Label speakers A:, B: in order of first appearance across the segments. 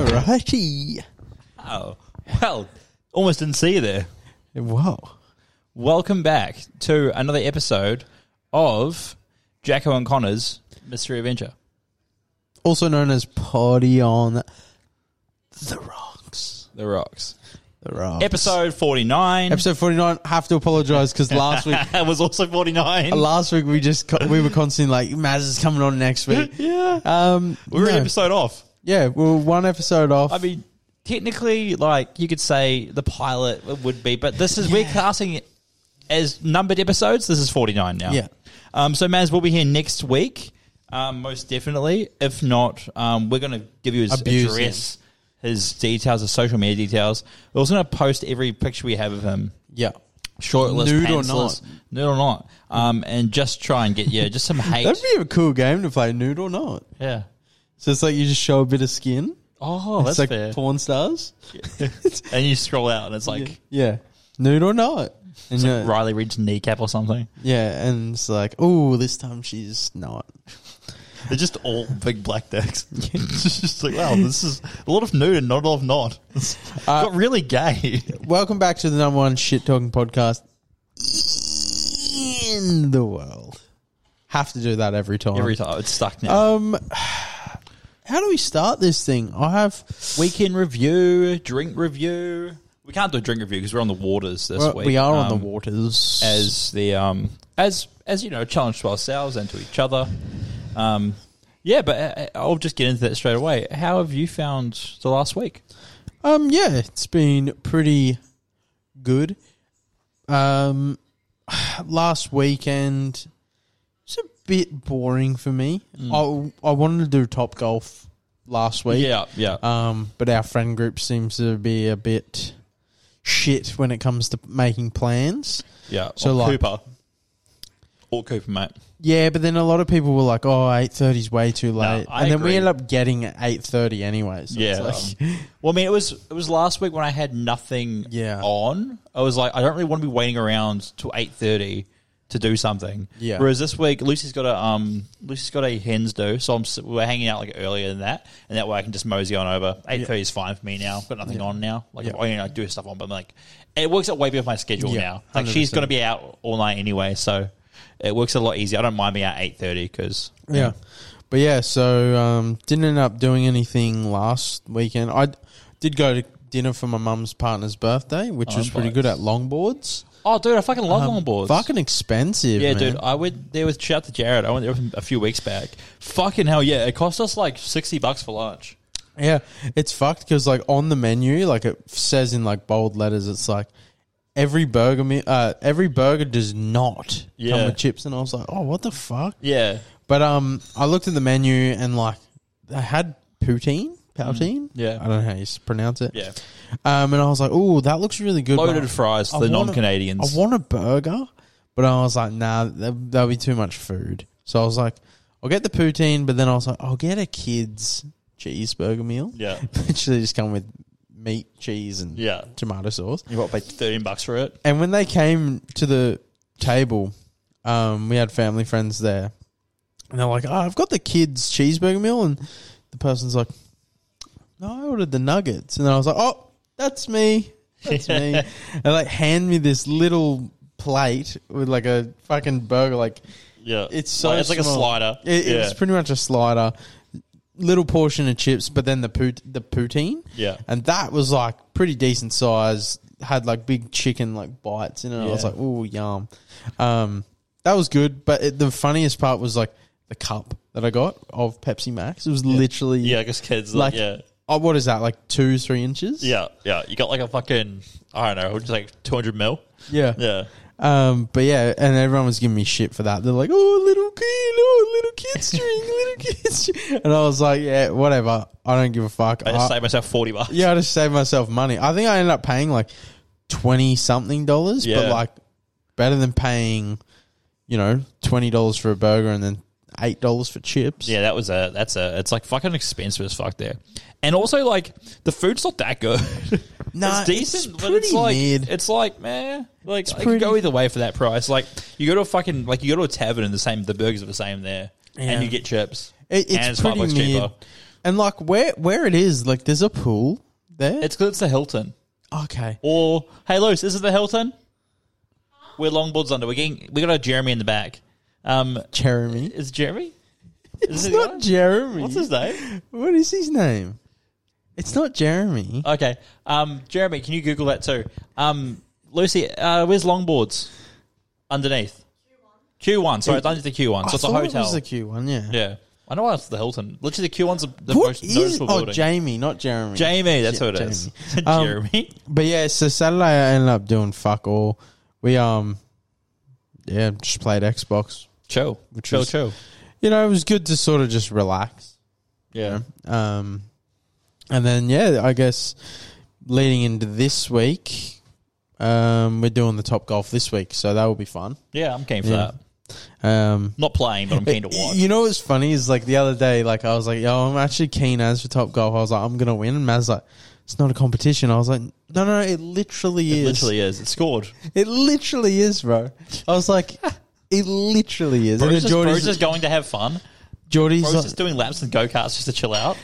A: Petty.
B: Oh, well, almost didn't see you there.
A: Whoa.
B: Welcome back to another episode of Jacko and Connor's Mystery Adventure.
A: Also known as Party on the Rocks.
B: The Rocks.
A: The Rocks.
B: Episode 49.
A: Episode 49. Have to apologize because last week.
B: That was also 49.
A: Last week we just co- we were constantly like Maz is coming on next week.
B: yeah.
A: Um,
B: we were
A: no.
B: an episode off.
A: yeah, we we're one episode off.
B: I mean, technically, like, you could say the pilot would be, but this is, we're classing it as numbered episodes. This is 49 now.
A: Yeah.
B: Um, so, Maz will be here next week, um, most definitely. If not, um, we're going to give you his
A: Abuse
B: address, his details, his social media details. We're also going to post every picture we have of him.
A: yeah,
B: Shortlist,
A: Nude or
B: pantsless, nude or not, um, and just try and get yeah, just some hate,
A: that'd be a cool game to play, nude or not.
B: yeah.
A: So it's like you just show a bit of skin.
B: Oh,
A: it's
B: that's
A: like
B: fair.
A: porn stars.
B: and you scroll out, and it's like
A: Yeah, nude or not. And yeah,
B: Riley Ridge kneecap or something.
A: yeah, and it's like, oh, this time she's not.
B: They're just all big black dicks. it's just like, wow, this is a lot of nude and not a lot of not. It's got really gay.
A: Welcome back to the number one shit talking podcast in the world. Have to do that every time.
B: Every time it's stuck now.
A: Um, how do we start this thing? I have.
B: Weekend review, drink review. We can't do a drink review because we're on the waters this
A: Well,
B: week.
A: we are on the
B: Um,
A: waters.
B: as the um as as you know challenge to ourselves and to each other um yeah but uh, i'll just get into that straight away how have you found the last week
A: um, yeah, it's been pretty good. Um, last weekend it's a bit boring for me.
B: Mm.
A: I I wanted to do top golf last week.
B: yeah yeah
A: Um, but our friend group seems to be a bit shit when it comes to making plans.
B: yeah
A: so
B: Or
A: like-
B: cooper or cooper mate
A: Yeah, but then a lot of people were like, "Oh, eight thirty is way too late,"
B: I
A: and then we
B: agree.
A: ended up getting at eight thirty anyway. So
B: yeah
A: it's like,
B: um, well i mean it was it was last week when i had nothing
A: Yeah.
B: on i was like i don't really want to be waiting around till 8.30 to do something
A: Yeah.
B: whereas this week lucy's got a um lucy's got a hens do so i'm s- we're hanging out like earlier than that and that way i can just mosey on over 8.30 is fine for me now I've got nothing on now like
A: Yeah.
B: I, you know, I do stuff on but I'm like it works out way better with my schedule
A: Yeah,
B: now like she's
A: 100%.
B: going to be out all night anyway so it works a lot easier i don't mind being out 8.30 because
A: yeah, but yeah, so um, didn't end up doing anything last weekend. I d- did go to dinner for my mum's partner's birthday, which
B: Oh,
A: was pretty
B: nice.
A: good at longboards. Um,
B: oh dude i fucking love on boards
A: Fucking expensive,
B: Yeah,
A: man.
B: dude, I went there with shout out to Jared. I went there with him a few weeks back. Fucking hell, yeah, it cost us like sixty bucks for lunch.
A: Yeah, it's fucked because like on the menu, like it says in like bold letters, it's like every burger, me- uh, every burger does not come
B: Yeah.
A: with chips, and I was like, oh, what the fuck?
B: Yeah,
A: But um, I looked at the menu and like they had poutine, poutine.
B: Mm, yeah.
A: I don't know how you s- pronounce it.
B: yeah,
A: Um, and I was like, oh, that looks really good.
B: loaded
A: but
B: fries
A: I
B: for the
A: wanna-
B: non-Canadians.
A: I want a burger, but I was like, nah, that that'll be too much food. So I was like, I'll get the poutine, but then I was like, I'll get a kids cheeseburger meal.
B: yeah,
A: Which they just come with meat, cheese, and
B: yeah,
A: tomato sauce.
B: you got paid thirteen bucks for it.
A: And when they came to the table, um, we had family friends there, and they're like, "Oh, I've got the kids' cheeseburger meal," and the person's like, "No, I ordered the nuggets," and I was like, "Oh, that's me, that's me," and like hand me this little plate with like a fucking burger, like
B: Yeah,
A: it's so
B: Like, it's like a
A: small.
B: slider.
A: It,
B: yeah.
A: It's pretty much a slider, little portion of chips, but then the pout- the poutine.
B: Yeah.
A: and that was like pretty decent size. Had like big chicken like bites in it. I was
B: Yeah.
A: like, oh yum. Um, that was good. But it, the funniest part was like the cup that I got of Pepsi Max. It was literally
B: yeah, I guess kids like,
A: like
B: yeah.
A: oh, what is that like two three inches?
B: Yeah, yeah, you got like a fucking I don't know, just like two hundred mil.
A: yeah,
B: Yeah,
A: Um, but yeah, and everyone was giving me shit for that. They're like, "Oh, little kid, oh, little kids drink, little kids," drink." and I was like, "Yeah, whatever. I don't give a fuck."
B: I just
A: I-
B: saved myself forty bucks.
A: yeah, I just saved myself money. I think I ended up paying like twenty something dollars, but
B: Yeah.
A: like better than paying, you know, twenty dollars for a burger and then eight dollars for chips.
B: Yeah, that was a that's a it's like fucking expensive as fuck there, and also like the food's not that good.
A: Nah,
B: it's decent,
A: it's
B: but it's
A: pretty
B: like
A: mid.
B: it's like man, like I could
A: pretty-
B: go either way for that price. Like you go to a fucking like you go to a tavern and the same the burgers are the same there,
A: Yeah.
B: and you get chips
A: It- it's
B: and it's
A: pretty
B: five bucks
A: mid.
B: cheaper.
A: And like where where it is, like there's a pool there.
B: It's because it's the Hilton.
A: okay.
B: Or hey, Lewis, this is the Hilton. We're longboards under. We're getting. We got our Jeremy in the back. Um,
A: Jeremy.
B: is Jeremy?
A: It's
B: Is it
A: not Jeremy.
B: What's his name?
A: What is his name? It's not Jeremy.
B: Okay. Um, Jeremy, can you Google that too? Um, Lucy, uh, where's longboards? Underneath. Q one. Sorry, it's under the Q one. So it's a
A: thought It
B: hotel.
A: was the Q one, yeah.
B: yeah. I know why it's the Hilton. Literally, the Q one's the
A: What
B: most
A: is
B: noticeable
A: oh
B: building.
A: Jamie, not Jeremy.
B: Jamie, that's
A: Yeah,
B: what it is.
A: Jamie. Um,
B: Jeremy.
A: But yeah, so Saturday I ended up doing fuck all. We um, yeah, just played Xbox.
B: Cho.
A: Which
B: Cho
A: is-
B: Cho.
A: You know, it was good to sort of just relax.
B: Yeah.
A: Um, and then yeah, I guess leading into this week, um, we're doing the top golf this week, so that will be fun.
B: Yeah, I'm keen for
A: Yeah.
B: that.
A: Um,
B: Not playing, but I'm keen to watch.
A: you know what's funny is like the other day, like I was like, yo, I'm actually keen as for top golf. I was like, I'm gonna win, and Maz like, it's not a competition. I was like, no, no, it literally
B: It
A: is.
B: literally is. It scored.
A: It literally is, bro. I was like, it literally is.
B: Bro's
A: and
B: just,
A: then
B: Bro's
A: Geordie's,
B: just going to have fun.
A: Geordie's
B: Bro's
A: like-
B: just doing laps and go karts just to chill out.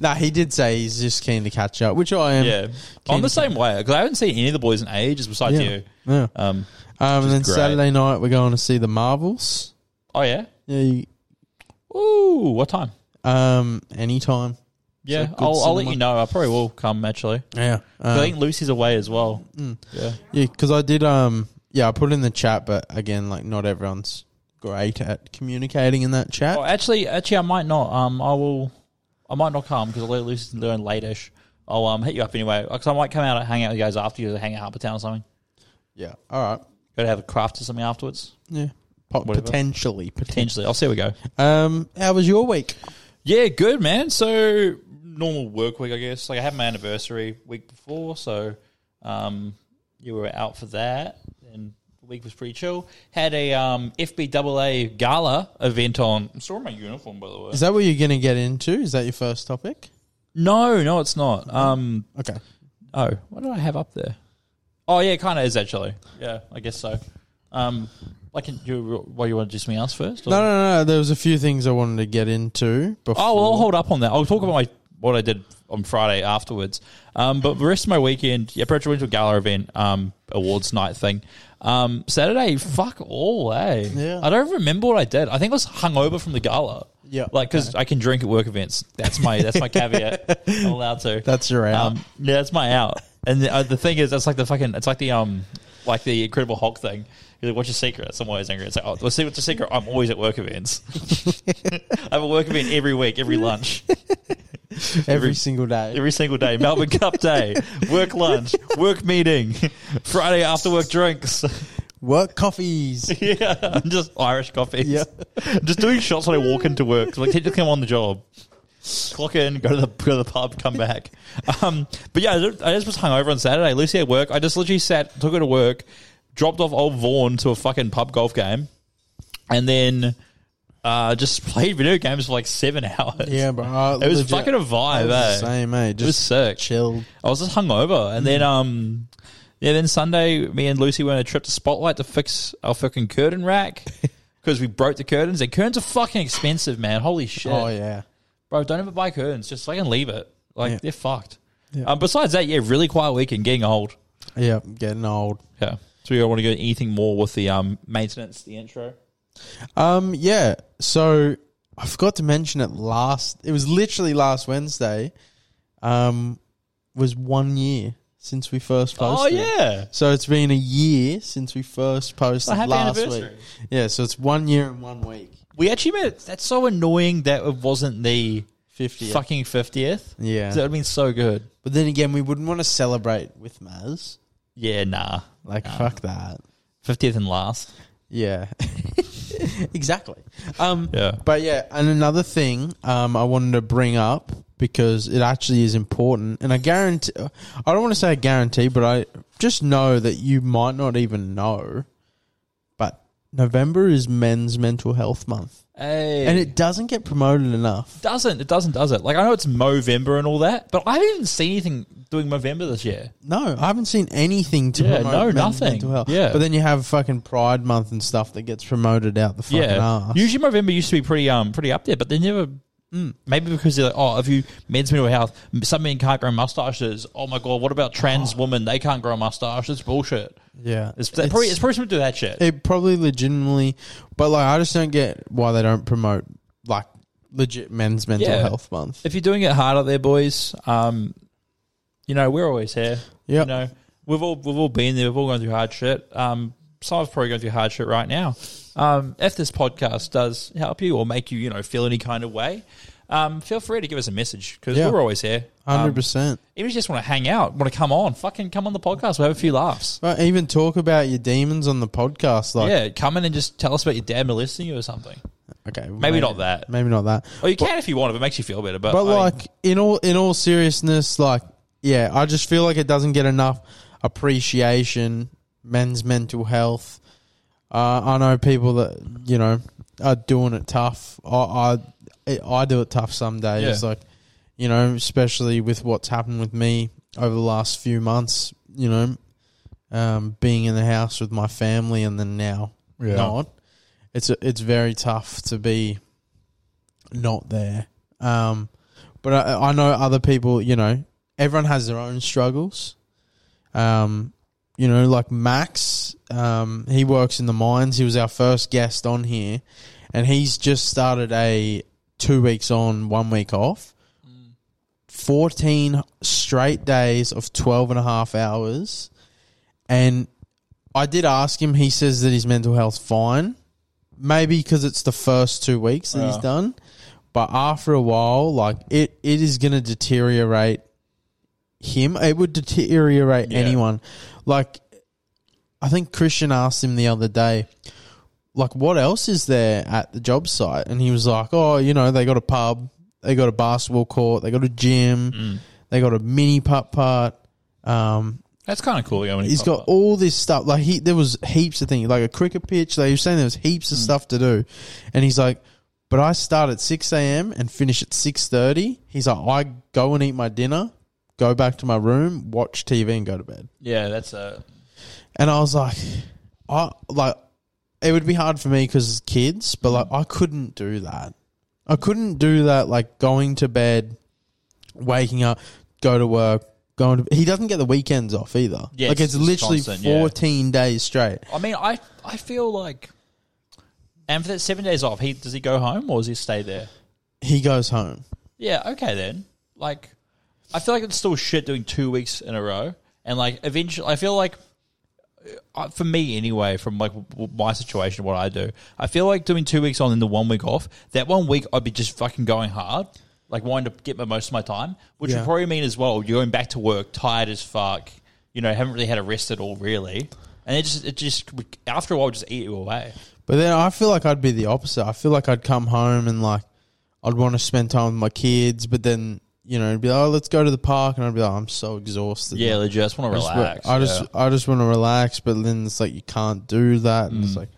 A: nah, he did say he's just keen to catch up, which I am.
B: Yeah.
A: Keen
B: I'm the
A: to-
B: same way because I haven't seen any of the boys in ages besides
A: Yeah.
B: you.
A: Yeah.
B: Um,
A: Um, and then
B: great.
A: Saturday night we're going to see the Marvels.
B: oh, yeah.
A: Yeah. You,
B: Ooh, what time?
A: um, anytime.
B: Yeah,
A: good
B: I'll, I'll let
A: cinema.
B: you know. I probably will come actually.
A: Yeah.
B: I
A: Um,
B: think Lucy's away as well.
A: mm.
B: Yeah.
A: yeah, because I did. Um, yeah, I put in the chat, but again, like not everyone's great at communicating in that chat.
B: Oh, actually, actually, I might not. Um, I will. I might not come because I'll let Lucy learn latish. I'll um hit you up anyway because I might come out and hang out with you guys after you to hang out Harper Town or something.
A: Yeah. All right.
B: Go to have a craft or something afterwards.
A: Yeah. Po-
B: Whatever.
A: potentially. Potentially.
B: Potentially, I'll see how we go.
A: Um, how was your week?
B: Yeah, good man. So normal work week, I guess. Like I had my anniversary week before, so um, you were out for that, and the week was pretty chill. Had a um, FBAA gala event on. I'm still in my uniform, by the way.
A: Is that what you're going to get into? Is that your first topic?
B: No, no, it's not. Um,
A: Okay.
B: oh, what did I have up there? Oh yeah, it kind of is actually. Yeah, I guess so. Um, like, can you, what you want to do something else first? or-
A: No, no, no. There was a few things I wanted to get into before.
B: Oh, well, I'll hold up on that. I'll talk about my what I did on Friday afterwards. Um, but the rest of my weekend, yeah, Petra went to a gala event, um, awards night thing. Um, Saturday, fuck all, eh?
A: Yeah.
B: I don't remember what I did. I think I was hungover from the gala.
A: Yeah,
B: Like, because I can drink at work events. That's my that's my caveat. I'm allowed to.
A: That's your out.
B: Um, yeah, that's my out. And the, uh, the thing is, that's like the fucking. It's like the um, like the Incredible Hulk thing. You're like, what's your secret? Someone always angry. It's like, oh, let's see what's your secret. I'm always at work events. I have a work event every week, every lunch,
A: every, single day.
B: every single day. Melbourne Cup day, work lunch, work meeting, Friday after work drinks.
A: Work coffees.
B: yeah, just Irish coffees.
A: Yeah.
B: just doing shots when I walk into work. Like technically, I'm on the job. Clock in, go to the go to the pub, come back. Um, but yeah, I just- I just was hungover on Saturday. Lucy at work. I just literally sat, took her to work, dropped off old Vaughn to a fucking pub golf game, and then uh, just played video games for like seven hours.
A: yeah, bro. I
B: it was
A: legit-
B: fucking a
A: I was
B: vibe. eh?
A: the Same, eh? Just
B: was sick.
A: Chilled.
B: I was just hungover, and then
A: Mm.
B: um, yeah, then Sunday, me and Lucy went on a trip to Spotlight to fix our fucking curtain rack because we broke the curtains. And curtains are fucking expensive, man. Holy shit,
A: Oh yeah.
B: bro! Don't ever buy curtains. Just fucking leave it. Like
A: Yeah.
B: they're fucked.
A: Yeah.
B: Um, besides that, yeah, really quiet weekend, getting old.
A: Yeah. Getting old.
B: Yeah. So you don't want to go anything more with the um maintenance, the intro.
A: Um. Yeah. So I forgot to mention it last. It was literally last Wednesday. Um, was one year since we first posted.
B: Oh yeah.
A: So it's been a year since we first posted
B: Oh, happy
A: last week.
B: anniversary.
A: Yeah. So it's one year and one week.
B: We actually made it. That's so annoying that it wasn't the
A: Fifty.
B: fucking fiftieth.
A: Yeah.
B: That would have been so good.
A: But then again, we wouldn't want to celebrate with Maz.
B: Yeah, nah.
A: Like, fuck that.
B: Fiftieth and last.
A: Yeah. exactly. Um,
B: Yeah.
A: But yeah, and another thing um, I wanted to bring up because it actually is important, and I guarantee, I don't want to say I guarantee, but I just know that you might not even know, but November is Men's Mental Health Month.
B: Hey.
A: And it doesn't get promoted enough.
B: doesn't. It doesn't, does it? Like, I know it's Movember and all that, but I haven't even seen anything doing Movember this year.
A: No, I haven't seen anything to
B: Yeah,
A: promote
B: no,
A: men's
B: nothing.
A: mental health.
B: Yeah.
A: But then you have fucking Pride Month and stuff that gets promoted out the fucking
B: yeah.
A: ass.
B: Usually Movember used to be pretty um pretty up there, but they never Maybe because they're like, oh, if you men's mental health, some men can't grow mustaches. Oh my god, what about trans women? They can't grow a mustache. It's bullshit.
A: Yeah,
B: It's, it's probably it's probably something to do with that shit.
A: it probably legitimately, but like I just don't get why they don't promote like legit men's mental
B: Yeah.
A: health month.
B: if you're doing it hard out there, boys, um, you know we're always here.
A: Yep.
B: You know, we've all we've all been there. We've all gone through hard shit. Um, some of us probably going through hard shit right now. Um, if this podcast does help you or make you, you know, feel any kind of way, um, feel free to give us a message because
A: Yeah.
B: we're always here.
A: Hundred
B: Um,
A: percent.
B: If you just want to hang out, want to come on, fucking come on the podcast. We'll have a few laughs.
A: But even talk about your demons on the podcast, like
B: yeah, come in and just tell us about your dad molesting you or something.
A: okay,
B: Maybe not that.
A: maybe not that.
B: Or you can if you want, if it makes you feel better. But,
A: But
B: I-
A: like in all in all seriousness, like yeah, I just feel like it doesn't get enough appreciation. Men's mental health. Uh, I know people that you know are doing it tough. I I, I do it tough some days.
B: Yeah.
A: Like you know, especially with what's happened with me over the last few months. You know, um, being in the house with my family and then now
B: Yeah.
A: not. It's a, it's very tough to be not there. Um, but I, I know other people. You know, everyone has their own struggles. Um, you know, like Max, um, he works in the mines. He was our first guest on here, and he's just started a two weeks on, one week off. 14 straight days of 12 and a half hours. And I did ask him, he says that his mental health's fine. Maybe because it's the first two weeks that he's
B: Yeah.
A: done. But after a while, like it, it is going to deteriorate him. It would deteriorate
B: Yeah.
A: anyone. Like, I think Christian asked him the other day, like, what else is there at the job site? And he was like, oh, you know, they got a pub, they got a basketball court, they got a gym, they got a mini putt putt. Um,
B: that's kind of cool. Yeah, when you
A: he's
B: pop
A: got
B: up.
A: all this stuff. Like he, there was heaps of things, like a cricket pitch. They were saying there was heaps of stuff to do, and he's like, "But I start at six a.m. and finish at six 30. He's like, "I go and eat my dinner, go back to my room, watch TV, and go to bed."
B: yeah, that's a
A: And I was like, I like it would be hard for me because kids, but like I couldn't do that. I couldn't do that. Like going to bed, waking up, go to work, going to. He doesn't get the weekends off either.
B: Yeah,
A: like it's,
B: it's- it's
A: literally
B: constant, yeah.
A: fourteen days straight.
B: I mean, I I feel like, and for that seven days off, he does he go home or does he stay there?
A: He goes home.
B: Yeah, okay then. Like, I feel like it's still shit doing two weeks in a row, and like eventually, I feel like, uh, for me anyway, from like w- w- my situation, what I do, I feel like doing two weeks on and the one week off. That one week, I'd be just fucking going hard. Like wanting to get my most of my time, which
A: Yeah.
B: would probably mean as well you're going back to work tired as fuck. You know, haven't really had a rest at all, really, and it just it just would- after a while would just eat you away.
A: But then I feel like I'd be the opposite. I feel like I'd come home and like I'd want to spend time with my kids, but then you know, it'd be like, oh, let's go to the park, and I'd be like, I'm so exhausted.
B: Yeah, legit. I just want to
A: just
B: relax.
A: wa- I just
B: yeah.
A: I just want to relax, but then it's like you can't do that, and
B: Mm.
A: it's like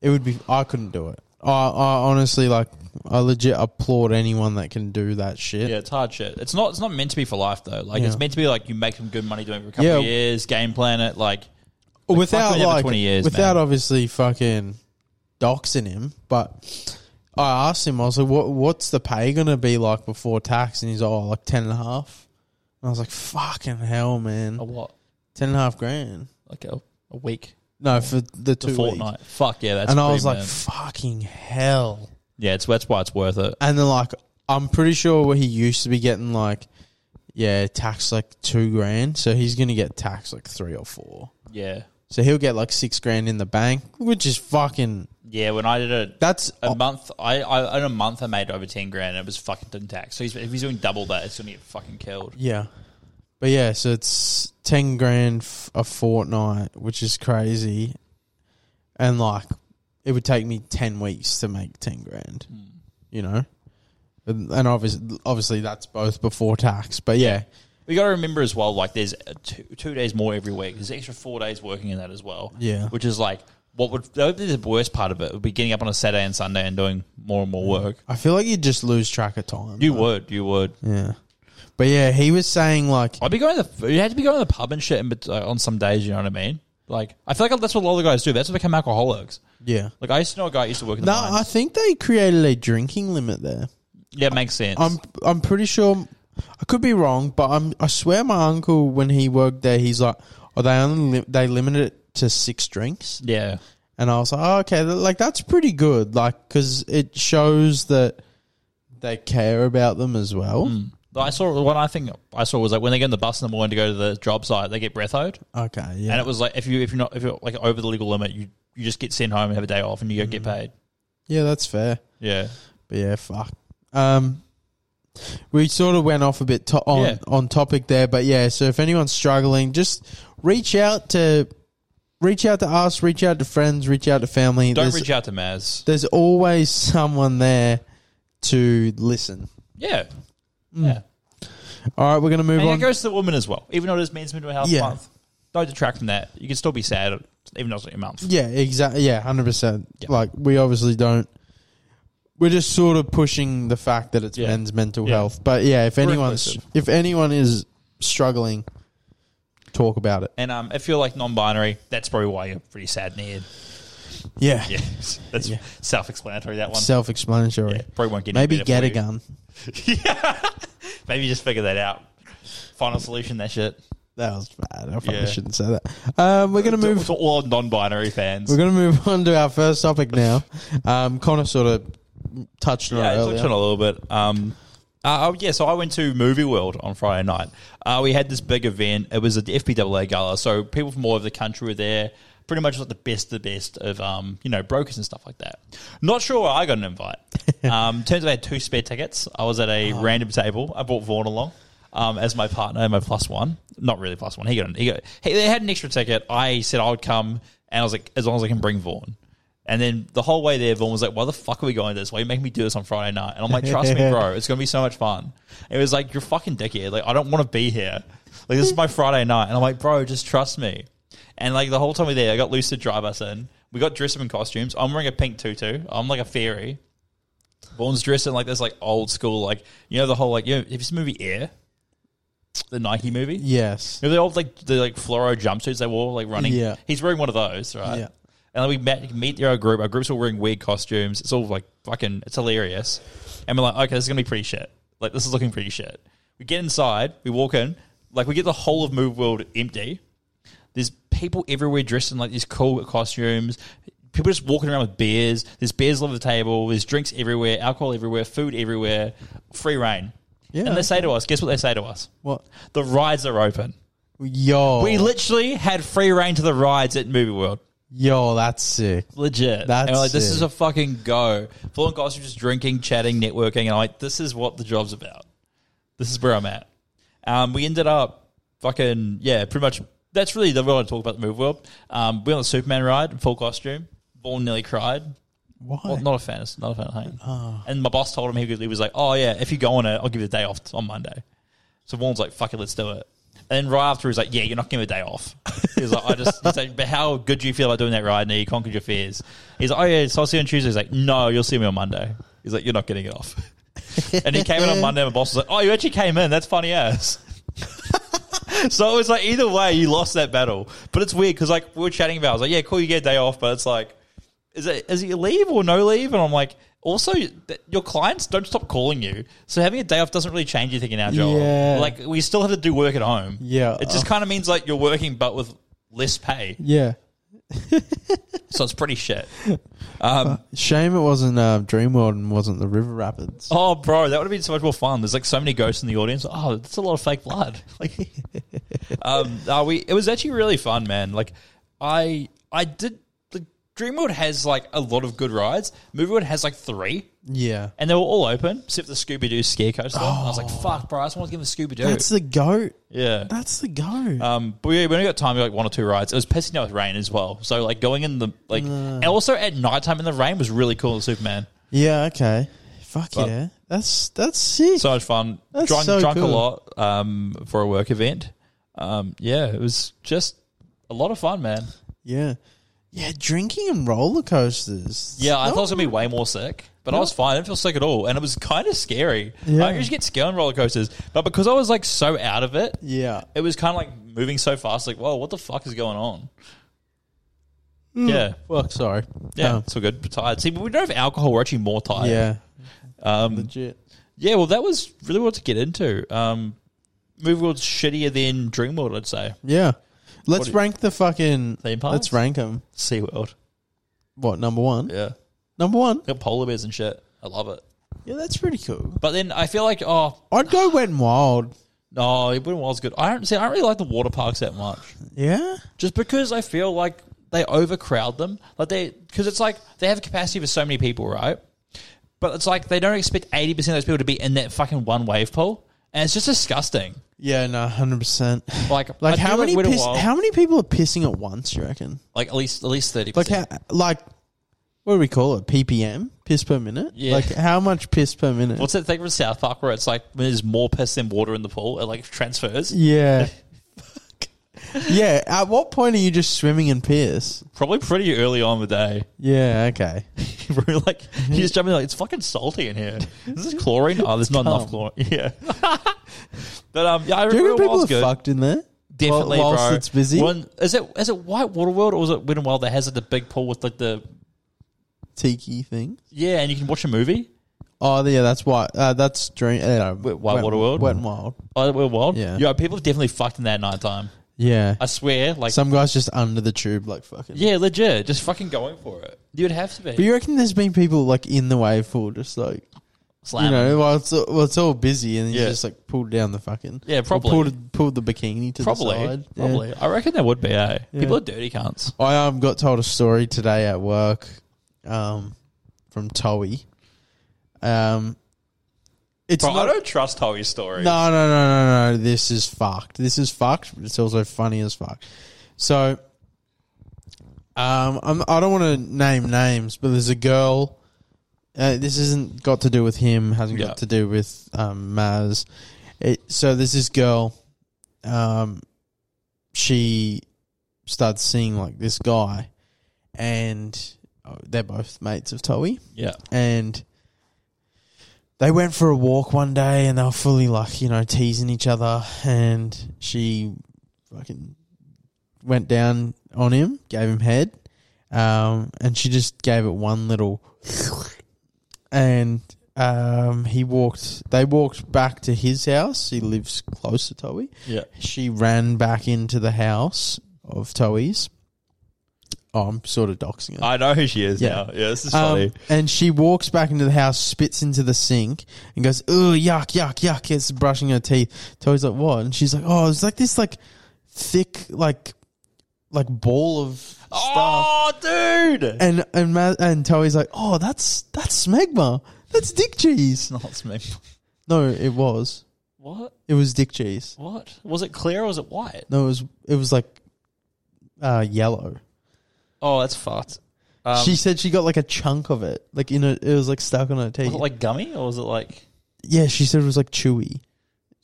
A: it would be I couldn't do it. I, I honestly like I legit applaud anyone that can do that shit.
B: Yeah, it's hard shit. It's not. It's not meant to be for life though. Like
A: Yeah.
B: it's meant to be like you make some good money doing it for a couple
A: Yeah.
B: of years, game plan it. Like
A: Well,
B: Like, fuck
A: without
B: with him for
A: like
B: 20 years,
A: without
B: man.
A: obviously fucking doxing him, but I asked him, I was like, "What what's the pay gonna be like before tax?" And he's like, "Oh, like ten and a half." And I was like, "Fucking hell, man,
B: a what?
A: ten and a half grand."
B: Like a, a week,
A: No, for the
B: to
A: two
B: fortnight.
A: weeks.
B: Fuck yeah, that's.
A: And I
B: pretty
A: was like,
B: mad.
A: "Fucking hell."
B: yeah, it's that's why it's worth it.
A: And then like I'm pretty sure where he used to be getting like yeah, tax like two grand. So he's gonna get taxed like three or four.
B: Yeah,
A: So he'll get like six grand in the bank, which is fucking
B: yeah. When I did it.
A: that's
B: A month, I, I in a month I made over ten grand. and It was fucking didn't tax. So he's, if he's doing double that, it's gonna get fucking killed.
A: yeah. But yeah, so it's ten grand f- a fortnight, which is crazy. And like it would take me ten weeks to make ten grand.
B: Hmm.
A: You know? And, and obviously obviously that's both before tax. But yeah.
B: We got to remember as well, like there's uh, two, two days more every week. There's extra four days working in that as well.
A: Yeah.
B: which is like what would that would be the worst part of it. Would be getting up on a Saturday and Sunday and doing more and more work.
A: I feel like you just lose track of time.
B: You would, you would.
A: Yeah. But yeah, he was saying like
B: I'd be going to the. You had to be going to the pub and shit, and but uh, on some days, you know what I mean. Like I feel like that's what a lot of the guys do. That's what become alcoholics.
A: yeah.
B: Like I used to know a guy who used to work in the
A: No,
B: mines.
A: I think they created a drinking limit there.
B: Yeah, makes sense.
A: I'm I'm pretty sure I could be wrong, but I'm I swear my uncle when he worked there, he's like, oh, they only li- they limited it to six drinks,
B: yeah.
A: and I was like, oh, okay, th- like that's pretty good, like because it shows that they care about them as well.
B: I saw the one I think I saw was like when they get on the bus in the morning to go to the job site, they get breathoed,
A: Okay, yeah,
B: and it was like if you if you're not if you're like over the legal limit, you you just get sent home and have a day off, and you go get
A: Mm.
B: paid.
A: yeah, that's fair.
B: Yeah,
A: But yeah, fuck. Um, we sort of went off a bit to- on
B: Yeah.
A: on topic there, but yeah. So if anyone's struggling, just reach out to reach out to us, reach out to friends, reach out to family.
B: don't
A: there's,
B: reach out to Maz.
A: there's always someone there to listen.
B: Yeah,
A: Mm.
B: yeah.
A: All right, we're gonna move
B: And it
A: on.
B: goes to the woman as well, even though it is men's mental health
A: Yeah.
B: month. Don't detract from that. You can still be sad, even though it's not your month.
A: Yeah, exactly. Yeah, hundred percent.
B: Yeah.
A: Like we obviously don't. We're just sort of pushing the fact that it's
B: Yeah.
A: men's mental
B: Yeah.
A: health. But yeah, if
B: We're
A: anyone's
B: inclusive.
A: if anyone is struggling, talk about it.
B: And um, if you're like non-binary, that's probably why you're pretty sad and head.
A: Yeah,
B: Yeah, that's self-explanatory. That one
A: self-explanatory.
B: Yeah, probably won't get any
A: Maybe
B: better
A: get
B: for
A: a
B: you.
A: gun.
B: Maybe just figure that out. Final solution. That shit.
A: That was bad. I probably
B: Yeah.
A: shouldn't say that. Um, we're gonna move.
B: to all non-binary fans.
A: We're gonna move on to our first topic now. Um, Connor sort of touched on
B: Yeah,
A: it
B: I
A: earlier.
B: touched on it a little bit. Um, uh, oh, yeah, so I went to Movie World on Friday night. Uh, we had this big event. It was a FPAA gala, so people from all over the country were there. Pretty much like the best, of the best of um, you know brokers and stuff like that. Not sure why I got an invite. Um, turns out I had two spare tickets. I was at a random table. I brought Vaughn along um, as my partner, and my plus one. Not really plus one. He got. An, he got. He, they had an extra ticket. I said I would come, and I was like, as long as I can bring Vaughn. And then the whole way there, Vaughn was like, "Why the fuck are we going to this? Why are you making me do this on Friday night?" And I'm like, "Trust me, bro. It's gonna be so much fun." It was like, "You're fucking dickhead. Like, I don't want to be here. Like, this is my Friday night." And I'm like, "Bro, just trust me." And like the whole time we were there, I got Luce to drive us in. We got dressed up in costumes. I'm wearing a pink tutu. I'm like a fairy. Vaughn's dressed in like this, like old school, like you know the whole like you know, have you seen the movie Air, the Nike movie.
A: Yes.
B: You know, the old like the like fluoro jumpsuits they wore, like running.
A: Yeah.
B: he's wearing one of those, right?
A: Yeah.
B: And then we met, meet our group. Our group's all wearing weird costumes. It's all like fucking, it's hilarious. And we're like, okay, this is gonna be pretty shit. Like this is looking pretty shit. We get inside, we walk in, like we get the whole of Move World empty. There's people everywhere dressed in like these cool costumes. People just walking around with beers. There's beers all over the table. There's drinks everywhere, alcohol everywhere, food everywhere, free reign.
A: Yeah.
B: And they say to us, guess what they say to us?
A: What?
B: The rides are open.
A: Yo.
B: We literally had free reign to the rides at Movie World.
A: yo, that's sick.
B: Legit.
A: That's
B: and I'm like, this
A: sick.
B: is a fucking go. Full and Goss are just drinking, chatting, networking. And I'm like, this is what the job's about. This is where I'm at. Um, we ended up fucking, yeah, pretty much. That's really the what I talk about the Movie World. Um, we went on the Superman ride in full costume. Vaughn nearly cried.
A: Why?
B: Well, not a fan. it's Not a fan. Hey. And my boss told him he, could, he was like, "Oh yeah, if you go on it, I'll give you a day off t- on Monday." So Vaughn's like, "Fuck it, let's do it." And then right after he's like, "Yeah, you're not giving me a day off." He's like, "I just," he's like, "But how good do you feel about doing that ride? Now you conquered your fears." He's like, "Oh yeah, so I'll see you on Tuesday." He's like, "No, you'll see me on Monday." He's like, "You're not getting it off." and he came in on Monday. and My boss was like, "Oh, you actually came in. That's funny ass." So it was like either way, you lost that battle. But it's weird because like we were chatting about, it. I was like, yeah, cool, you get a day off, but it's like, is it is it your leave or no leave? And I'm like, also th- your clients don't stop calling you, so having a day off doesn't really change anything in our job.
A: Yeah.
B: Like we still have to do work at home.
A: Yeah.
B: it just kind of means like you're working, but with less pay.
A: yeah.
B: So it's pretty shit. Um,
A: Shame it wasn't uh, Dreamworld and wasn't the River Rapids.
B: oh, bro, that would have been so much more fun. There's like so many ghosts in the audience. Oh, that's a lot of fake blood. Like, um, uh, we it was actually really fun, man. Like, I I did. Like, Dreamworld has like a lot of good rides. Movieworld has like three.
A: Yeah.
B: And they were all open, except for the Scooby Doo scare coaster. I was like, fuck, bro, I just want to give them Scooby
A: Oh. That's
B: Doo.
A: the goat.
B: Yeah.
A: That's the goat.
B: Um, but yeah, we only got time for like one or two rides. It was pissing down with rain as well. So, like, going in the, like, and also at nighttime in the rain was really cool in Superman.
A: yeah. Okay. Fuck
B: but-
A: yeah. That's that's sick.
B: So much fun.
A: That's
B: drunk
A: so
B: drunk a
A: cool.
B: lot um, for a work event. Um, yeah, it was just a lot of fun, man.
A: yeah. Yeah. Drinking and roller coasters.
B: Yeah, I
A: No
B: thought it was gonna be way more sick, but I was fine. I didn't feel sick at all, and it was kind of scary.
A: Yeah.
B: I usually get scared on roller coasters, but because I was like so out of it,
A: Yeah.
B: it was kind of like moving so fast. Like, whoa, what the fuck is going on? Yeah,
A: Fuck. Sorry.
B: yeah,
A: Um,
B: it's all good. We're tired. See, but we don't have alcohol. We're actually more tired.
A: yeah.
B: Um,
A: Legit.
B: Yeah, well, that was really what to get into. Um, Movie World's shittier than Dream World, I'd say.
A: Yeah.
B: What
A: Let's
B: do-
A: rank the fucking.
B: Theme parks?
A: Let's rank them.
B: SeaWorld.
A: What, number one?
B: Yeah.
A: Number one?
B: Got polar bears and shit. I love it.
A: Yeah, that's pretty cool.
B: But then I feel like, oh,
A: I'd go Wet and Wild.
B: no, it wouldn't was good. I don't see, I don't really like the water parks that much.
A: Yeah?
B: Just because I feel like they overcrowd them. Like they, because it's like they have capacity for so many people, right? But it's like they don't expect 80% of those people to be in that fucking one wave pool. And it's just disgusting.
A: Yeah, no, 100%.
B: Like,
A: Like
B: I do
A: how many
B: Wet n
A: piss,
B: Wild,
A: how many people are pissing at once? You reckon?
B: like at least at least 30%.
A: Like how, like what do we call it? PPM, piss per minute.
B: Yeah.
A: Like how much piss per minute?
B: What's that thing from South Park where it's like when there's more piss than water in the pool, it like transfers?
A: yeah. yeah. At what point are you just swimming in piss?
B: Probably pretty early on in the day.
A: Yeah. Okay.
B: We're like, you just jump in like, it's fucking salty in here. Is this chlorine? Oh, there's not enough chlorine. Yeah. but um, yeah, I
A: Do you
B: remember
A: reckon people
B: was
A: are
B: good.
A: fucked in there?
B: Definitely,
A: Whil- whilst
B: bro.
A: it's busy.
B: When- is it is it White Water World or is it Win and Wild that has like, the big pool with like the
A: Tiki thing.
B: yeah, and you can watch a movie.
A: Oh yeah, that's why. Uh, that's dream. Uh, no,
B: Wet- Wild Water World?
A: Wet and wild.
B: Oh, Win Wild.
A: Yeah.
B: yeah. People have definitely fucked in that night time.
A: Yeah.
B: I swear, like
A: Some guys just under the tube, like fucking.
B: yeah, legit, just fucking going for it. You would have to be.
A: But you reckon there's been people like in the wave pool, just like
B: Slamming.
A: You know, well, it's, well, it's all busy, and you
B: Yeah.
A: just like pulled down the fucking
B: Yeah,
A: or
B: probably.
A: pulled pulled the bikini to the
B: Probably,
A: side. Yeah.
B: probably. I reckon there would be. Eh?
A: Yeah.
B: People are dirty cunts.
A: I um got told a story today at work, um, from Towie. Um, it's
B: Bro, I
A: not,
B: don't trust Toey's story.
A: no, no, no, no, no. This is fucked. This is fucked. But it's also funny as fuck. So, um, I'm, I don't want to name names, but there's a girl. Uh, this isn't got to do with him. Hasn't
B: Yeah.
A: got to do with um, Maz. It, so there's this girl. Um, she starts seeing like this guy, and oh, they're both mates of Towie
B: Yeah.
A: and they went for a walk one day and they were fully like you know teasing each other and she fucking went down on him gave him head um, and she just gave it one little and um, he walked they walked back to his house he lives close to Towie
B: Yeah.
A: she ran back into the house of Towie's oh, I'm sort of doxing her
B: I know who she is
A: Yeah.
B: now. Yeah, this is
A: um,
B: funny.
A: and she walks back into the house, spits into the sink, and goes, "Ooh, yuck, yuck, yuck!" It's brushing her teeth. Toby's like, "What?" And she's like, "Oh, it's like this, like thick, like, like ball of stuff."
B: Oh, dude!
A: And and Ma- and Toby's like, "Oh, that's that's smegma. That's dick cheese."
B: it's not Smeg.
A: No, it was.
B: What?
A: It was dick cheese.
B: What? Was it clear or was it white?
A: No, it was it was like uh yellow.
B: Oh, that's fucked. Um,
A: she said she got like a chunk of it, like in a, it was like stuck on her teeth.
B: was it like gummy or was it like?
A: yeah, she said it was like chewy.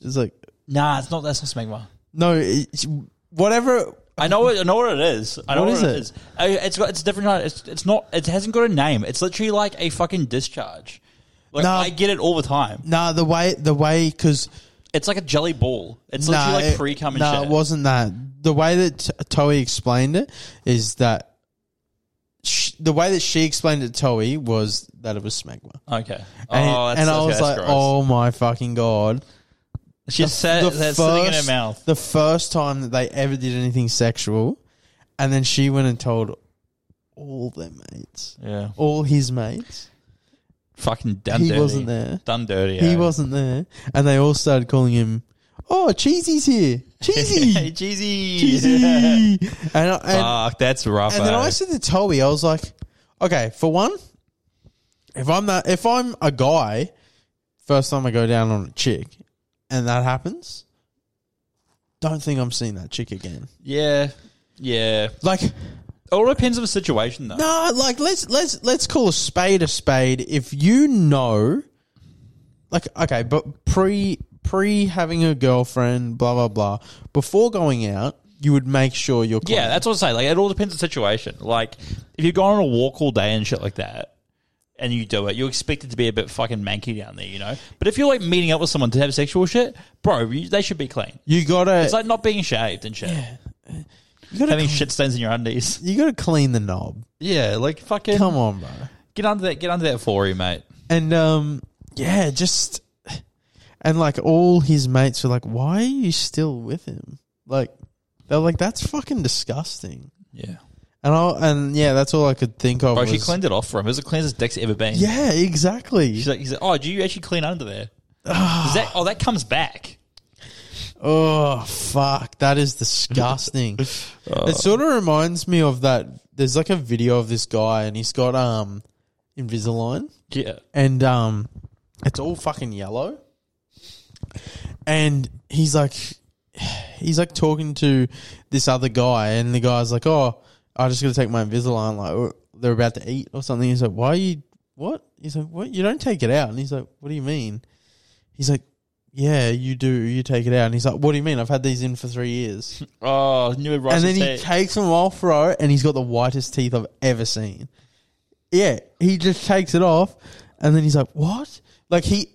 A: It was like
B: Nah, it's not. That's not smegma.
A: No, it's, whatever.
B: I know. It, I know what it is. I know what,
A: What is
B: it
A: it?
B: is. I, it's got. It's different. kind- It's. It's not. It hasn't got a name. It's literally like a fucking discharge. Like
A: No.
B: I get it all the time.
A: Nah, the way the way because
B: It's like a jelly ball. It's
A: nah,
B: literally like
A: it-
B: pre cum and
A: nah,
B: shit.
A: it wasn't that. The way that T- Toei explained it is that sh the way that she explained it to Toei was that it was smegma.
B: okay.
A: And,
B: oh, that's,
A: and I
B: okay,
A: was
B: that's
A: like,
B: gross.
A: oh my fucking god!
B: she said that's sitting in her mouth.
A: The first time that they ever did anything sexual, and then she went and told all their mates,
B: Yeah.
A: all his mates.
B: Fucking done
A: he
B: dirty.
A: wasn't there.
B: Done dirty.
A: He
B: eh?
A: wasn't there, and they all started calling him. Oh, Cheesy's here,
B: Hey,
A: Cheesy,
B: cheesy.
A: Cheesy. And I, and,
B: Fuck, that's rough.
A: and then
B: eh?
A: I said to Toby, I was like, okay, for one, if I'm that, if I'm a guy, first time I go down on a chick, and that happens, don't think I'm seeing that chick again.
B: yeah. Yeah.
A: Like,
B: It all depends on the situation, though.
A: no, like let's let's let's call a spade a spade. If you know, like okay, but pre pre having a girlfriend, blah blah blah. Before going out, you would make sure you're
B: Yeah, that's what I say. Like, it all depends on the situation. Like, if you go on a walk all day and shit like that, and you do it, you expect it to be a bit fucking manky down there, you know. But if you're like meeting up with someone to have sexual shit, bro, you, they should be clean.
A: you gotta
B: It's like not being shaved and shit,
A: you gotta
B: having shit stains in your undies.
A: you gotta clean the knob.
B: Yeah, like fucking
A: Come on, bro.
B: get under that, get under that for you, mate.
A: And um, yeah, just And like all his mates were like, "Why are you still with him?" Like they were like, "That's fucking disgusting."
B: Yeah.
A: And I and yeah, that's all I could think of.
B: Bro, she
A: was-
B: cleaned it off for him. It was the cleansest Dex ever been.
A: Yeah, exactly.
B: She's like, he's like, oh, do you actually clean under there? Is that, oh, that comes back.
A: Oh fuck, that is disgusting. It sort of reminds me of that. There's like a video of this guy, and he's got um Invisalign,
B: Yeah.
A: and um, it's all fucking yellow. And he's like, he's like talking to this other guy, and the guy's like, "Oh, I just gotta take my Invisalign." Like they're about to eat or something. He's like, "Why are you? What?" He's like, "What? You don't take it out?" And he's like, "What do you mean?" He's like, "Yeah, you do. You take it out." And he's like, "What do you mean? I've had these in for three years."
B: Oh, new rice
A: and then he takes them off, bro, and he's got the whitest teeth I've ever seen. Yeah, he just takes it off, and then he's like, "What?" Like he,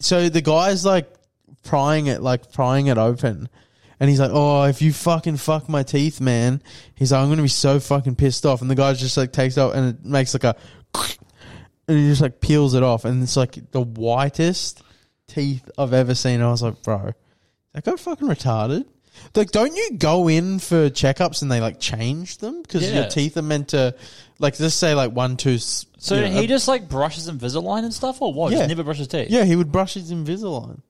A: so the guy's like prying it, like prying it open, and he's like, "Oh, if you fucking fuck my teeth, man," he's like, "I'm gonna be so fucking pissed off." And the guy just like takes it off, and it makes like a, and he just like peels it off, and it's like the whitest teeth I've ever seen. And I was like, "Bro, that guy fucking retarded." Like, don't you go in for checkups and they like change them because
B: Yeah.
A: your teeth are meant to, like, just say like one two.
B: so
A: uh,
B: he just like brushes Invisalign and stuff, or what?
A: Yeah.
B: Just never brushes teeth.
A: yeah, he would brush his Invisalign.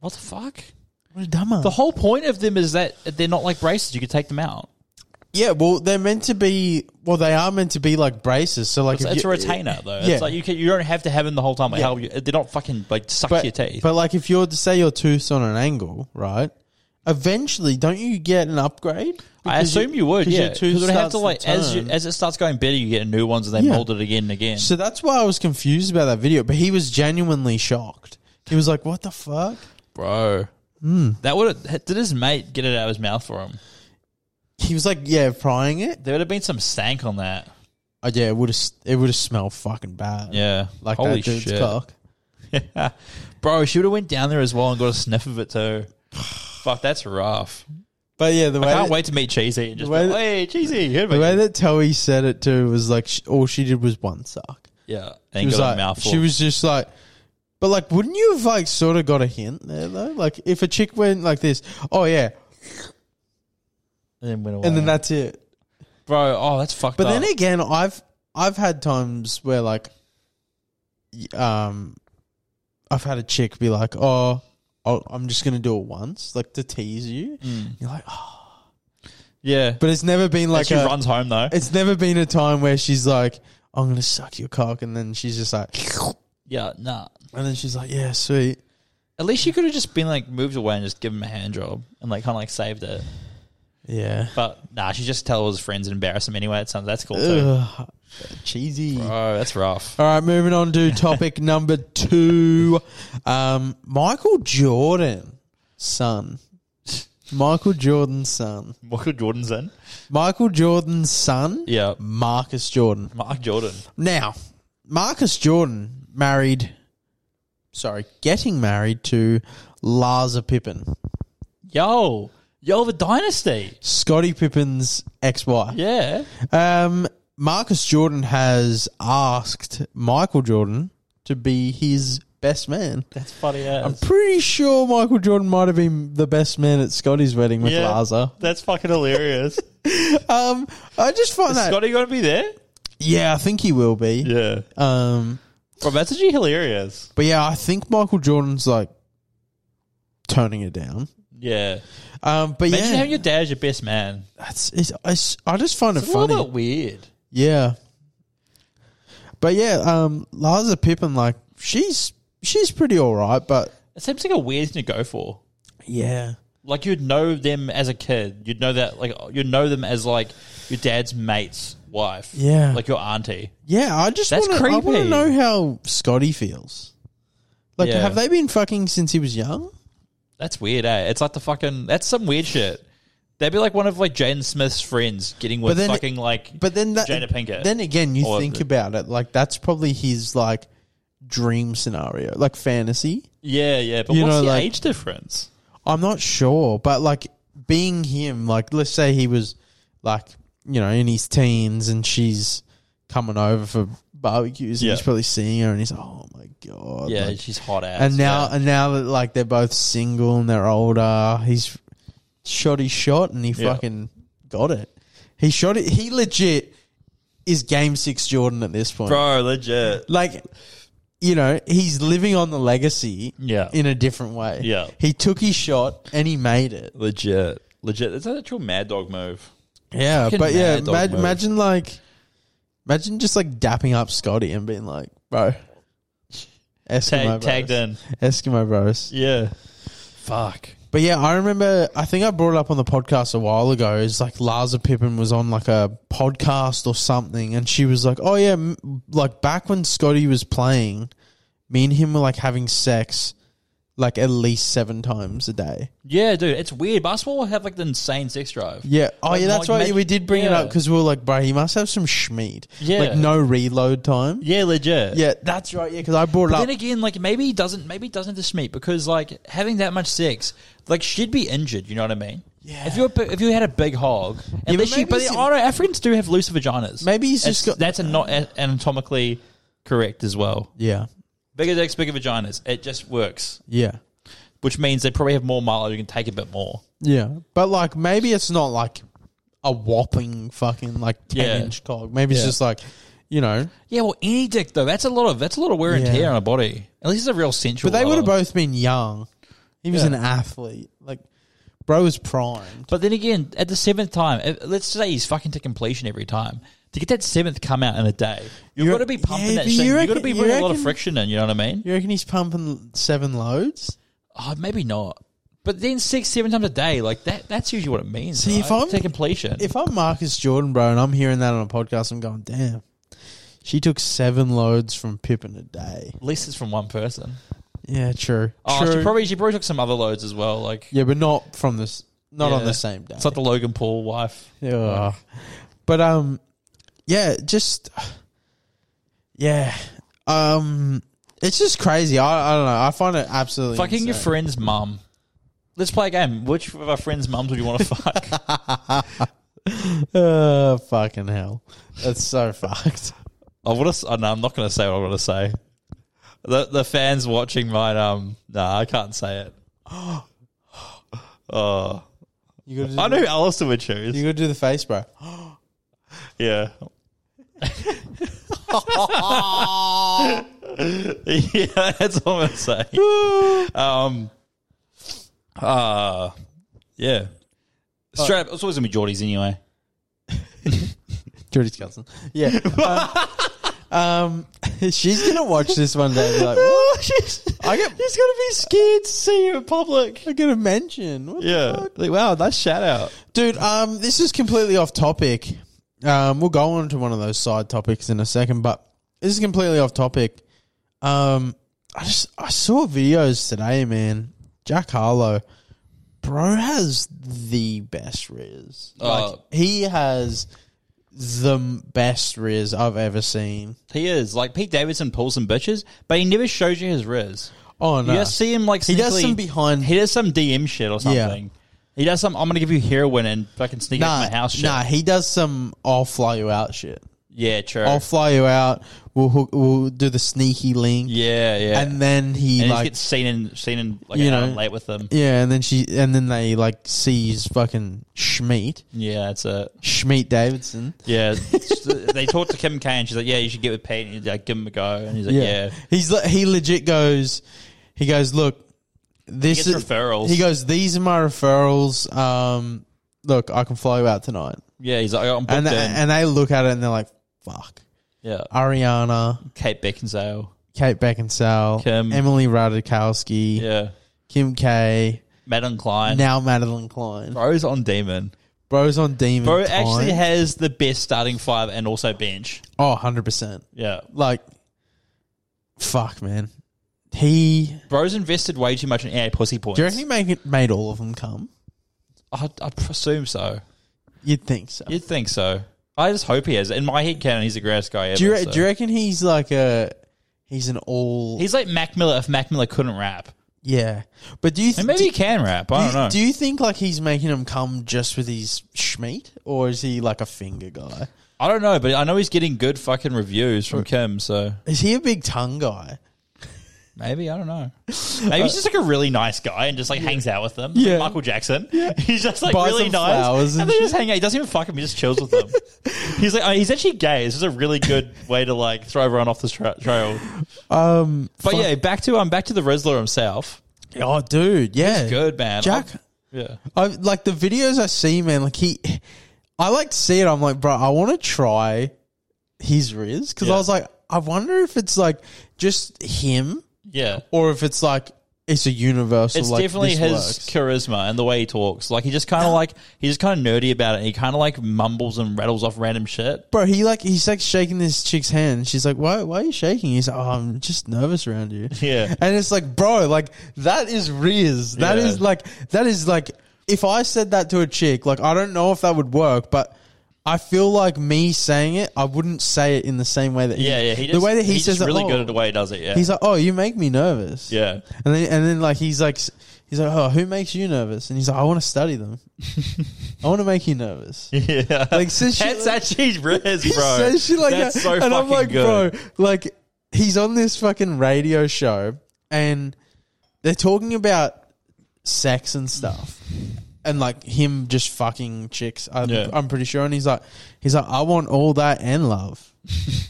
B: What the fuck?
A: What a dumbass.
B: The whole point of them is that they're not like braces. You could take them out.
A: yeah, well, they're meant to be. Well, they are meant to be like braces. So like,
B: It's,
A: if
B: it's a
A: you-
B: retainer though.
A: Yeah.
B: It's like you can, you don't have to have them the whole time. Like,
A: Yeah.
B: how you, they're not fucking like suck
A: But,
B: your teeth.
A: but like, if you're to say your tooth's on an angle, right? Eventually, don't you get an upgrade?
B: I
A: Because
B: assume you, would,
A: because
B: yeah.
A: your tooth
B: Because it would have
A: starts
B: to like as you,
A: turn.
B: as it starts going better, you get new ones and they
A: Yeah.
B: mold it again and again.
A: So that's why I was confused about that video. But he was genuinely shocked. He was like, "What the fuck?"
B: Bro, that would have did his mate get it out of his mouth for him?
A: He was like, "Yeah, prying it."
B: There would have been some stank on that.
A: Oh, yeah, it would have it would have smelled fucking bad.
B: Yeah,
A: like
B: holy
A: that dude's
B: shit,
A: cock.
B: bro. She would have went down there as well and got a sniff of it too. Fuck, that's rough.
A: But yeah, the
B: I
A: way
B: can't
A: that,
B: wait to meet Cheesy and just
A: the way
B: be like,
A: that-
B: hey Cheesy, heard
A: the
B: about
A: way
B: you."
A: that Toei said it too was like sh all she did was one suck.
B: yeah,
A: She
B: and
A: was
B: got a
A: like,
B: mouthful.
A: she was just like, but like, wouldn't you have like sort of got a hint there though? Like, if a chick went like this, oh yeah,
B: and then went away.
A: and then that's it.
B: bro, oh that's fucked
A: But
B: up.
A: then again, I've I've had times where like, y- um, I've had a chick be like, oh, I'll, I'm just gonna do it once, like to tease you. You're like, oh.
B: Mm. yeah,
A: but it's never been like
B: she
A: a,
B: runs home though.
A: It's never been a time where she's like, I'm gonna suck your cock, and then she's just like,
B: Yeah, nah.
A: and then she's like, yeah, sweet.
B: At least she could have just been like moved away and just given him a hand job and like kind of like saved it.
A: Yeah.
B: But nah, she just tell his friends and embarrass him anyway. It sounds that's cool too.
A: Ugh, cheesy.
B: Oh, that's rough.
A: All right, moving on to topic number two. Um, Michael Jordan, son. Michael Jordan's son.
B: Michael Jordan's in.
A: Michael Jordan's son,
B: Yeah,
A: Marcus Jordan.
B: Mark Jordan.
A: Now, Marcus Jordan married, sorry, getting married to Larsa Pippen,
B: Yo, yo, the dynasty.
A: Scottie Pippen's ex wife.
B: Yeah,
A: Um, Marcus Jordan has asked Michael Jordan to be his best man.
B: that's funny. As.
A: I'm pretty sure Michael Jordan might have been the best man at Scotty's wedding with
B: Yeah.
A: Larsa.
B: That's fucking hilarious.
A: Um, I just find that.
B: Scotty gonna be there?
A: yeah, I think he will be.
B: Yeah,
A: Um,
B: bro, that's actually hilarious.
A: but yeah, I think Michael Jordan's like toning it down.
B: Yeah,
A: Um, but
B: imagine
A: yeah,
B: having your dad as your best man.
A: that's, it's, it's, I just find it
B: It's a little
A: funny.
B: bit weird.
A: Yeah. But yeah, um, Larsa Pippen, like she's she's pretty all right, but
B: It seems like a weird thing to go for.
A: yeah,
B: like you'd know them as a kid. You'd know that like you'd know them as like your dad's mate's wife.
A: Yeah.
B: Like your auntie.
A: yeah. I just
B: That's
A: wanna, I want to
B: creepy.
A: know how Scotty feels. Like,
B: Yeah.
A: have they been fucking since he was young?
B: That's weird, eh? It's like the fucking that's some weird shit. That'd be like one of like Jaden Smith's friends getting with
A: But then-
B: fucking like
A: But then that
B: Jada Pinkett.
A: Then again, you
B: Or-
A: think about it, like that's probably his like dream scenario, like fantasy.
B: Yeah, yeah. But
A: You
B: what's
A: know,
B: the
A: like-
B: age difference?
A: I'm not sure, but like being him, like let's say he was like you know in his teens and she's coming over for barbecues. And
B: Yeah.
A: he's probably seeing her, and he's oh my god,
B: yeah,
A: like-
B: she's hot ass.
A: and now
B: yeah.
A: and now that like they're both single and they're older, he's shot his shot and he
B: Yeah.
A: fucking got it. He shot it. He legit is game six Jordan at this point.
B: bro, legit.
A: Like, you know, he's living on the legacy
B: Yeah,
A: in a different way.
B: Yeah.
A: he took his shot and he made it.
B: legit, legit. It's an actual mad dog move.
A: Yeah,
B: Fucking
A: but yeah,
B: mad dog
A: imag-
B: move.
A: imagine like, imagine just like dapping up Scotty and being like, bro, Eskimo
B: Tag,
A: bros,
B: tagged in.
A: Eskimo bros.
B: Yeah. Fuck.
A: But yeah, I remember. I think I brought it up on the podcast a while ago. Is like Larsa Pippen was on like a podcast or something, and she was like, "Oh yeah, m- like back when Scotty was playing, me and him were like having sex, like at least seven times a day."
B: Yeah, dude, it's weird. Basketball have like the insane sex drive.
A: Yeah. Oh
B: Like,
A: yeah, that's
B: like,
A: right.
B: imagine-
A: we did bring it up
B: yeah.
A: because we were like, "Bro, he must have some schmeat."
B: Yeah.
A: Like no reload time.
B: Yeah, legit.
A: Yeah, that's right. Yeah, because I brought it
B: But
A: up.
B: then again, like maybe he doesn't, maybe he doesn't this meet because like having that much sex, like she'd be injured. You know what I mean?
A: Yeah.
B: If you were, if you had a big hog,
A: but
B: unless she,
A: maybe
B: but
A: he's-
B: oh, no, Africans do have looser vaginas.
A: Maybe he's
B: It's-
A: just got.
B: that's a not a- anatomically correct as well.
A: yeah.
B: Bigger dicks, bigger vaginas. It just works,
A: Yeah.
B: which means they probably have more mileage. You can take a bit more.
A: Yeah, but like maybe it's not like a whopping fucking like ten
B: Yeah.
A: inch cog. Maybe it's
B: Yeah.
A: just like you know.
B: Yeah, well, any dick though, that's a lot of that's a lot of wear and
A: Yeah.
B: tear on a body. At least it's a real sensual.
A: But they would have
B: one.
A: both been young. He was
B: Yeah.
A: an athlete. Like, bro was prime.
B: But then again, at the seventh time, if- let's say he's fucking to completion every time. To get that seventh come out in a day, you've
A: You-
B: got to be pumping
A: yeah,
B: that
A: but
B: thing.
A: you
B: You've got to
A: reckon-
B: be
A: you
B: putting a lot of
A: reckon-
B: friction in. You know what I mean?
A: You reckon he's pumping seven loads?
B: Oh, maybe not. But then six, seven times a day, like that—that's usually what it means.
A: See,
B: right?
A: if I'm-
B: to completion,
A: If I'm Marcus Jordan, bro, and I'm hearing that on a podcast, I'm going, damn. She took seven loads from Pippen a day.
B: at least it's from one person.
A: Yeah, true.
B: Oh,
A: true.
B: she probably she probably took some other loads as well. Like
A: yeah, but not from this. Not on
B: Yeah.
A: the same day.
B: it's like the Logan Paul wife.
A: Yeah. But um yeah, just yeah. Um it's just crazy. I, I don't know. I find it absolutely
B: Fucking your
A: insane.
B: friend's mum. Let's play a game. Which of our friends' mums would you want to fuck?
A: Uh, fucking hell. That's so fucked.
B: I want to. Oh, no, I'm not going to say what I want to say. The the fans watching might. Um, nah, I can't say it. Oh,
A: You gotta do,
B: I
A: the,
B: know who Alistair would choose.
A: you gotta do the face, bro.
B: yeah. yeah, that's all I'm saying. Um, uh, yeah. Straight up, it's always gonna be Geordies anyway.
A: Jordy's cousin. Yeah. Um, um, she's gonna watch this one day and be like, "What?"
B: she's,
A: I get
B: she's gonna be scared to see you in public.
A: I get a mention. What the
B: Yeah,
A: fuck?
B: like, wow, that's shout out.
A: Dude, um, this is completely off topic. Um, we'll go on to one of those side topics in a second, but this is completely off topic. Um, I just I saw videos today, man. Jack Harlow, bro, has the best rears. Like
B: Uh,
A: he has the m- best rears I've ever seen.
B: He is like Pete Davidson pulls some bitches, but he never shows you his riz.
A: Oh no,
B: You just see him like
A: he does
B: sneakily-
A: some behind.
B: He does some DM shit or
A: Yeah.
B: something. He does some. I'm gonna give you heroin and fucking sneak
A: nah,
B: out my house. Shit.
A: nah, he does some. I'll fly you out shit.
B: Yeah, true.
A: I'll fly you out. We'll hook, we'll do the sneaky link.
B: yeah, yeah.
A: and then he
B: and he just
A: like
B: gets seen in seen in like
A: You
B: an hour
A: know.
B: late with them.
A: yeah, and then she and then they like sees fucking Schmeat,
B: Yeah, that's it.
A: Schmeat Davidson.
B: Yeah, It's- uh, they talked to Kim K and she's like, "Yeah, you should get with Pete." And he's like, "Give him a go," and he's like, "Yeah."
A: he's le- he legit goes. He goes, look, this
B: He gets
A: is
B: referrals.
A: He goes, these are my referrals. Um, look, I can fly you out tonight,
B: Yeah, he's like, "Oh, "I'm booked
A: and
B: in."
A: th- and they look at it and they're like, fuck,
B: yeah,
A: Ariana,
B: Kate Beckinsale.
A: Kate Beckinsale,
B: Kim.
A: Emily Ratajkowski,
B: Yeah,
A: Kim K,
B: Madeline Klein.
A: now Madeline Klein.
B: Bro's on demon.
A: Bro's on demon.
B: Bro
A: time.
B: actually has the best starting five and also bench.
A: oh, 100 percent.
B: Yeah.
A: like fuck man he
B: Bro's invested way too much in AI pussy points.
A: do you reckon he make it, made all of them come
B: I, I presume so.
A: you'd think so
B: You'd think so. I just hope he is. In my head canon, he's the greatest guy ever.
A: do, you, re-
B: so.
A: do you reckon he's like a he's an all
B: he's like Mac Miller if Mac Miller couldn't rap.
A: yeah but do you
B: And
A: think
B: maybe he can rap. I
A: do,
B: don't know.
A: you, do you think like he's making them come just with his schmeat or is he like a finger guy
B: I don't know, but I know he's getting good fucking reviews from Kim, so
A: Is he a big tongue guy?
B: maybe I don't know. Maybe he's just like a really nice guy and just like hangs out with them.
A: Yeah.
B: Like Michael Jackson. He's just like
A: Buys
B: really
A: them
B: nice.
A: flowers
B: and
A: and
B: they just hang out. He doesn't even fuck him. He just chills with them. he's like oh, he's actually gay. This is a really good way to like throw everyone off the tra- trail.
A: Um,
B: But yeah, back to um back to the Rizzler himself.
A: oh, dude, yeah,
B: Good man,
A: Jack.
B: Yeah.
A: I like the videos I see, man. Like he, I like to see it. I'm like, bro, I want to try his riz because
B: Yeah.
A: I was like, I wonder if it's like just him
B: Yeah.
A: or if it's like it's a universal.
B: It's
A: like,
B: definitely
A: this
B: his
A: works.
B: charisma and the way he talks. Like he just kind of like he's just kind of nerdy about it. And he kind of like mumbles and rattles off random shit.
A: Bro, he like he's like shaking this chick's hand. She's like, "Why? Why are you shaking?" He's like, "Oh, I'm just nervous around you."
B: Yeah.
A: and it's like, bro, like that is Riz. That is
B: Yeah.
A: like that is like if I said that to a chick, like I don't know if that would work, but I feel like me saying it, I wouldn't say it in the same way that
B: Yeah, yeah. He just,
A: the way that he
B: he's
A: says
B: just
A: it,
B: really
A: oh,
B: good at the way he does it. Yeah,
A: He's like, "Oh, you make me nervous."
B: yeah.
A: and then and then like he's like s- he's like, "Oh, who makes you nervous?" And he's like, "I want to study them. I want to make you nervous."
B: Yeah,
A: Like, so she-
B: that's actually Riz,
A: He
B: bro.
A: says shit like
B: that's
A: that.
B: so
A: and
B: fucking
A: I'm like,
B: good.
A: bro, like he's on this fucking radio show and they're talking about sex and stuff. And like him just fucking chicks, I'm,
B: Yeah.
A: I'm pretty sure. And he's like, he's like, I want all that and love.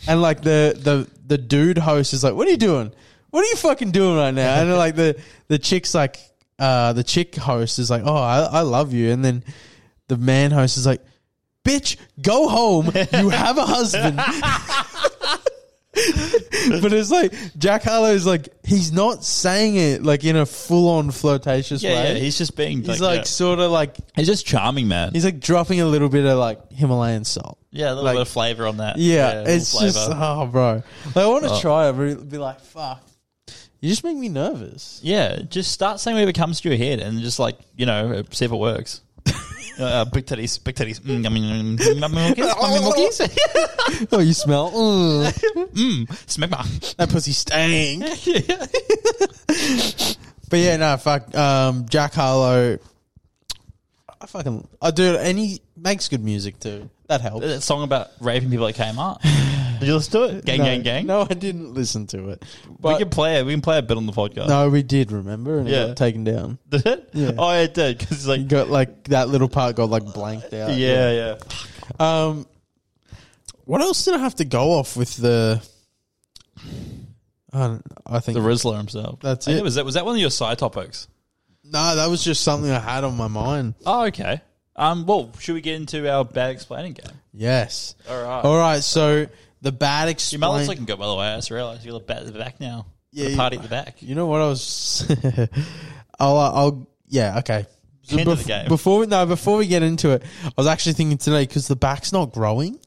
A: and like the the the dude host is like, what are you doing? What are you fucking doing right now? And like the the chick's like, uh, the chick host is like, oh, I, I love you. And then the man host is like, bitch, go home. You have a husband. but it's like Jack Harlow's like he's not saying it like in a full on flirtatious
B: Yeah,
A: way.
B: yeah. He's just being.
A: he's like,
B: like, yeah.
A: sort of like
B: he's just charming, man.
A: he's like dropping a little bit of like Himalayan salt.
B: yeah, a little
A: like-
B: bit of flavor on that. a
A: Yeah,
B: little
A: it's just
B: flavor. Oh.
A: oh, bro. Like I want to try it, but it'd be like fuck. You just make me nervous.
B: yeah. Just start saying whatever comes to your head, and just like you know, see if it works. uh, big titties, big titties. Mm, I mean, mm, mummy monkeys, mummy monkeys.
A: oh, you smell. Mm,
B: Smack my.
A: that pussy stank. But yeah, no, fuck. Um, Jack Harlow. I fucking. I do. And he makes good music too. That helps.
B: Uh, That song about raping people at Kmart. Did you listen to it? Gang,
A: no,
B: gang, gang.
A: No, I didn't listen to it.
B: we
A: But
B: can play it. We can play a bit on the podcast.
A: no, we did remember, and
B: Yeah.
A: it got taken down.
B: Did it?
A: Yeah.
B: Oh, yeah, it did. Because it's like,
A: It got like that little part got like blanked out.
B: yeah, yeah.
A: Um, what else did I have to go off with the? I, don't, I think
B: The Rizzler himself.
A: That's
B: I think
A: it.
B: Was that was that one of your side topics?
A: no, that was just something I had on my mind.
B: Oh, okay. Um, well, should we get into our bad explaining game?
A: Yes.
B: All right.
A: All right. So the bad
B: Your mullet's
A: Oh, explain.
B: looking good, by the way. I just realized you look bad at the back now.
A: Yeah,
B: the
A: you-
B: party at the back.
A: You know what I was? I'll, uh, I'll, yeah, okay. So
B: End of the
A: bef-
B: game.
A: Before we, no, before we get into it, I was actually thinking today because the back's not growing.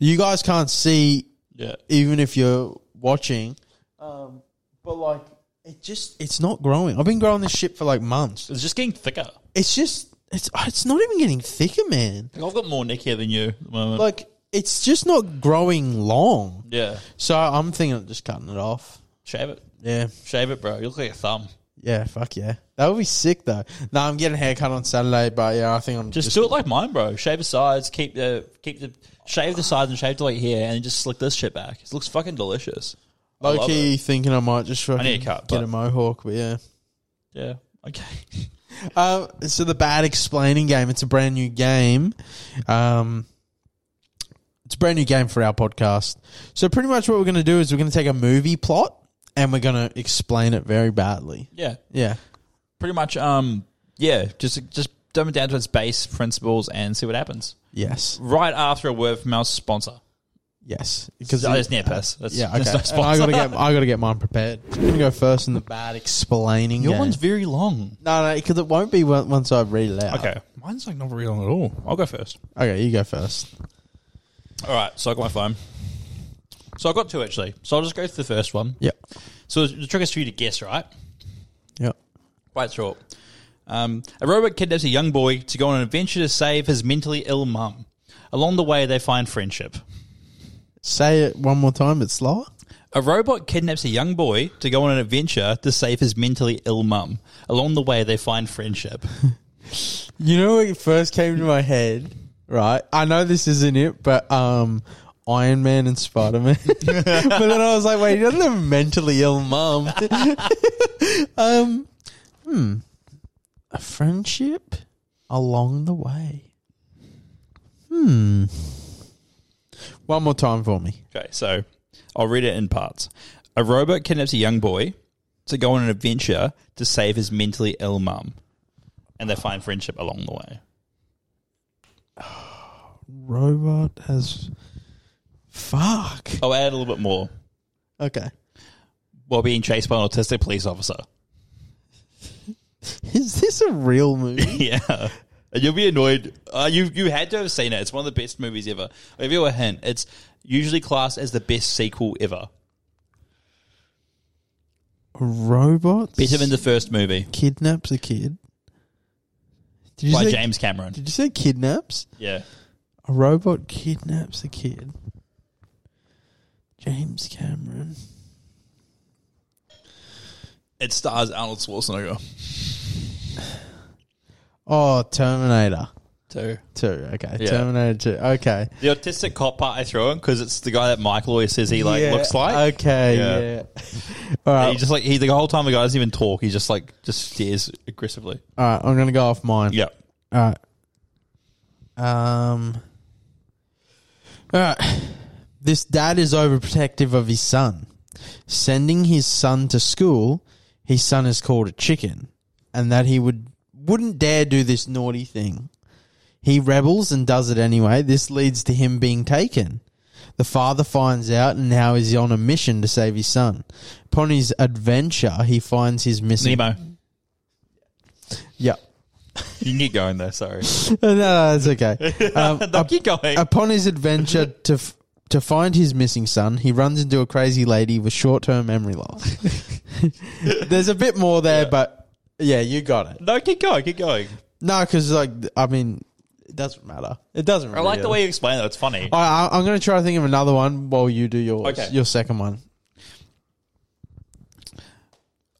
A: You guys can't see
B: Yeah.
A: even if you're watching, um, but like it just it's not growing. I've been growing this shit for like months.
B: It's just getting thicker.
A: It's just it's uh, it's not even getting thicker, man.
B: Like, I've got more neck hair than you at the moment.
A: Like it's just not growing long.
B: yeah.
A: So I'm thinking of just cutting it off.
B: Shave it.
A: Yeah.
B: Shave it, bro. You look like a thumb.
A: Yeah, fuck yeah. That would be sick though. No, I'm getting a haircut on Saturday, but yeah, I think I'm
B: Just,
A: just,
B: do it like mine, bro. Shave the sides, keep the keep the shave the sides and shave the like here, and just slick this shit back. It looks fucking delicious. I
A: low
B: love
A: key thinking I might just fucking
B: need a cut,
A: get
B: but-
A: a mohawk, but yeah.
B: Yeah. Okay.
A: Um, so the bad explaining game. It's a brand new game. Um, it's a brand new game for our podcast. So pretty much what we're going to do is we're going to take a movie plot and we're going to explain it very badly.
B: Yeah.
A: Yeah,
B: pretty much um yeah just just dumb it down to its base principles and see what happens
A: yes,
B: right after a word from our sponsor
A: yes.
B: because i just need a piss That's-
A: yeah,
B: there's
A: okay.
B: no
A: And I
B: sponsor.
A: gotta get I gotta get mine prepared. I'm gonna go first in the bad explaining.
B: your
A: game.
B: one's very long Uh,
A: no, no, because it won't be on- once I read it out.
B: okay mine's like not very long at all i'll go first
A: okay, you go first.
B: all right so i got my phone so i got two actually so i'll just go to the first one
A: Yep,
B: so the trick is for you to guess right
A: yep.
B: quite short um, a robot kidnaps a young boy to go on an adventure to save his mentally ill mum along the way they find friendship
A: Say it one more time, but slower.
B: A robot kidnaps a young boy to go on an adventure to save his mentally ill mum. Along the way, they find friendship.
A: You know what first came to my head? right? I know this isn't it, but um, Iron Man and Spider Man. but then I was like, wait, he doesn't have a mentally ill mum. um, hmm, a friendship along the way. Hmm. One more time for me.
B: Okay, so I'll read it in parts. A robot kidnaps a young boy to go on an adventure to save his mentally ill mum, and they find friendship along the way.
A: Robot has. Fuck.
B: I'll add a little bit more
A: Okay.
B: while being chased by an autistic police officer.
A: Is this a real movie?
B: Yeah. And you'll be annoyed. Uh, you you had to have seen it. It's one of the best movies ever. I'll give you a hint. It's usually classed as the best sequel ever.
A: Robots
B: Better than the first movie
A: kidnaps a kid. Did you
B: by
A: say,
B: James Cameron.
A: Did you say kidnaps?
B: Yeah.
A: A robot kidnaps a kid. James Cameron.
B: It stars Arnold Schwarzenegger.
A: Oh, Terminator
B: Too.
A: Two. Okay,
B: Yeah.
A: Terminator Two. Okay,
B: The autistic cop part I throw in because it's the guy that Michael always says he like
A: Yeah,
B: looks like.
A: Okay,
B: Yeah.
A: yeah. All
B: And
A: right,
B: he just like he the whole time the guy doesn't even talk. He just like just stares aggressively.
A: all right. I'm gonna go off mine.
B: Yeah.
A: All right. Um. All right. This dad is overprotective of his son. Sending his son to school, his son is called a chicken, and that he would wouldn't dare do this naughty thing. He rebels and does it anyway. This leads to him being taken. The father finds out and now is on a mission to save his son. Upon his adventure, he finds his missing.
B: Nemo.
A: Yep.
B: You can keep going though. Sorry.
A: no, no, it's okay. Um,
B: No, keep going.
A: Upon his adventure to f- to find his missing son, he runs into a crazy lady with short term memory loss. There's a bit more there, but yeah, you got it.
B: no, keep going. Keep going.
A: No, because like I mean, it doesn't matter. It doesn't.
B: I
A: Really
B: like the way you explain that. It's funny.
A: I, I, am going to try to think of another one while you do yours.
B: Okay.
A: Your second one.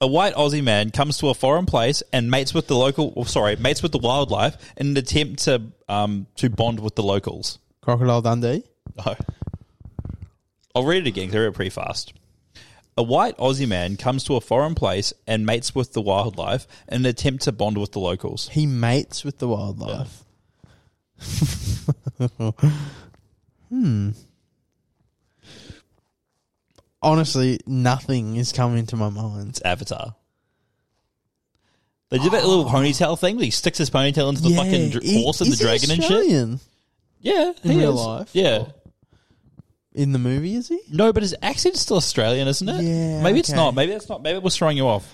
B: A white Aussie man comes to a foreign place and mates with the local. oh, sorry, mates with the wildlife in an attempt to um to bond with the locals.
A: Crocodile Dundee.
B: No. I'll read it again. 'cause I read it pretty fast. A white Aussie man comes to a foreign place and mates with the wildlife in an attempt to bond with the locals.
A: He mates with the wildlife. hmm. Honestly, nothing is coming to my mind.
B: It's Avatar. They did that little ponytail thing where he sticks his ponytail into the fucking dr-
A: he-
B: horse and the
A: Oh. is he
B: dragon and shit.
A: Australian
B: Yeah,
A: In
B: he
A: real
B: is.
A: life? Oh.
B: Yeah.
A: In the movie, is he?
B: No, but his accent's still Australian, isn't it?
A: Yeah,
B: Maybe it's
A: okay.
B: not. Maybe that's not. Maybe it was throwing you off.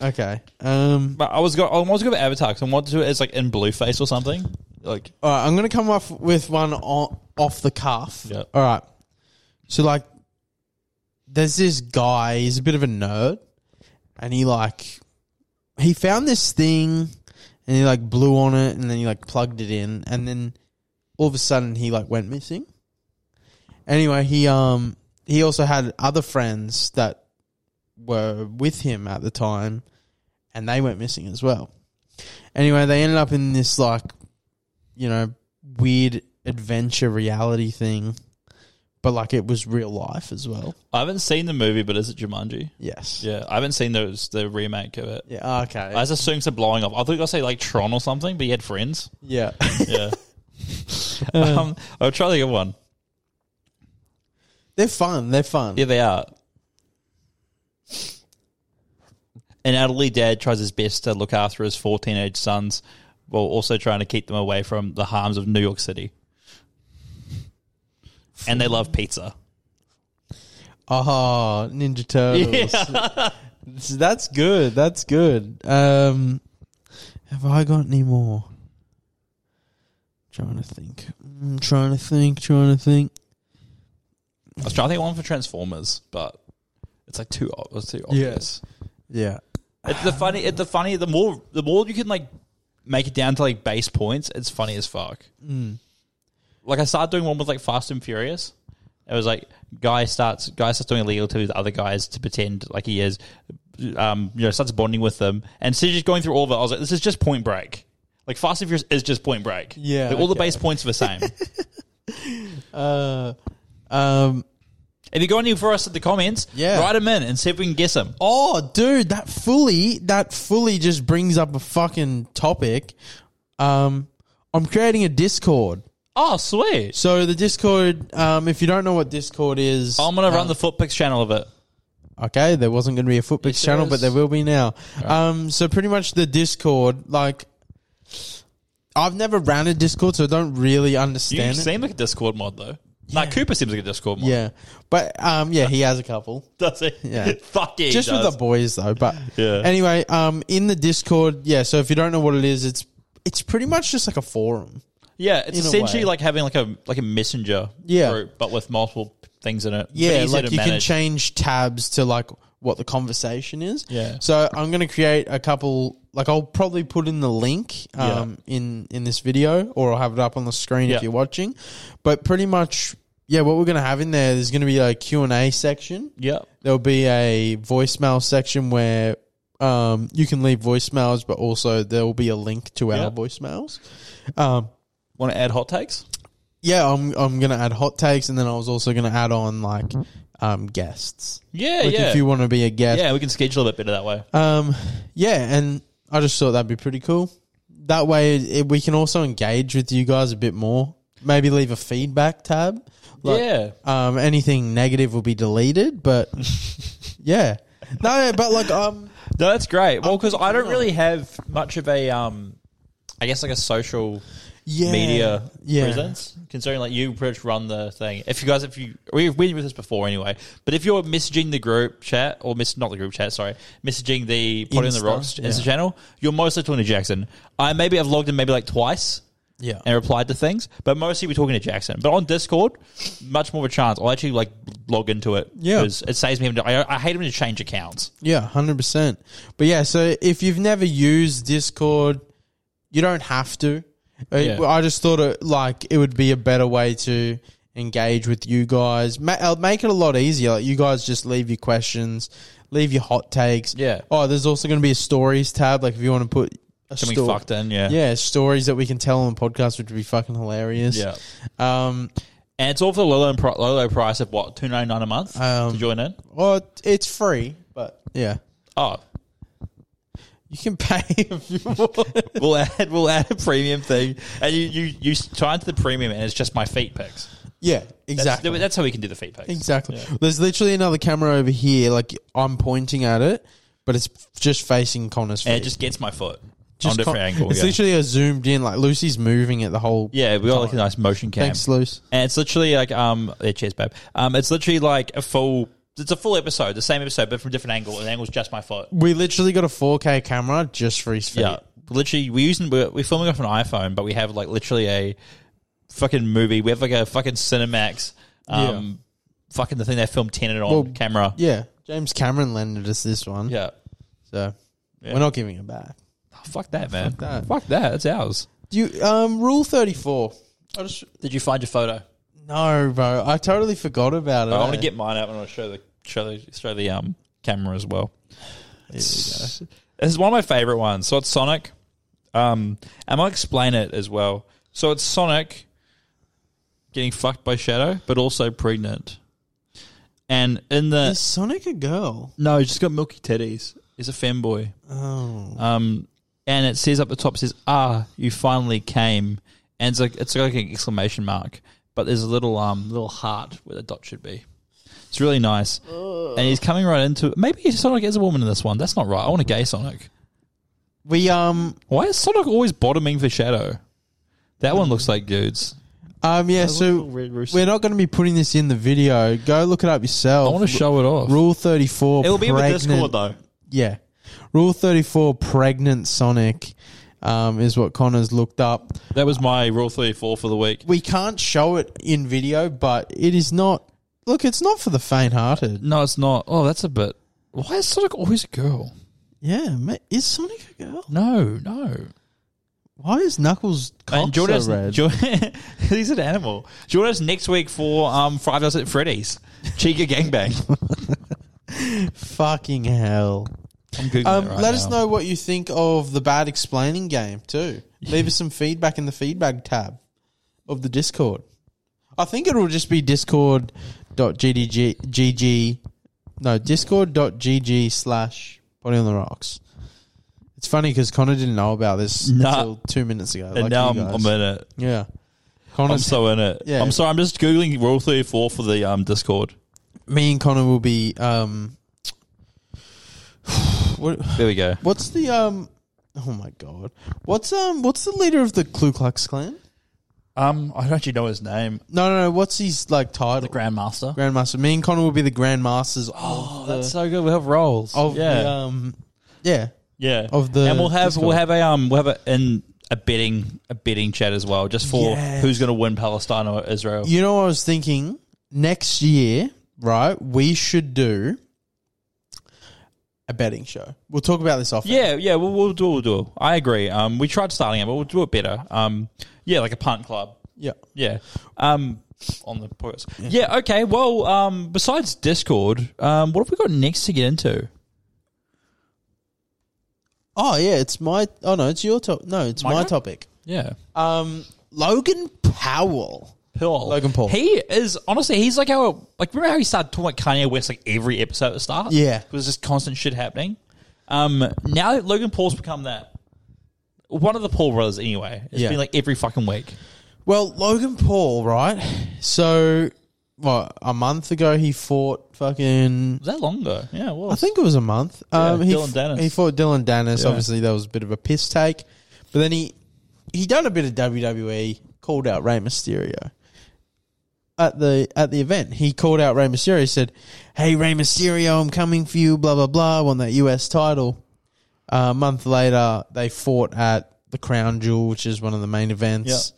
A: Okay. Um.
B: But I was going. I was going for Avatar because I wanted to. do it as like in Blueface or something. Like
A: All right. I'm gonna come off with one o- off the cuff.
B: Yeah.
A: All right. So like, there's this guy. He's a bit of a nerd, and he like, he found this thing, and he like blew on it, and then he like plugged it in, and then all of a sudden he like went missing. Anyway, he um he also had other friends that were with him at the time, and they went missing as well. Anyway, they ended up in this like, you know, weird adventure reality thing, but like it was real life as well.
B: I haven't seen the movie, but is it Jumanji?
A: Yes.
B: Yeah, I haven't seen those the remake of it.
A: Yeah. Ah, Okay.
B: I was assuming it's a blowing off. I thought you guys say like Tron or something, but he had friends.
A: yeah.
B: Yeah. um, I'll try the good one.
A: They're fun. They're fun.
B: Yeah, they are. An elderly dad tries his best to look after his four teenage sons while also trying to keep them away from the harms of New York City. And they love pizza.
A: Oh, Ninja Turtles. That's good. That's good. Um, have I got any more? Trying to think. Mm, trying to think. Trying to think.
B: I was trying to think of one for Transformers, but it's like too, ob- it's too obvious.
A: Yeah.
B: It's the funny. It's the funny. The more the more you can like make it down to like base points, it's funny as fuck.
A: Mm.
B: Like I started doing one with like Fast and Furious. It was like guy starts guy starts doing illegal to the other guys to pretend like he is, um, you know, starts bonding with them, and instead of just going through all of it, I was like, this is just Point Break. Like Fast and Furious is just Point Break.
A: Yeah,
B: Like, all the
A: okay.
B: base points are the same.
A: Uh, um,
B: if you go any for us at the comments,
A: Yeah.
B: write them in and see if we can guess them.
A: oh, dude, that fully that fully just brings up a fucking topic. Um, I'm creating a Discord.
B: Oh, sweet.
A: So the Discord, um, if you don't know what Discord is,
B: I'm gonna run the Footpicks channel of it.
A: Okay, there wasn't going to be a
B: Yes,
A: Footpix
B: there
A: channel, but
B: is.
A: there will be now. Um, so pretty much the Discord, like, I've never ran a Discord, so I don't really
B: You
A: understand it.
B: seem like a Discord mod though. Like Cooper seems like a Discord mod.
A: yeah, but um, yeah, he has a couple.
B: Does he?
A: Yeah.
B: Fuck yeah. he
A: Just
B: does.
A: with the boys though, but
B: Yeah.
A: Anyway, um, in the Discord, yeah. So if you don't know what it is, it's it's pretty much just like a forum.
B: Yeah, it's
A: in a
B: essentially
A: way.
B: like having like a like a messenger
A: Yeah.
B: group, but with multiple things in it. But
A: Yeah,
B: easier
A: like
B: to
A: you can
B: manage.
A: change tabs to like what the conversation is.
B: Yeah.
A: So I'm going to create a couple. Like I'll probably put in the link um, in in this video, or I'll have it up on the screen
B: Yeah.
A: if you're watching. But pretty much, yeah, what we're going to have in there, there's going to be a Q and A section.
B: Yeah,
A: There'll be a voicemail section where um, you can leave voicemails, but also there will be a link to our
B: Yeah.
A: voicemails. Um,
B: want to add hot takes?
A: yeah, I'm I'm gonna add hot takes, and then I was also gonna add on like um, guests.
B: Yeah,
A: Like
B: yeah,
A: if you want to be a guest.
B: yeah. We can schedule a bit better that way.
A: Um, yeah, and I just thought that'd be pretty cool. That way, it, we can also engage with you guys a bit more. Maybe leave a feedback tab. Like,
B: yeah,
A: Um, anything negative will be deleted, but yeah. No, but like um,
B: no, that's great. Well, because I don't really have much of a um, I guess like a social
A: yeah,
B: media
A: yeah,
B: presence. Considering like you pretty much run the thing. If you guys, if you we've been with this before anyway, but if you're messaging the group chat or miss not the group chat, sorry, messaging the Potty on the
A: Insta,
B: Rocks
A: yeah.
B: Insta channel, you're mostly talking to Jackson. I maybe I've logged in maybe like twice.
A: yeah.
B: and replied to things. But mostly we're talking to Jackson. But on Discord, much more of a chance. I'll actually like log into it.
A: Yeah.
B: 'cause it saves me. having to- I, I hate having to change accounts.
A: Yeah, hundred percent. But yeah, so if you've never used Discord, you don't have to. Uh,
B: Yeah.
A: I just thought it like it would be a better way to engage with you guys. Ma- I'll make it a lot easier. Like you guys just leave your questions, leave your hot takes.
B: Yeah.
A: Oh, there's also going to be a stories tab. Like if you want to put a
B: Something
A: sto-
B: fucked in. Yeah.
A: Yeah, stories that we can tell on the podcast, which would be fucking hilarious.
B: Yeah.
A: Um.
B: And it's all for the low low, pro- low, low price of what two ninety nine a month to
A: Um,
B: join in.
A: Well, it- it's free, but yeah,
B: Oh,
A: you can pay if you want.
B: we'll add we'll add a premium thing, and you you you tie into the premium, and it's just my feet picks.
A: yeah,
B: That's,
A: exactly.
B: that's how we can do the feet picks.
A: Exactly. There's literally another camera over here. Like I'm pointing at it, but it's just facing Connor's
B: And
A: feet.
B: it just gets my foot
A: Just
B: on a different
A: Con-
B: angle.
A: It's
B: Yeah.
A: literally a zoomed in. Like Lucy's moving it the whole.
B: yeah, we got like a nice motion cam.
A: Thanks, Luce.
B: And it's literally like um yeah, cheers, babe. Um it's literally like a full it's a full episode, the same episode, but from a different angle. And the angle's just my foot.
A: We literally got a 4K camera just for his feet.
B: Yeah. Literally we're using we're, we're filming off an iPhone, but we have like literally a fucking movie. We have like a fucking Cinemax um fucking the thing they filmed Tenet on
A: Well,
B: camera. Yeah.
A: Yeah. James Cameron lended us this one, so we're not giving it back.
B: Oh, fuck that, man. Fuck
A: that.
B: It's ours.
A: Do you, um, rule 34. I just,
B: Did you find your photo?
A: no, bro. I totally forgot about it.
B: I want
A: eh?
B: to get mine out and I'll show the show the show the um camera as well. This is one of my favorite ones. So it's Sonic. Um, and I'll explain it as well. So it's Sonic getting fucked by Shadow, but also pregnant. And in the
A: Is Sonic a girl?
B: no, he's just got milky titties. He's a femboy.
A: Oh.
B: Um, and it says up the top says, "Ah, you finally came." And it's like it's like an exclamation mark, but there's a little um little heart where the dot should be. It's really nice, and he's coming right into it. Maybe Sonic is a woman in this one. That's not right. I want a gay Sonic.
A: We, um,
B: Why is Sonic always bottoming for Shadow? That one looks like dudes.
A: um, yeah, so We're not going to be putting this in the video. Go look it up
B: I
A: yourself.
B: want to show it off.
A: Rule 34.
B: It'll be in the
A: pregnant,
B: Discord though.
A: Yeah. Rule 34, pregnant Sonic, um, is what Connor's looked up.
B: That was my rule thirty four for the week.
A: We can't show it in video, but it is not. Look, it's not for the faint hearted.
B: No, it's not. Oh, that's a bit. Why is Sonic always a girl?
A: Yeah. ma- Is Sonic a girl?
B: No, no.
A: Why is Knuckles cock
B: And join
A: so
B: us,
A: red?
B: join- he's an animal. Join us next week for um, Five Nights at Freddy's. Chica Gangbang.
A: Fucking hell.
B: I'm googling
A: Um,
B: it right
A: let us
B: now.
A: know what you think of the bad explaining game too. Leave us some feedback in the feedback tab of the Discord. I think it'll just be discord.gg no discord.gg slash body on the rocks. It's funny because Connor didn't know about this
B: Nah.
A: until two minutes ago.
B: And
A: like
B: now I'm,
A: you
B: I'm
A: guys.
B: in it.
A: yeah.
B: I'm
A: Connor,
B: so in it.
A: Yeah.
B: I'm sorry. I'm just googling Rule 34 for the um Discord.
A: me and Connor will be um. What,
B: There we go.
A: What's the um? Oh my god! What's um? What's the leader of the Ku Klux Klan?
B: Um, I don't actually know his name.
A: No, no, no. What's his like title?
B: The Grandmaster.
A: Grandmaster. Me and Connor will be the Grandmasters. Oh,
B: That's so good. We have roles.
A: of
B: yeah,
A: the um, yeah.
B: yeah.
A: of Oh, the
B: and we'll have
A: Discord.
B: we'll have a um we'll have a in a betting a betting chat as well, just for
A: Yeah.
B: who's going to win Palestine or Israel.
A: You know, what I was thinking next year, right? We should do a betting show. We'll talk about this off. air.
B: Yeah, yeah. We'll, we'll do we'll do. I agree. Um, we tried starting it, but we'll do it better. Um, yeah, like a punt club.
A: yeah.
B: Yeah. Um, on the podcast. Yeah. Okay. Well, um, besides Discord, um, what have we got next to get into?
A: Oh yeah, it's my. Oh no, it's your top. No, it's
B: My
A: my
B: guy?
A: topic.
B: Yeah.
A: Um, Logan Powell.
B: Paul.
A: Logan Paul.
B: He is honestly, he's like our like remember how he started talking about Kanye West like every episode at the start?
A: Yeah.
B: It was just constant shit happening. Um now that Logan Paul's become that one of the Paul brothers anyway. It's
A: Yeah.
B: been like every fucking week.
A: Well, Logan Paul, right? So, what, a month ago he fought fucking.
B: Was that long ago? Yeah, it was.
A: I think it was a month. Um, he,
B: Dylan
A: f-
B: Dennis.
A: He fought Dylan Dennis.
B: Yeah.
A: Obviously, that was a bit of a piss take. But then he he done a bit of WWE, called out Rey Mysterio. At the at the event, he called out Rey Mysterio. He said, "Hey Rey Mysterio, I'm coming for you." Blah blah blah. Won that US title. Uh, a month later, they fought at the Crown Jewel, which is one of the main events,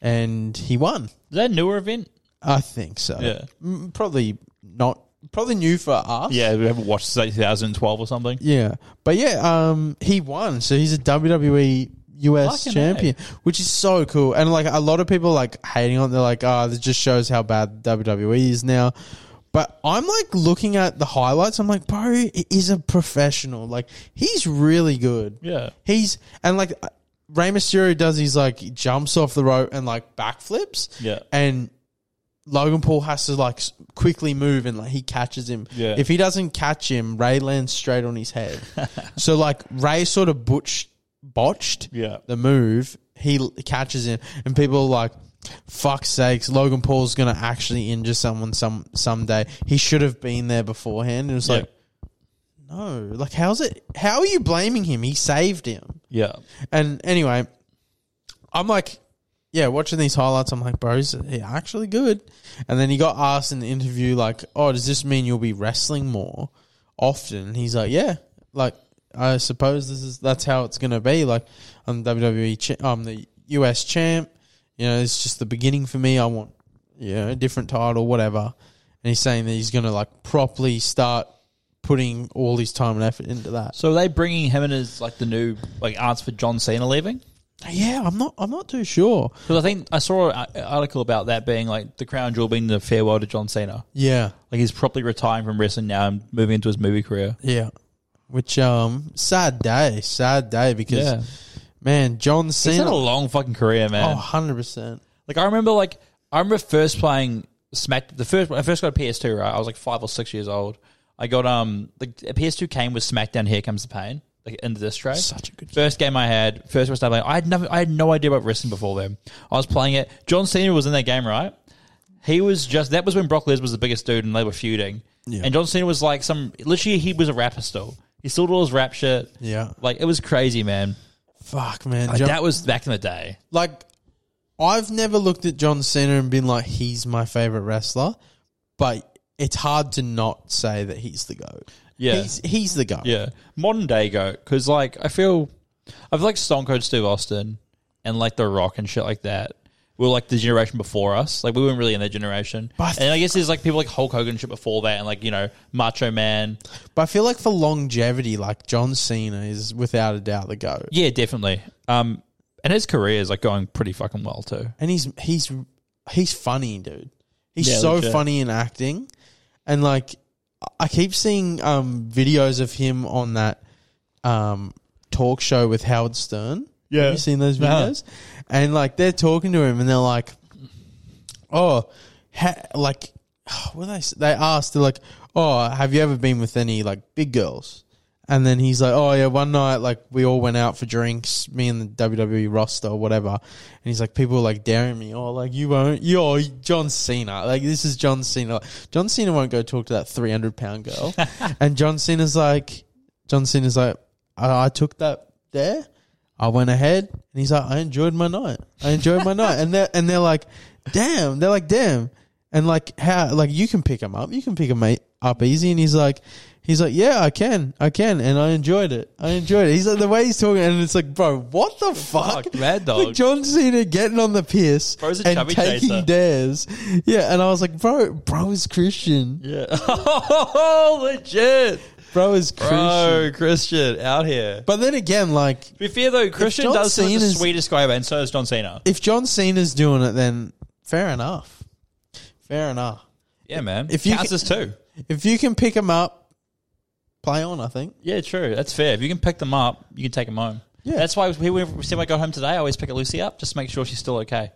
A: and he won.
B: Is that a newer event?
A: I think so.
B: Yeah.
A: M- Probably not. Probably new for us.
B: Yeah, we haven't watched since like 2012 or something.
A: Yeah. But yeah, um, he won, so he's a WWE US
B: Fucking
A: champion, which is so cool. And like a lot of people like hating on. it. They're like, "Ah, this just shows how bad WWE E is now." But I'm like looking at the highlights. I'm like, bro, he is a professional. Like he's really good.
B: Yeah.
A: He's and like Rey Mysterio does his like jumps off the rope and like backflips.
B: Yeah.
A: And Logan Paul has to like s- quickly move and like he catches him.
B: Yeah.
A: If he doesn't catch him, Ray lands straight on his head. so like Ray sort of butch botched
B: Yeah.
A: the move. He l- catches him and people are like fuck's sakes, Logan Paul's gonna actually injure someone some someday. He should have been there beforehand. And it's
B: Yeah.
A: like no, like how's it? How are you blaming him? He saved him.
B: Yeah.
A: And anyway, I'm like, yeah, watching these highlights, I'm like, bro, is he actually good? And then he got asked in the interview, like, oh, does this mean you'll be wrestling more often? And he's like, yeah, like I suppose this is that's how it's gonna be. Like I'm WWE, E cha- I'm the US champ. You know, it's just the beginning for me. I want, you know, a different title, whatever. And he's saying that he's gonna like properly start putting all his time and effort into that.
B: So are they bringing him in as like the new like answer for John Cena leaving?
A: Yeah, I'm not. I'm not too sure.
B: Because I think I saw an article about that being like the crown jewel being the farewell to John Cena.
A: Yeah,
B: Like he's properly retiring from wrestling now and moving into his movie career.
A: yeah. Which um, sad day, sad day because
B: Yeah.
A: man, John
B: He's had
A: Cena.
B: a
A: Oh,
B: long fucking career, man.
A: 100 percent.
B: Oh. Like I remember, like I remember first playing Smack. The first when I first got a PS2, right? I was like five or six years old. I got um, like a PS2 came with SmackDown. Here comes the pain. Like in the disc tray.
A: Such a good
B: first game I had. First one I started playing. I had no, I had no idea about wrestling before then. I was playing it. John Cena was in that game, right? He was just that was when Brock Lesnar was the biggest dude and they were feuding.
A: Yeah.
B: And John Cena was like some literally he was a rapper still. He still did all his rap shit.
A: Yeah.
B: Like it was crazy, man.
A: Fuck, man.
B: Like,
A: John,
B: that was back in the day.
A: like, I've never looked at John Cena and been like, he's my favorite wrestler, but it's hard to not say that he's the goat.
B: Yeah.
A: he's he's the goat.
B: Yeah, modern day goat. Because like I feel, I feel like Stone Cold Steve Austin and like The Rock and shit like that were like the generation before us. Like we weren't really in that generation.
A: But-
B: and I guess there's like people like Hulk Hogan and shit before that, and like you know Macho Man.
A: But I feel like for longevity, like John Cena is without a doubt the goat.
B: Yeah, definitely. Um, and his career is like going pretty fucking well too.
A: and he's he's he's funny, dude. He's
B: Yeah,
A: so
B: legit.
A: funny in acting, and like I keep seeing um videos of him on that um, talk show with Howard Stern.
B: Yeah. Uh-huh.
A: Have you seen those
B: No.
A: videos? And like they're talking to him and they're like, oh, ha- like, what they s- they asked, they're like, oh, have you ever been with any like big girls? And then he's like, oh yeah, one night like we all went out for drinks, me and the WWE roster or whatever. And he's like, people were like daring me, oh like you won't, you oh John Cena, like this is John Cena. Like, John Cena won't go talk to that three hundred pound girl. and John Cena's like, John Cena's like, I, I took that there. I went ahead and he's like, I enjoyed my night. I enjoyed my night. And they're, and they're like, damn. They're like, damn. And like, how, like, you can pick him up. You can pick him up easy. And he's like, he's like, yeah, I can. I can. And I enjoyed it. I enjoyed it. He's like, the way he's talking. And it's like, bro, what the fuck?
B: Fuck, mad
A: Like,
B: dog.
A: John Cena getting on the piss
B: Bro's a
A: and
B: chubby
A: taking
B: chaser.
A: dares. Yeah. And I was like, bro, bro is Christian.
B: Yeah. Oh, legit.
A: Bro is Christian.
B: Bro, Christian out here.
A: But then again, like,
B: To be fair though, Christian
A: John
B: does seem like the
A: Cena's-
B: sweetest guy, ever, and so is John Cena.
A: if John Cena's doing it, then fair enough. Fair enough.
B: Yeah, man.
A: If
B: If
A: you
B: you counts
A: ca-
B: as two.
A: If you can pick him up, play on. I think.
B: Yeah, true. That's fair. If you can pick them up, you can take them home.
A: Yeah.
B: That's why people every time I go home today, I always pick up Lucy up just to make sure she's still okay.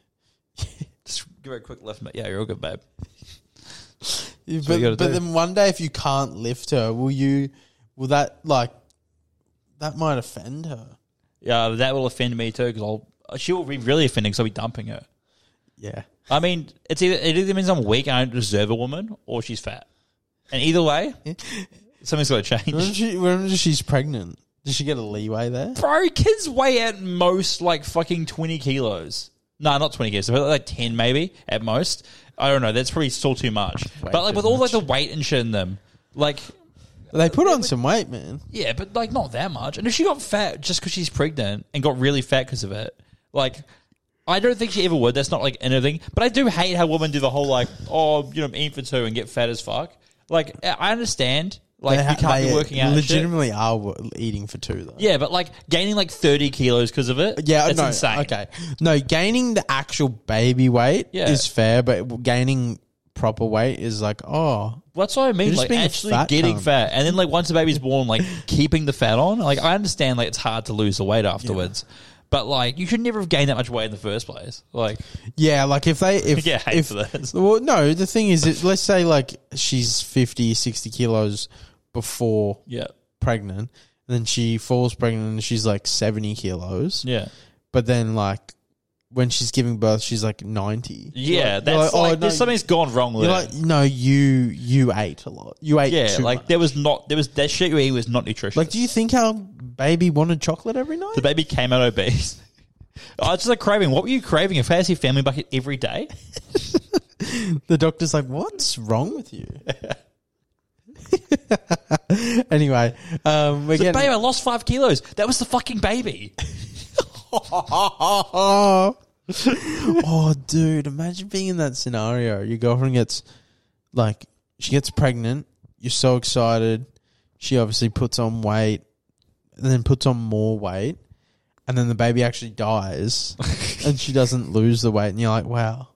B: just give her a quick lift, mate. Yeah, you're all good, babe. what you
A: but
B: gotta
A: but
B: do.
A: then one day, if you can't lift her, will you? Will that like that might offend her?
B: Yeah, that will offend me too because I'll she will be really offended because I'll be dumping her.
A: Yeah.
B: I mean, it's either it either means I'm weak and I don't deserve a woman, or she's fat. And either way, something's got to
A: Remember,
B: change.
A: she, remember she's pregnant. Does she get a leeway there?
B: Bro, kids weigh at most like fucking twenty kilos. No, not twenty kilos, but like ten maybe at most. I don't know. That's probably still too much. but like
A: too
B: with all like the weight and shit in them, like
A: They put on some weight, man.
B: yeah, but like not that much. And if she got fat just because she's pregnant and got really fat because of it, like. I don't think she ever would. That's not like anything. But I do hate how women do the whole like, oh, you know, I'm eating for two and get fat as fuck. Like, I- I understand. Like,
A: They ha-
B: you can't
A: they
B: be working out. and shit.
A: Legitimately, are wo- eating for two though.
B: Yeah, but like gaining like 30 kilos because of it.
A: Yeah,
B: that's
A: no,
B: insane.
A: Okay, no, gaining the actual baby weight
B: Yeah.
A: is fair, but gaining proper weight is like, oh,
B: That's what I mean.
A: just
B: Like
A: being a
B: actually
A: fat
B: getting
A: cunt.
B: fat, and then like once the baby's born, like keeping the fat on. Like I understand, like it's hard to lose the weight afterwards, but like you should never have gained that much weight in the first place. Like
A: yeah, like if they if
B: yeah, hate
A: if
B: for this.
A: well, no, the thing is, it, let's say like she's 50, 60 kilos before
B: Yeah,
A: pregnant, and then she falls pregnant and she's like seventy kilos,
B: yeah,
A: but then like when she's giving birth, she's like ninety.
B: yeah.
A: You're like-
B: that's
A: you're
B: like, there's
A: no,
B: something's gone wrong with
A: You're
B: it.
A: like no, you you ate a lot. You ate
B: yeah,
A: too
B: like
A: much.
B: there was not there was that shit you eat was not nutritious.
A: Like, do you think our baby wanted chocolate every night?
B: the baby came out obese. I was just like craving. What were you craving? A fancy family bucket every day?
A: The doctor's like, "What's wrong with you?" anyway, um, we're
B: Babe,
A: getting.
B: I lost five kilos. That was the fucking baby.
A: Oh, oh, dude! Imagine being in that scenario. Your girlfriend gets, like, she gets pregnant. You're so excited. She obviously puts on weight, and then puts on more weight, and then the baby actually dies, and she doesn't lose the weight. And you're like, "Wow,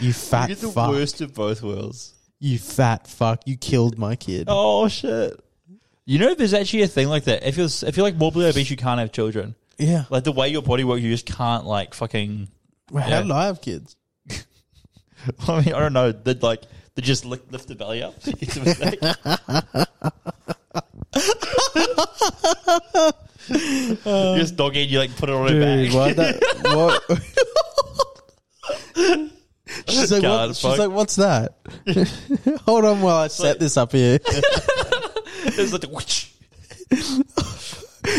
A: you fat fuck!
B: of both worlds.
A: You fat fuck! You killed my kid."
B: Oh shit! You know, there's actually a thing like that. If you're if you're like morbidly obese, you can't have children.
A: Yeah.
B: Like the way your body works, you just can't like fucking.
A: Well,
B: Yeah.
A: How did I have kids?
B: I mean, I don't know. They like they just lift, lift the belly up. It's a mistake. you just doggy and you like put it on her
A: Dude,
B: back.
A: why that? What? she's, like,
B: God,
A: what, she's
B: fuck.
A: like, what's that? Hold on while I set
B: like-
A: this up here.
B: It's like the whoosh.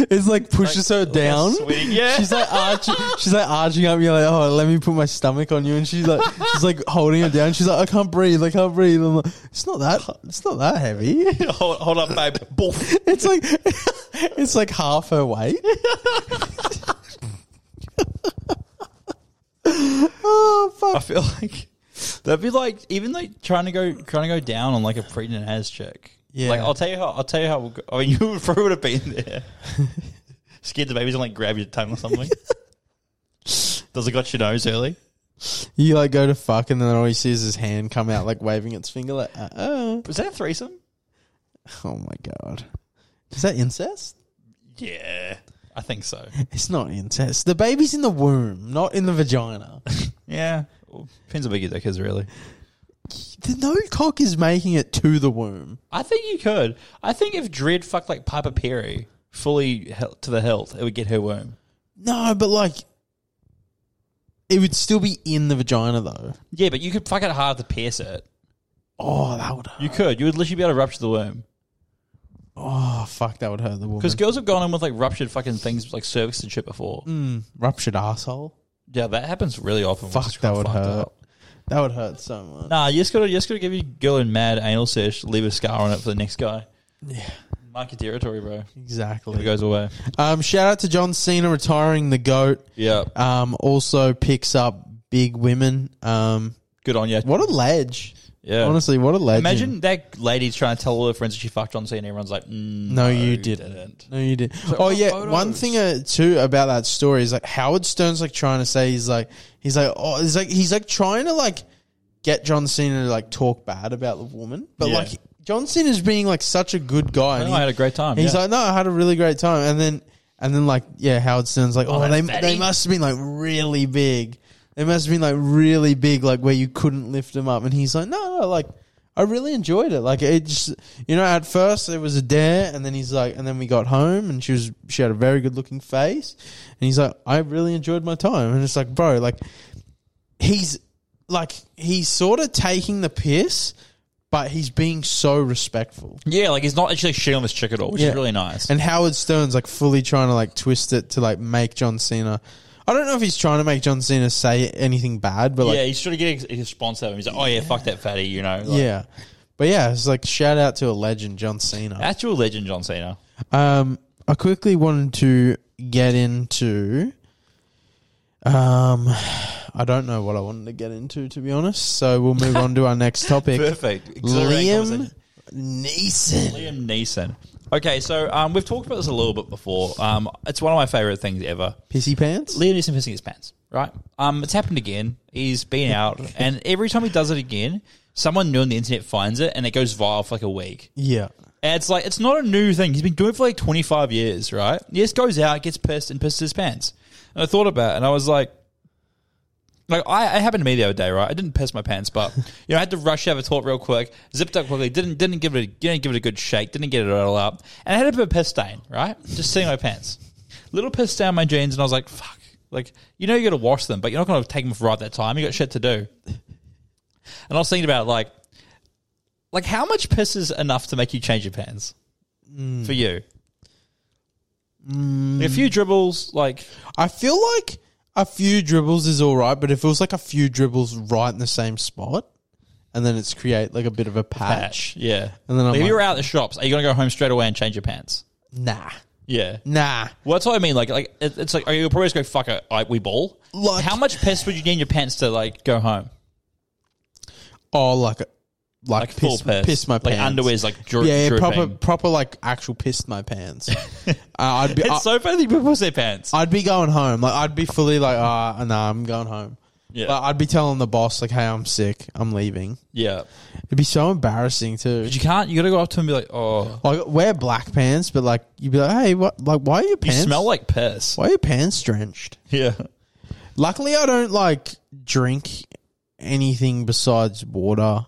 A: It's like pushes her down.
B: Sweating. Yeah.
A: She's like arching. She's like arching up. You're like, oh, let me put my stomach on you. And she's like, she's like holding her down. She's like, I can't breathe. I can't breathe. I'm like, it's not that. It's not that heavy.
B: hold, hold up, babe. Boof.
A: It's like, it's like half her weight. oh fuck!
B: I feel like that'd be like even like trying to go trying to go down on like a pregnant as chick.
A: Yeah.
B: Like I'll tell you how I'll tell you how. We'll go. I mean, you probably would have been there. Scared the babies and like grab your tongue or something. Does it got your nose early?
A: You like go to fuck, and then all you see is his hand come uh-uh. out, like waving its finger, like uh, uh.
B: Was that a threesome?
A: oh my god. Is that incest?
B: Yeah, I think so.
A: It's not incest. The baby's in the womb, not in the vagina.
B: Yeah, depends how big your dick is, really.
A: The no cock is making it to the womb.
B: I think you could. I think if Dread fucked like Piper Perry fully hel- to the hilt, it would get her womb.
A: No, but like, it would still be in the vagina though.
B: Yeah, but you could fuck it hard to pierce it.
A: Oh, that would.
B: You could. You would literally be able to rupture the womb.
A: Oh, fuck, that would hurt the woman.
B: Because girls have gone in with like ruptured fucking things, like cervix and shit before.
A: Mm. Ruptured asshole.
B: Yeah, that happens really often.
A: Fuck,
B: It's
A: that
B: kinda
A: would
B: fucked
A: hurt.
B: up.
A: That would hurt so much.
B: Nah, you just gotta, you just gotta give your girl a mad anal sesh, leave a scar on it for the next guy.
A: Yeah,
B: Mark your territory, bro. It
A: exactly.
B: goes away.
A: Um, shout out to John Cena retiring the goat.
B: Yeah,
A: Um, also picks up big women. Um,
B: good on you.
A: what a ledge.
B: Yeah.
A: Honestly, what a ledge.
B: Imagine that lady's trying to tell all her friends that she fucked on scene, and everyone's like, mm,
A: No, you didn't. No, you did. oh
B: all the
A: yeah,
B: photos.
A: one thing uh, too about that story is like Howard Stern's like trying to say he's like he's like oh he's like he's like trying to like get John Cena to like talk bad about the woman, but
B: Yeah.
A: like John Cena's being like such a good guy. and
B: No, I had a great time.
A: and He's
B: yeah.
A: like, no, I had a really great time, and then and then like yeah, Howard Stern's like, oh,
B: that
A: they
B: fatty."
A: they must have been like really big. They must have been like really big, like where you couldn't lift them up. And he's like, no, no, like I really enjoyed it. Like it just, you know, at first it was a dare, and then he's like, and then we got home, and she was she had a very good looking face, and he's like, I really enjoyed my time, and it's like, bro, like he's like he's sort of taking the piss, but he's being so respectful.
B: yeah, like he's not actually shitting on this chick at all, which
A: Yeah.
B: is really nice.
A: And Howard Stern's like fully trying to like twist it to like make John Cena. I don't know if he's trying to make John Cena say anything bad, but like
B: yeah,
A: yeah,
B: he's trying to get a response out of him. He's like, oh yeah, fuck that fatty, you know. Like,
A: But yeah, it's like shout out to a legend, John Cena.
B: Actual legend, John Cena.
A: Um, I quickly wanted to get into. Um, I don't know what I wanted to get into to be honest. So we'll move on to our next topic.
B: Perfect. Exhilarating
A: Liam
B: conversation.
A: Neeson.
B: Liam Neeson. Okay, so um, we've talked about this a little bit before. Um, it's one of my favorite things ever.
A: Pissy pants.
B: Liam Neeson pissing his pants, right? Um, it's happened again. He's been out, and every time he does it again, someone new on the internet finds it, and it goes viral for like a week.
A: Yeah.
B: And it's like it's not a new thing. He's been doing it for like twenty five years, right? He just goes out, gets pissed, and pisses his pants. And I thought about, it, and I was like, like I, it happened to me the other day, right? I didn't piss my pants, but you know I had to rush out of the toilet real quick, zipped up quickly, didn't didn't give it a, didn't give it a good shake, didn't get it all up, and I had a bit of piss stain, right? Just sitting on my pants, little piss down my jeans, and I was like, fuck, like you know you got to wash them, but you're not going to take them for right that time. You got shit to do. And I was thinking about like, like how much piss is enough to make you change your pants
A: Mm.
B: for you? A few dribbles, like
A: I feel like a few dribbles is all right, but if it was like a few dribbles right in the same spot, and then it's create like a bit of a patch.
B: patch, yeah.
A: And then I'm
B: Like, if
A: like-
B: you were out at the shops, are you gonna go home straight away and change your pants?
A: Nah,
B: Yeah.
A: nah.
B: Well, that's what I mean. Like, like it- it's like, are you probably just go fuck it? Like, we ball.
A: Like-
B: how much piss would you need in your pants to like go home?
A: Oh, like, a, like,
B: Like full
A: piss,
B: piss,
A: piss my
B: like
A: pants.
B: underwear's like dri-
A: Yeah, yeah
B: dripping.
A: proper, proper, like actual pissed my pants. uh, I'd be,
B: It's
A: I,
B: so funny that people piss their pants.
A: I'd be going home. Like, I'd be fully like, ah, nah, I'm going home.
B: Yeah.
A: Like, I'd be telling the boss like, hey, I'm sick, I'm leaving.
B: yeah,
A: It'd be so embarrassing too.
B: but you can't. You gotta go up to him and be like, oh,
A: Like, wear black pants, but like, you'd be like, hey, what? Like, why are your
B: you
A: pants?
B: smell like piss.
A: why are your pants drenched?
B: Yeah,
A: Luckily, I don't like drink anything besides water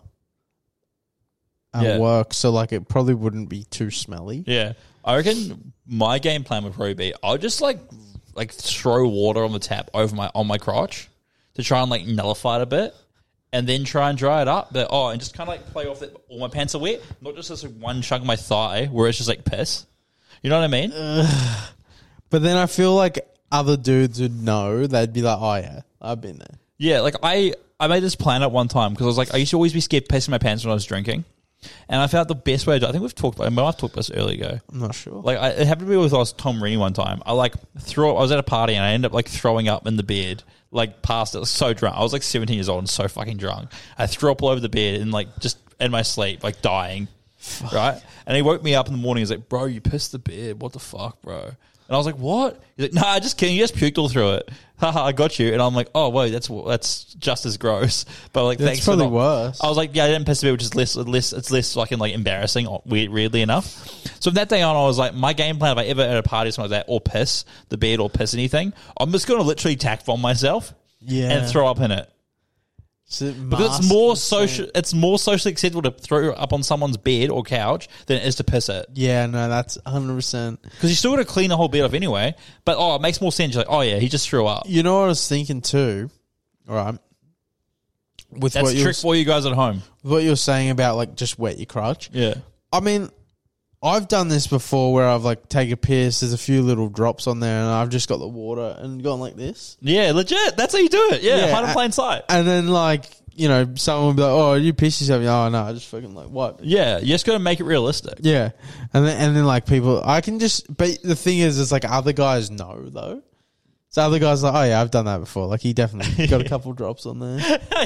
A: at
B: Yeah.
A: work, so like it probably wouldn't be too smelly.
B: yeah. I reckon my game plan would probably be I'll just like like throw water on the tap over my on my crotch to try and like nullify it a bit. And then try and dry it up, but oh, and just kind of like play off that all my pants are wet, not just this one chunk of my thigh where it's just like piss. You know what I mean?
A: But then I feel like other dudes would know. They'd be like, "Oh yeah, I've been there."
B: Yeah, like I I made this plan at one time because I was like I used to always be scared pissing my pants when I was drinking, and I found the best way to. do it- I think we've talked. I might have talked about this earlier ago.
A: I'm not sure.
B: Like I, it happened to me with I was Tom Rennie one time. I like threw. I was at a party and I ended up like throwing up in the bed, like past it. I was so drunk. I was like 17 years old and so fucking drunk. I threw up all over the bed and like just in my sleep, like dying. Right, and he woke me up in the morning. He's like, "Bro, you pissed the bed. What the fuck, bro?" And I was like, "What?" He's like, "Nah, just kidding. You just puked all through it. Haha, I got you." And I'm like, "Oh, whoa, that's that's just as gross." But like,
A: That's
B: thanks
A: probably
B: for not-
A: worse.
B: I was like, "Yeah, I didn't piss a bit, which is less less it's less fucking like embarrassing, weird, weirdly enough." So from that day on, I was like, my game plan if I ever at a party or something like that, or piss the bed or piss anything, I'm just gonna literally tack bomb myself
A: Yeah.
B: and throw up in it.
A: So it
B: Because
A: masks
B: it's more
A: the same-
B: social, it's more socially acceptable to throw up on someone's bed or couch than it is to piss it.
A: Yeah, no, that's 100%.
B: Because you still got to clean the whole bed up anyway. But oh, it makes more sense. You're like, oh yeah, he just threw up.
A: You know what I was thinking too? All right. With
B: That's
A: what
B: a
A: you, were,
B: trick for you guys at home.
A: what you were saying about like just wet your crotch.
B: Yeah,
A: I mean, I've done this before where I've like take a piss, there's a few little drops on there, and I've just got the water and gone like this.
B: yeah, legit. That's how you do it. Yeah,
A: Yeah,
B: hide in
A: I-
B: plain sight.
A: And then like, you know, someone will be like, oh, you piss yourself. Oh, no, I just fucking like what?
B: yeah, you just got to make it realistic.
A: Yeah. And then, and then like people, I can just, but the thing is, it's like other guys know though. So other guys are like, oh yeah, I've done that before. Like he definitely got a couple drops on there.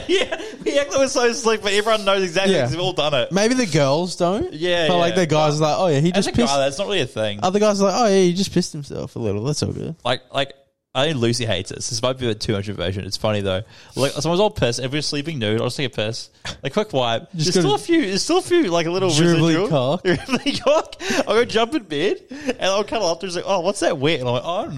B: yeah, we act like we're so slick, but everyone knows exactly
A: Yeah.
B: because we've all done it.
A: Maybe the girls don't.
B: Yeah,
A: But like
B: yeah.
A: the guys are like, oh yeah, he
B: As
A: just
B: a
A: pissed.
B: guy, that's not really a thing.
A: Other guys are like, oh yeah, he just pissed himself a little. That's all good.
B: like like I think Lucy hates this. This might be a too much version. It's funny though. Like sometimes I'll piss. If we're sleeping nude, I'll just take a piss. Like quick wipe.
A: Just
B: there's still
A: gonna-
B: a few. There's still a few like little
A: Dribbly
B: residual.
A: cock.
B: Dribbly cock. I'll go jump in bed and I'll cuddle up. There's like, oh, what's that wet? And I'm like, oh, I don't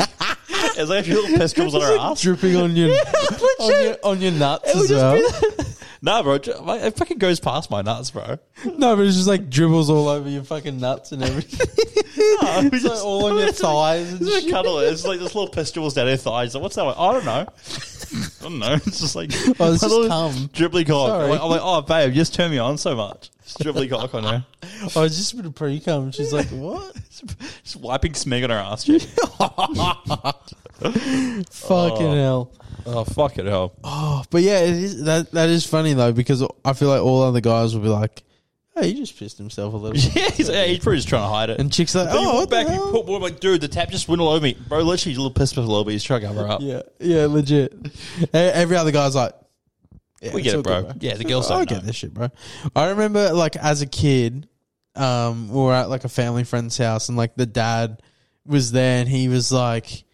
B: know. Like, it's like a few little piss dribbles on her ass.
A: Dripping on your, on your
B: legit.
A: on your nuts
B: It would
A: as
B: just
A: well.
B: be Nah, bro. ju- like, It fucking goes past my nuts, bro.
A: No, but it's just like dribbles all over your fucking nuts and everything.
B: Nah, we
A: It's like all on your
B: it's like-
A: thighs and
B: it's like
A: shit.
B: cuddle. It's like this little piss dribbles down her thighs. Like, what's that? Like, I don't know. I don't know. It's just like
A: Oh, it's
B: my
A: just
B: little
A: cum.
B: dribbly cock.
A: Sorry.
B: I'm like, I'm like, oh babe, you just turn me on so much. Just dribbly cock on her.
A: I was Oh, just with a pre cum. She's like, what?
B: Just wiping smeg on her ass. cheek.
A: Fucking hell.
B: oh fuck it hell.
A: Oh, but yeah, it is, that that is funny though because I feel like all other guys will be like, "Hey, he just pissed himself a little."
B: yeah, he's, yeah, he's probably just trying to hide it.
A: and chicks are like,
B: But you
A: "Oh,
B: walk
A: what
B: back,
A: the
B: you
A: hell?"
B: put water, like, dude, the tap just went all over me, bro. Literally, you little piss piss all over me. He's trying to cover up.
A: yeah, yeah, legit. E- Every other guy's like, yeah,
B: we
A: it's
B: get
A: all
B: it, bro.
A: good,
B: Yeah, the girls
A: I
B: don't know.
A: get this shit, bro. I remember like as a kid, um, we were at like a family friend's house, and like the dad was there, and he was like,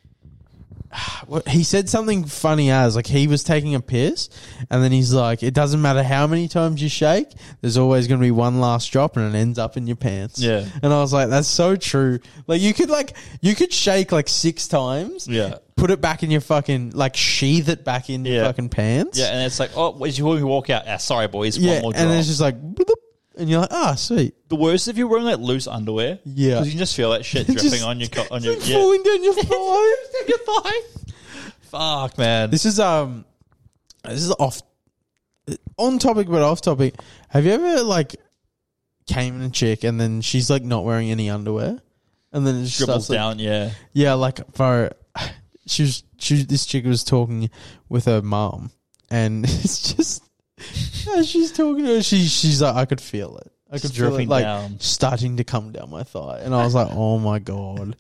A: what, he said something funny as like he was taking a piss, and then he's like, it doesn't matter how many times you shake, there's always going to be one last drop, and it ends up in your pants.
B: Yeah.
A: and I was like, that's so true. Like you could like you could shake like six times.
B: Yeah.
A: Put it back in your fucking like sheath it back in your
B: Yeah.
A: fucking pants.
B: Yeah, and it's like, oh, as you walk out, ah, sorry, boys,
A: Yeah,
B: one more drop.
A: and then it's just like, bloop, and you're like, ah, sweet,
B: The worst if you're wearing like loose underwear.
A: Yeah.
B: because you can just feel that shit dripping
A: Just-
B: on your co- on your
A: It's like
B: yeah.
A: falling down your thigh.
B: your thigh. Fuck man.
A: this is um, this is off, on topic but off topic. Have you ever like came in a chick and then she's like not wearing any underwear, and then it just
B: dribbles
A: starts, like-
B: down. yeah,
A: Yeah, like bro, she was she this chick was talking with her mom, and it's just as she's talking to her, she she's like, I could feel it. I could
B: Just
A: feel
B: dripping
A: it, like
B: down.
A: starting to come down my thigh, and I was like, "Oh my god!"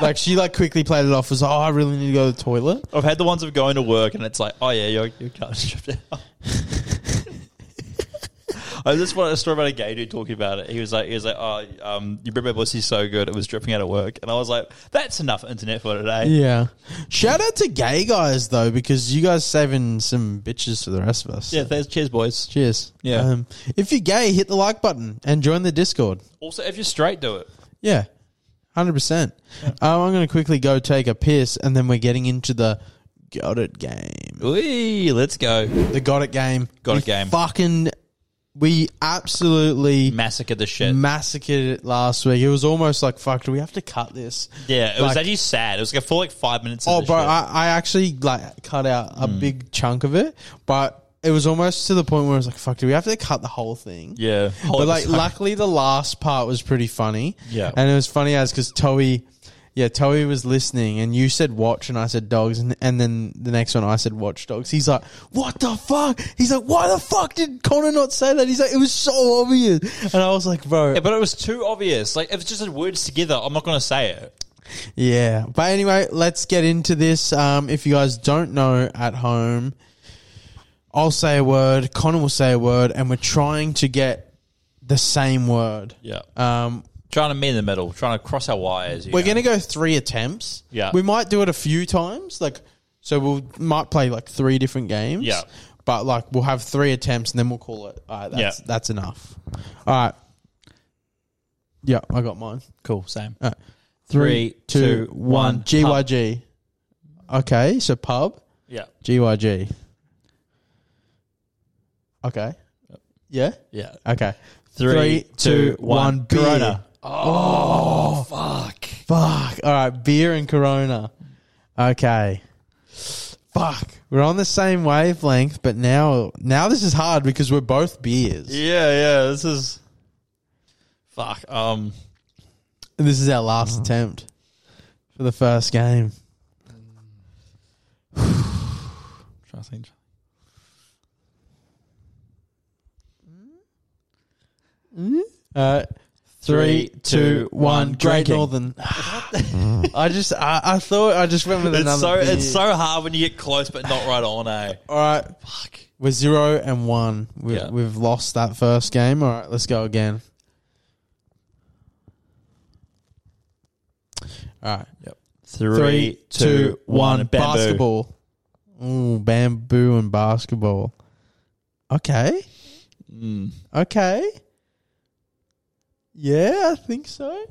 A: like she like quickly played it off as, "Oh, I really need to go to the toilet."
B: I've had the ones of going to work and it's like, oh yeah, your your car's dripped down. I just wanted a story about a gay dude talking about it. He was like, he was like, oh, um, you remember my pussy's so good, it was dripping out of work, and I was like, that's enough internet for today.
A: Yeah, shout out to gay guys though, because you guys saving some bitches for the rest of us.
B: Yeah, thanks. Cheers, boys.
A: Cheers.
B: Yeah.
A: Um, if you're gay, hit the like button and join the Discord.
B: Also, if you're straight, do it.
A: Yeah, hundred percent. Um, I'm going to quickly go take a piss, and then we're getting into the got it game.
B: Wee, let's go.
A: The got it game.
B: Got
A: We
B: it game.
A: Fucking, we absolutely
B: Massacre the shit.
A: massacred it last week. It was almost like fuck. Do we have to cut this?
B: Yeah, it was
A: Like-
B: actually sad. It was like a full like five minutes. Of
A: Oh,
B: this
A: bro,
B: shit.
A: I, I actually like cut out a big chunk of it, but it was almost to the point where I was like, fuck. Do we have to cut the whole thing?
B: yeah,
A: but like, luckily the last part was pretty funny.
B: Yeah.
A: and it was funny as because Toey, yeah, Toey was listening, and you said watch, and I said dogs, and and then the next one I said watch dogs. He's like, what the fuck? He's like, why the fuck did Connor not say that? He's like, it was so obvious, and I was like, bro,
B: yeah, but it was too obvious. Like if it's just words together, I'm not gonna say it.
A: yeah. But anyway, let's get into this. Um, if you guys don't know at home, I'll say a word, Connor will say a word, and we're trying to get the same word.
B: Yeah,
A: Um,
B: Trying to meet in the middle, trying to cross our wires. you
A: We're
B: know.
A: going to go three attempts.
B: Yeah.
A: We might do it a few times. Like, so we'll might play like three different games.
B: Yeah.
A: But like, we'll have three attempts and then we'll call it. All right. That's,
B: Yeah.
A: that's enough. All right. Yeah, I got mine.
B: cool. Same.
A: All right.
B: Three, two, one. Pub.
A: GYG. Okay. So pub,
B: Yeah,
A: GYG. Okay. Yeah.
B: yeah.
A: Okay.
B: Three, two, one.
A: Beer.
B: Corona.
A: Oh,
B: Fuck.
A: fuck. All right, beer and Corona. Okay. Fuck. We're on the same wavelength, but now now this is hard because we're both beers.
B: Yeah, yeah. This is fuck. Um,
A: And This is our last
B: Mm-hmm.
A: attempt for the first game.
B: trying to think.
A: Uh, three,
B: Three, two,
A: two, one.
B: one.
A: Great
B: Drinking.
A: Northern. I just I, I thought I just went with
B: It's
A: another.
B: so
A: beer.
B: it's so hard when you get close but not right on. Eh.
A: All right,
B: Fuck.
A: we're zero and one. We've,
B: Yeah.
A: we've lost that first game. All right, let's go again. All right. Three, two, one. Basketball. Ooh, bamboo and basketball. Okay.
B: Mm.
A: Okay. Yeah, I think so.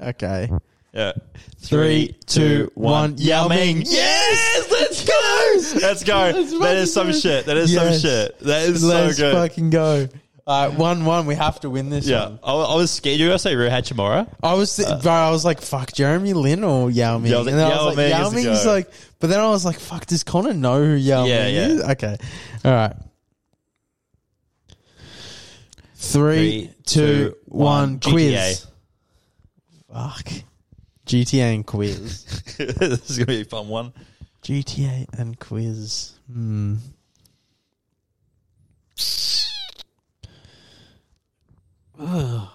A: Okay.
B: Yeah.
A: Three, two, one. Yao Ming.
B: Yes, let's go. Let's go.
A: Let's
B: that is some
A: fucking go.
B: shit. That is
A: Yes.
B: some shit. That is
A: Let's
B: so good.
A: fucking go. All right, one one. We have to win this
B: yeah,
A: one.
B: I, I was scared. You were gonna say Ru Hachimura?
A: I was, th- bro. I was like, "Fuck Jeremy Lin or Yao Ming,"
B: Yeah, I
A: and
B: was like,
A: then I
B: Uh, Yao
A: was
B: Ming
A: like,
B: is
A: "Yao
B: the
A: Ming's
B: guy.
A: like," but then I was like, "Fuck, does Connor know who Yao
B: Yeah,
A: Ming
B: yeah.
A: is?" Okay, all right. Three, two, one. Quiz. Fuck. GTA and quiz.
B: GTA. this is gonna be a fun one.
A: GTA and quiz. Hmm. Ugh.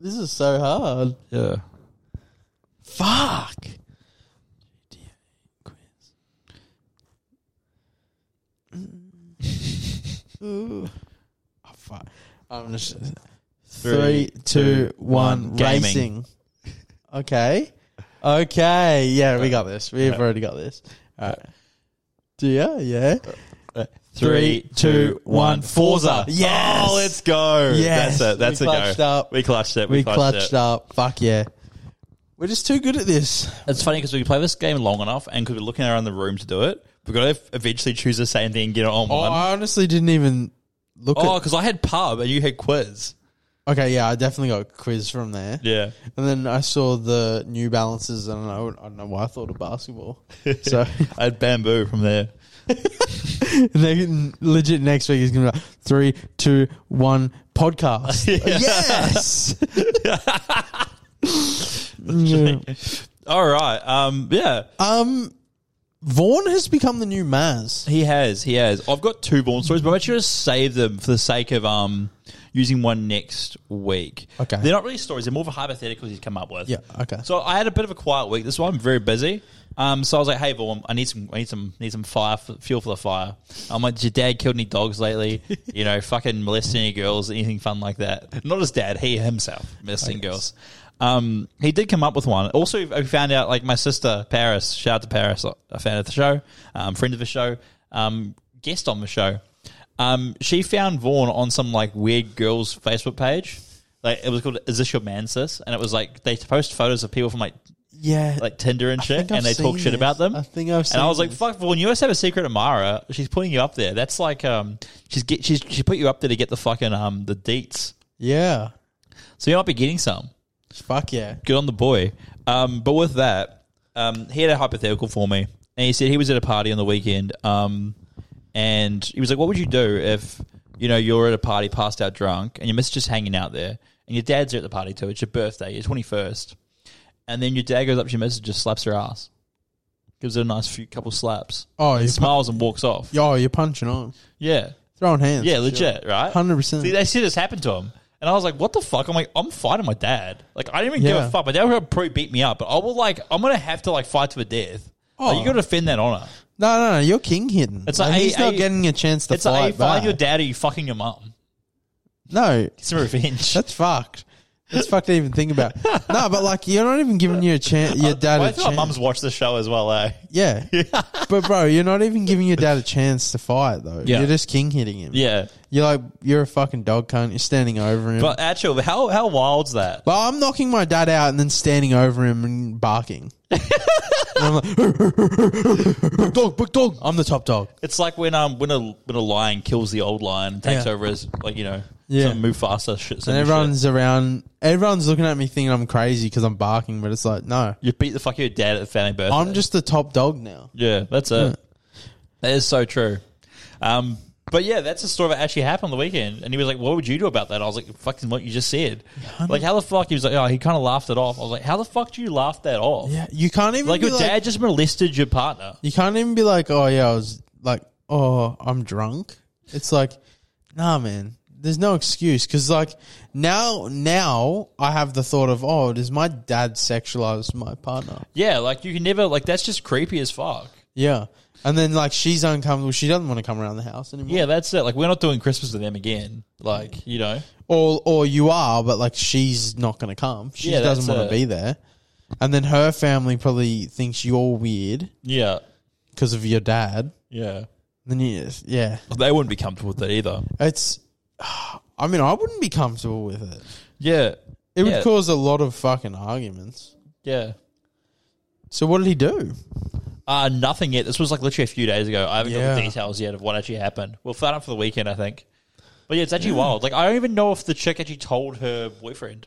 A: This is so hard.
B: Yeah.
A: Fuck. GTA quiz. Ooh. Oh, fuck. I'm just
B: Three,
A: three, two, one.
B: one. Gaming.
A: Racing. Okay. Okay. Yeah, we got this. We've
B: Yeah.
A: already got this. All right. Do you? Yeah.
B: Three, two, one. Forza.
A: Yes.
B: Oh, let's go.
A: Yes.
B: That's it. That's
A: We
B: a
A: clutched
B: go.
A: up.
B: We clutched it. We,
A: We
B: clutched,
A: clutched
B: it.
A: up. Fuck yeah. We're just too good at this.
B: It's funny because we play this game long enough and because we're looking around the room to do it, we've got to eventually choose the same thing and get it on
A: Oh,
B: one.
A: I honestly didn't even look
B: Oh,
A: at.
B: because I had pub and you had quiz.
A: Okay, yeah, I definitely got a quiz from there.
B: Yeah.
A: And then I saw the New Balances, and I, don't- I don't know why I thought of basketball. So
B: I had bamboo from there.
A: they, legit next week is going to be like, three, two, one podcast. Yes. Yeah.
B: All right. Um. Yeah.
A: Um, Vaughn has become the new Maz.
B: He has. He has. I've got two Vaughn stories, but I'm actually going to save them for the sake of um using one next week.
A: Okay.
B: They're not really stories. They're more of a hypotheticals he's come up with.
A: Yeah. Okay.
B: So I had a bit of a quiet week. This one I'm very busy. Um, so I was like, "Hey, Vaughn, I need some, I need some, need some fire for, fuel for the fire." I'm like, "Did your dad killed any dogs lately? you know, fucking molesting any girls, anything fun like that?" Not his dad, he himself molesting girls. Um, he did come up with one. Also, I found out like my sister Paris. Shout out to Paris, a fan of the show, um, friend of the show, um, guest on the show. Um, she found Vaughn on some like weird girls Facebook page. Like it was called "Is This Your Man, Sis?" and it was like they post photos of people from like
A: yeah.
B: like Tinder and
A: I
B: shit,
A: think
B: and
A: I've
B: they talk
A: seen
B: shit
A: this.
B: about them.
A: I think I've seen
B: and I was like,
A: this.
B: "Fuck, Vaughn, you must have a secret admirer. She's putting you up there. That's like, um, she's get, she's she put you up there to get the fucking um the deets.
A: yeah.
B: So you might be getting some.
A: Fuck yeah.
B: Good on the boy. Um, but with that, um, he had a hypothetical for me, and he said he was at a party on the weekend. Um, and he was like, "What would you do if you know you're at a party, passed out drunk, and your miss just hanging out there, and your dad's at the party too? It's your birthday, your twenty first, and then your dad goes up to your miss and just slaps her ass, gives her a nice few couple slaps,
A: Oh, you're, pu-
B: smiles and walks off.
A: yo, you're punching on.
B: Yeah,
A: Throwing hands.
B: yeah,
A: for sure.
B: legit, right?
A: 100%.
B: See, they see this happen to him. And I was like, what the fuck? I'm like, I'm fighting my dad. Like, I didn't even give
A: Yeah.
B: a fuck. My dad would probably beat me up, but I will, like, I'm going to have to, like, fight to the death. Like,
A: Oh.
B: you got to defend that honor.
A: No, no, no. You're king hidden.
B: It's
A: It's
B: like,
A: like,
B: are
A: he's
B: you- are
A: not
B: you-
A: getting a chance to
B: It's like,
A: fight
B: are you fighting
A: back.
B: your dad or you fucking your mum?
A: No,
B: It's some revenge.
A: that's fucked. It's fucked to even think about. No, but like you're not even giving your chance. Your dad
B: I
A: a
B: think my
A: chance.
B: mum's watched the show as well, eh?
A: yeah, but bro, you're not even giving your dad a chance to fight though.
B: Yeah.
A: You're just king hitting him.
B: Yeah.
A: You're like you're a fucking dog cunt. You're standing over him.
B: But
A: But,
B: actual, how how wild's that?
A: I'm knocking my dad out and then standing over him and barking. And I'm like, big dog, big dog. I'm the top dog.
B: It's like when um when a when a lion kills the old lion and takes
A: Yeah.
B: over as like you know
A: Yeah.
B: some move faster shit.
A: And everyone's around. Everyone's looking at me thinking I'm crazy because I'm barking. But it's like no,
B: you beat the fuck out of your dad at the family birthday.
A: I'm just the top dog now.
B: yeah, that's it. That is so true. Um, but yeah, that's a story that actually happened on the weekend. And he was like, "What would you do about that?" I was like, "Fucking what you just said." Like how the fuck? He was like, "Oh, he kind of laughed it off." I was like, "How the fuck do you laugh that off?"
A: Yeah, you can't even
B: Like
A: be
B: your dad just molested your partner.
A: You can't even be like, oh yeah, I was like, oh, I'm drunk. It's like, nah, man. There's no excuse because like now, now I have the thought of, oh, does my dad sexualize my partner?
B: Yeah, like you can never like that's just creepy as fuck.
A: Yeah, and then like she's uncomfortable. She doesn't want to come around the house anymore.
B: Yeah, that's it. Like we're not doing Christmas with them again. Like you know,
A: or or you are, but like she's not going to come. She
B: Yeah,
A: doesn't
B: that's
A: want
B: it.
A: to be there. And then her family probably thinks you're weird
B: yeah,
A: because of your dad.
B: yeah.
A: Then you, yeah,
B: They wouldn't be comfortable with that either.
A: it's. I mean, I wouldn't be comfortable with it.
B: Yeah,
A: It would
B: Yeah.
A: cause a lot of fucking arguments.
B: yeah.
A: So what did he do?
B: Uh, nothing yet. This was like literally a few days ago. I haven't got the
A: Yeah.
B: details yet of what actually happened. We'll find out for the weekend, I think. But yeah, it's actually wild. Like I don't even know if the chick actually told her boyfriend.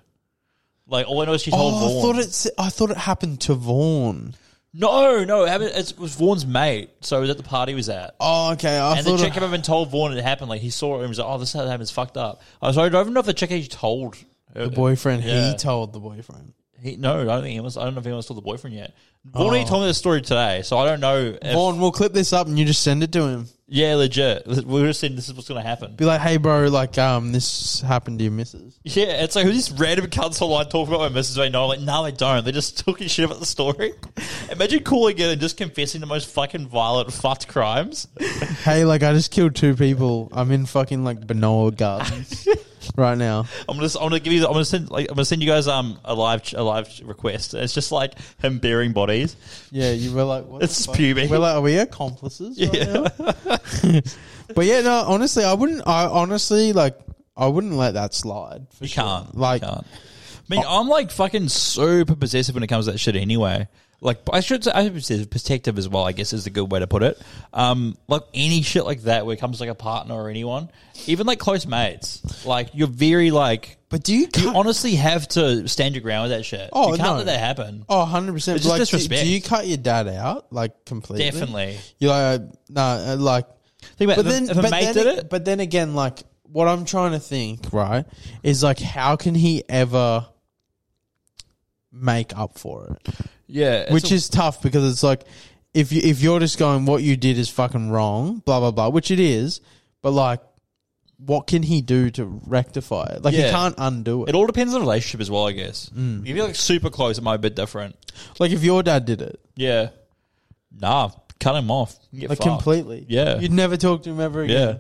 B: Like all I know is she told
A: Oh, I
B: Vaughn.
A: thought it. I thought it happened to Vaughn.
B: no, no, it, happened, it was Vaughn's mate. So it was at the party he was at.
A: Oh, okay. I
B: And the
A: thought.
B: chick
A: It,
B: came up and told Vaughn it happened. Like he saw it and was like, "Oh, this how it happens. Fucked up." I was like, I don't even know if the chick actually told her.
A: the boyfriend.
B: Yeah.
A: He told the boyfriend.
B: He, no, I don't think he was. I don't know if anyone's told the boyfriend yet.
A: Oh.
B: Vaughn only told me this story today, so I don't know. If,
A: Vaughn, we'll clip this up and you just send it to him.
B: yeah, legit. We were saying this is what's going to happen.
A: Be like, hey, bro, like, um, this happened to your missus.
B: Yeah, it's like who these random cunts online talking about my missus right now. I'm like, no, they don't. They're just talking shit about the story. Imagine calling in and just confessing the most fucking violent, fucked crimes.
A: Hey, like, I just killed two people. I'm in fucking like Benoa Gardens right now.
B: I'm gonna, I'm gonna give you, I'm gonna send, like, I'm gonna send you guys um a live, a live request. It's just like him burying bodies.
A: Yeah, you were like, what
B: It's
A: the
B: just
A: fuck?
B: pubic.
A: We're like, are we accomplices? Right
B: Yeah.
A: now? but yeah, no, honestly, I wouldn't. I honestly like, I wouldn't let that slide. For
B: You
A: sure.
B: can't.
A: like, oh.
B: you can't. I mean, I'm like fucking super possessive when it comes to that shit anyway. Like, I should say, I'm possessive, protective as well, I guess is the good way to put it. Um, like, any shit like that where it comes to like a partner or anyone, even like close mates, like, you're very like,
A: But do you?
B: you
A: Cut,
B: honestly have to stand your ground with that shit.
A: Oh,
B: you can't
A: no.
B: let that happen.
A: oh, 100 percent.
B: It's just
A: Like, do,
B: disrespect.
A: do you cut your dad out like completely?
B: Definitely.
A: You're like, no, uh, like,
B: Think about
A: but
B: if,
A: then,
B: a- if a
A: but
B: mate
A: then,
B: did it.
A: but then again, like, what I'm trying to think, right, is like, how can he ever make up for it?
B: yeah. it's
A: which
B: a-
A: is tough because it's like if you if you're just going what you did is fucking wrong, blah blah blah, which it is, but like what can he do to rectify it? Like
B: Yeah.
A: he can't undo it.
B: it all depends on the relationship as well, I guess.
A: Mm.
B: If you're like super close, it might be a bit different.
A: Like if your dad did it,
B: Yeah. Nah, cut him off. You Get
A: like
B: fucked.
A: completely,
B: Yeah.
A: you'd never talk to him ever
B: Yeah.
A: again.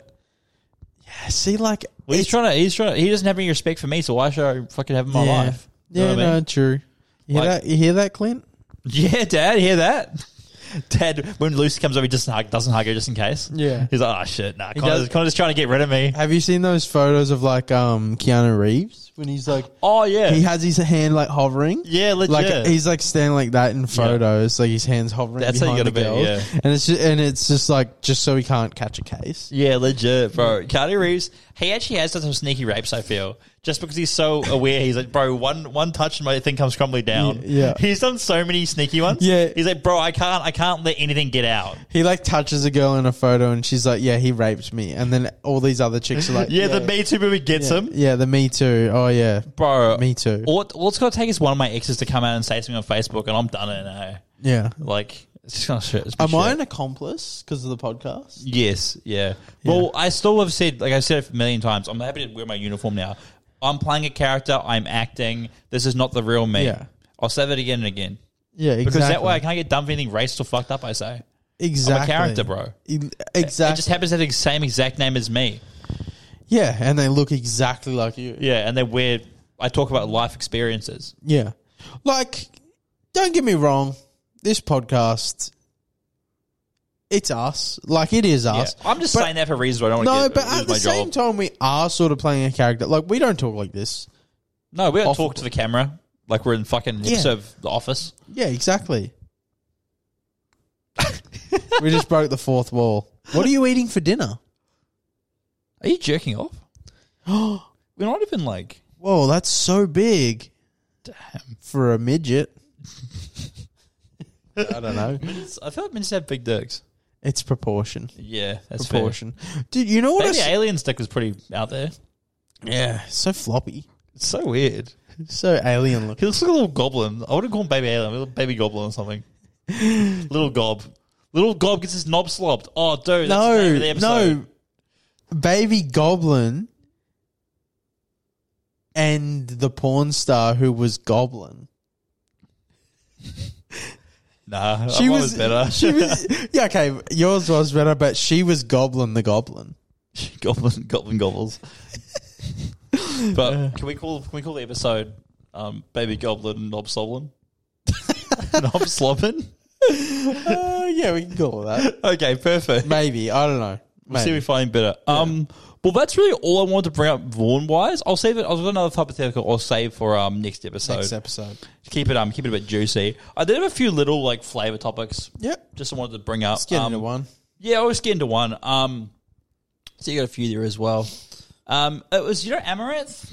A: Yeah, see, like
B: Well, he's
A: it's-
B: trying to. He's trying. To, he doesn't have any respect for me, so why should I fucking have him in my
A: yeah.
B: life? You
A: Yeah,
B: know what I
A: no,
B: mean?
A: true. You hear
B: Like-
A: that? You hear that, Clint?
B: Yeah, Dad, hear that? Dad, when Lucy comes over, he just hug, doesn't hug her just in case.
A: Yeah.
B: he's like, oh shit, nah,
A: does-
B: Connor's, Connor's trying to get rid of me.
A: Have you seen those photos of like um Keanu Reeves when he's like
B: Oh yeah,
A: he has his hand like hovering.
B: Yeah, legit.
A: Like uh, he's like standing like that in photos, like his hands hovering.
B: That's how you
A: behind the
B: gotta be,
A: girls. And it's just, and it's just like just so he can't catch a case.
B: yeah, legit, bro. Keanu Reeves, he actually has done some sneaky rapes. I feel just because he's so aware, he's like, bro, one one touch and my thing comes crumbly down.
A: Yeah, yeah.
B: he's done so many sneaky ones.
A: Yeah.
B: he's like, bro, I can't, I can't let anything get out.
A: He like touches a girl in a photo, and she's like, "Yeah, he raped me." And then all these other chicks are like,
B: Yeah, the Me Too movie gets him.
A: yeah, the me too." Oh yeah,
B: Bro,
A: Me too.
B: All, all it's gonna take is one of my exes to come out and say something on Facebook, and I'm done it. eh?
A: yeah.
B: Like it's just gonna shit. it's
A: Am I
B: shit.
A: an accomplice because of the podcast?
B: Yes, yeah. Well, I still have said, like I've said it a million times, I'm happy to wear my uniform now. I'm playing a character. I'm acting. This is not the real me.
A: Yeah.
B: I'll say that again and again
A: Yeah, exactly.
B: because that way I can't get done for anything racist or fucked up. I say
A: exactly.
B: character, bro.
A: E-
B: it just
A: Exactly.
B: happens to have the same exact name as me.
A: Yeah, and they look exactly like you.
B: Yeah, and they wear I talk about life experiences.
A: Yeah. Like, don't get me wrong, this podcast, it's us. Like, it is us.
B: Yeah. I'm just
A: But-
B: saying that for reasons where I don't want
A: No,
B: to get
A: but
B: lose
A: at the
B: my
A: same
B: job.
A: time, we are sort of playing a character. Like, we don't talk like this.
B: No, we don't
A: Off-
B: talk to the camera like we're in fucking
A: Yeah.
B: serve the office.
A: Yeah, exactly. we just broke the fourth wall. What are you eating for dinner?
B: Are you jerking off? We're not even like
A: Whoa, that's so big
B: damn.
A: for a midget. I don't know.
B: I feel like mints have big dicks.
A: It's proportion.
B: Yeah, that's
A: proportion. Dude, you know what? I
B: Fair. Maybe
A: s-
B: alien stick was pretty out there.
A: yeah, so floppy.
B: It's so weird.
A: So alien looking.
B: He looks like a little goblin. I would have called him baby alien, little baby goblin or something. little gob. Little gob gets his knob slobbed. Oh, dude. That's the name
A: No,
B: of the episode.
A: no. Baby Goblin and the porn star who was Goblin.
B: Nah,
A: She
B: she was, better.
A: She was. Yeah, okay. Yours was better, but she was Goblin the Goblin.
B: goblin, goblin gobbles. but can we call can we call the episode um, "Baby Goblin Knob Soblin"? knob Slobbin?
A: Uh, yeah, we can call it that.
B: Okay, perfect.
A: Maybe I don't know.
B: We'll see if we
A: Maybe.
B: find better. Um, well, that's really all I wanted to bring up Vaughn wise. I'll save it. I've got another hypothetical. I'll save for um next episode.
A: Next episode.
B: Keep it um keep it a bit juicy. I did have a few little like flavor topics.
A: Yep.
B: Just wanted to bring up.
A: Let's get
B: um,
A: into one.
B: Yeah, I'll just get into one. Um, so you got a few there as well. Um, it was you know Amaranth,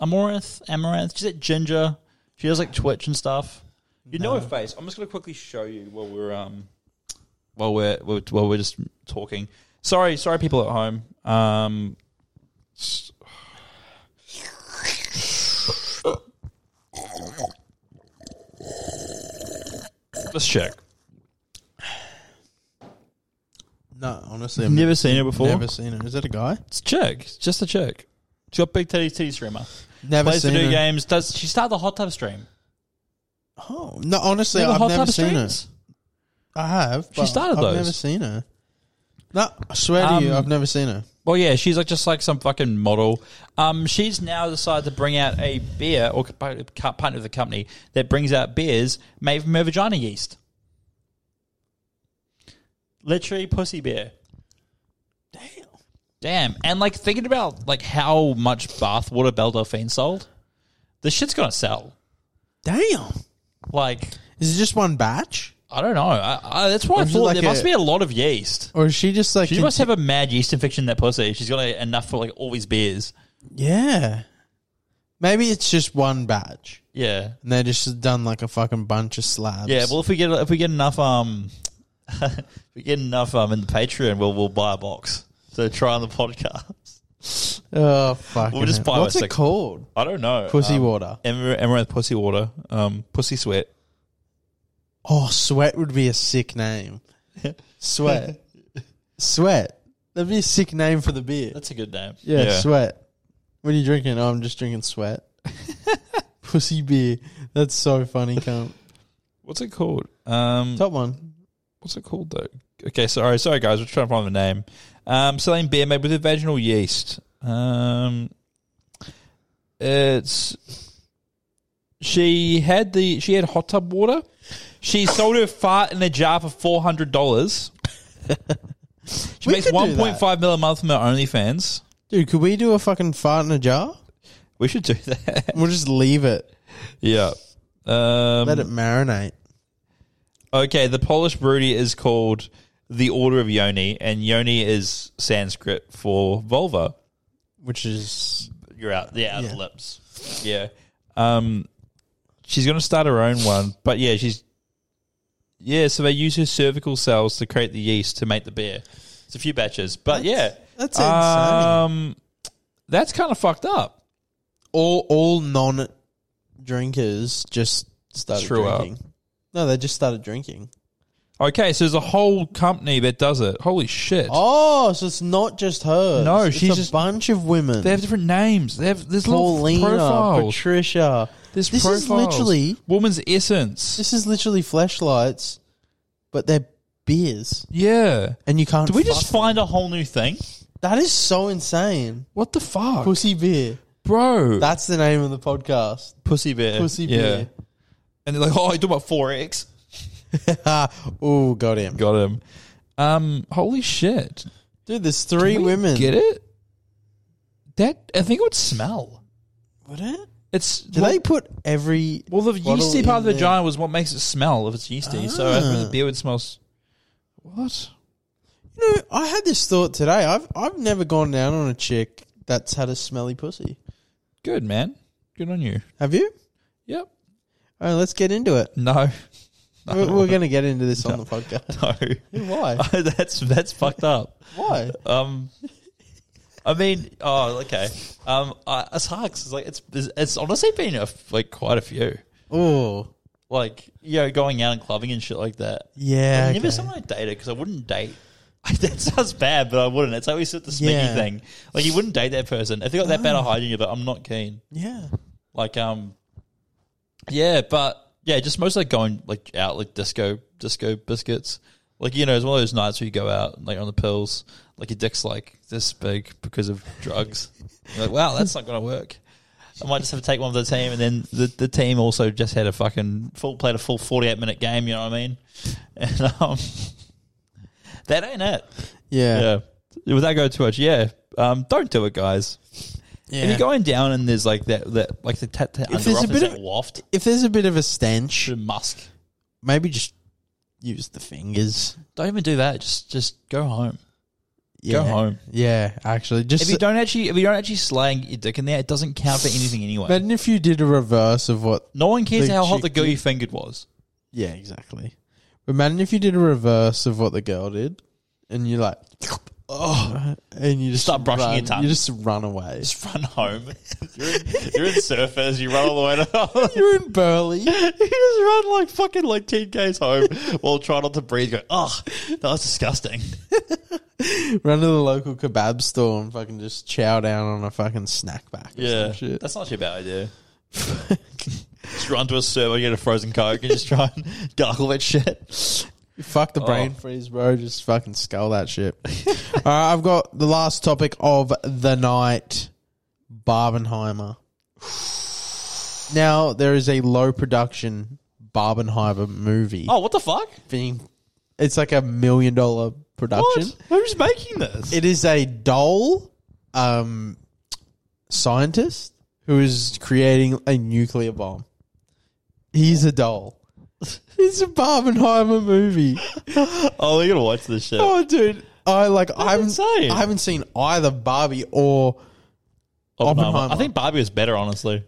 B: Amaranth, Amaranth. She's at Ginger. She does like Twitch and stuff. You know her face. I'm just gonna quickly show you while we're um, while we're while we're- while we're just talking. Sorry, sorry, people at home. Um, s- let's check.
A: No, honestly, I've
B: Never seen her before.
A: never seen her. Is that a guy?
B: It's a chick. It's just a chick. She got big titty titty streamer.
A: Never
B: Plays
A: seen
B: video
A: her.
B: games. Does she started the hot tub stream?
A: Oh no, honestly,
B: Remember
A: I've
B: hot
A: never
B: tub
A: seen her.
B: streams?
A: I have.
B: She
A: but
B: started
A: I've
B: those.
A: never seen her. No, I swear to you,
B: Um,
A: I've never seen her.
B: Well, yeah, she's like just like some fucking model. Um, she's now decided to bring out a beer or partner partner with a company that brings out beers made from her vagina yeast. Literally, pussy beer. Damn. Damn. And like thinking about like how much bathwater Belle Delphine sold, this shit's gonna sell.
A: Damn.
B: Like.
A: Is it just one batch,
B: I don't know. I, I, that's why I
A: Or is it
B: thought
A: like
B: there must
A: a-
B: be a lot of yeast.
A: or is she just like?
B: She must have a mad yeast infection in that pussy. She's got like, enough for like all these beers.
A: yeah. Maybe it's just one batch,
B: Yeah,
A: and they just done like a fucking bunch of slabs.
B: yeah. Well, if we get if we get enough um, if we get enough um in the Patreon, we'll we'll buy a box to try on the podcast.
A: oh fuck.
B: We'll just buy
A: What's
B: a
A: it
B: sec-
A: called?
B: I don't know.
A: Pussy
B: um,
A: water.
B: Emer- Amaranth pussy water. Um, pussy sweat.
A: Oh, sweat would be a sick name. Sweat, sweat. That'd be a sick name for the beer.
B: That's a good name.
A: Yeah, sweat. What are you drinking? Oh, I'm just drinking sweat. Pussy beer. That's so funny, cunt.
B: What's it called? Um,
A: Top one.
B: what's it called though? Okay, sorry, sorry guys, we're trying to find the name. Um, selling beer made with a vaginal yeast. Um, it's she had the she had hot tub water. She sold her fart in a jar for four hundred dollars. She
A: We
B: makes
A: could do
B: one
A: that.
B: point five mil a month from her OnlyFans.
A: Dude, could we do a fucking fart in a jar?
B: We should do that.
A: We'll just leave it.
B: yeah. Um,
A: Let it marinate.
B: Okay, the Polish broody is called the Order of Yoni, and Yoni is Sanskrit for vulva.
A: Which is
B: You're out. Yeah,
A: Yeah.
B: the lips. Yeah. Um, she's going to start her own one, but yeah, she's yeah. So they use her cervical cells to create the yeast to make the beer. It's a few batches, but
A: that's insane.
B: yeah, um, that's kind of fucked up.
A: all all non drinkers just started
B: Threw up.
A: drinking. No, they just started drinking.
B: Okay, so there's a whole company that does it. Holy shit!
A: Oh, so it's not just her.
B: No,
A: It's
B: she's
A: a
B: just-
A: bunch of women.
B: They have different names. They have there's little
A: Paulina,
B: profiles.
A: Patricia.
B: There's
A: This is
B: profiles.
A: literally-
B: woman's essence.
A: This is literally flashlights, but they're beers,
B: yeah.
A: and you can't.
B: Did we
A: fuck
B: just find a whole new thing?
A: That is so insane.
B: What the fuck?
A: Pussy beer.
B: bro.
A: That's the name of the podcast.
B: pussy bear.
A: Pussy
B: Yeah.
A: beer.
B: And they're like, oh, you talking about four X?
A: oh, got him.
B: Got him. Um, holy shit.
A: Dude, there's three
B: Can we
A: women.
B: Get it? That I think it would smell.
A: Would it?
B: It's
A: Do
B: well,
A: they put every?
B: well, the
A: bottle
B: yeasty part of the
A: in there? Ah.
B: vagina was what makes it smell if it's yeasty. So I think the beer would smell. s- What?
A: You know, I had this thought today. I've I've never gone down on a chick that's had a smelly pussy.
B: Good man. Good on you.
A: Have you?
B: Yep.
A: All right, let's get into it.
B: No. No.
A: We're, we're going to get into this on the podcast.
B: no.
A: Why?
B: that's that's fucked up.
A: Why?
B: Um, I mean, oh, okay. Um, I it sucks. It's like it's it's honestly been a, f- like quite a few.
A: Oh,
B: Like you know, going out and clubbing and shit like that.
A: yeah.
B: I Never
A: okay.
B: someone I dated because I wouldn't date. that sounds bad, but I wouldn't. It's like we said the sneaky
A: Yeah.
B: thing. Like you wouldn't date that person if they got that bad at hiding you. But I'm not keen.
A: Yeah.
B: Like um, yeah, but yeah, just mostly like going like out like disco disco biscuits. Like you know, it's one of those nights where you go out like on the pills, like your dick's like this big because of drugs. You're like wow, that's not gonna work. I might just have to take one for the team, and then the, the team also just had a fucking full played a full forty eight minute game. You know what I mean? And um, that ain't it.
A: Yeah.
B: Yeah, without going too much. Yeah, um, don't do it, guys. If
A: Yeah.
B: you're going down and there's like that, that like the tat, tat
A: If
B: under
A: there's a
B: office,
A: bit
B: that
A: of-
B: waft
A: if there's a bit of a
B: to
A: stench,
B: Musk.
A: maybe just use the fingers.
B: Don't even do that. Just just go home.
A: Yeah.
B: home.
A: Yeah, actually, just
B: If you don't actually if you don't actually slang your dick in there, it doesn't count for anything anyway.
A: imagine if you did a reverse of what.
B: no one cares
A: the
B: how hot
A: chick
B: the girl
A: did-
B: you fingered was.
A: Yeah, exactly. Imagine if you did a reverse of what the girl did, and you like, oh, and you just
B: Start brushing your
A: run-
B: tongue.
A: You just run away.
B: Just run home. you're, in, you're in surfers. You run all the way to.
A: You're in Burley.
B: you just run like fucking like ten k's home while trying not to breathe. Go, oh, that was disgusting.
A: Run to the local kebab store and fucking just chow down on a fucking snack back. Or yeah.
B: Yeah,
A: Some shit.
B: that's not your bad idea. just run to a server, get a frozen coke, and just try and gargle that shit.
A: Fuck the brain
B: Oh.
A: freeze, bro. Just fucking skull that shit. All right, I've got the last topic of the night Barbenheimer. Now, there is a low production Barbenheimer movie.
B: Oh, what the fuck?
A: Being, it's like a million dollar production.
B: What? Who's making this?
A: It is a doll um, scientist who is creating a nuclear bomb. He's a doll. It's a Barbenheimer movie.
B: oh, we're gonna watch this shit.
A: Oh, dude, I like. I haven't.
B: insane.
A: I haven't seen either Barbie or.
B: Oppenheimer.
A: Oppenheimer.
B: I think Barbie was better, honestly.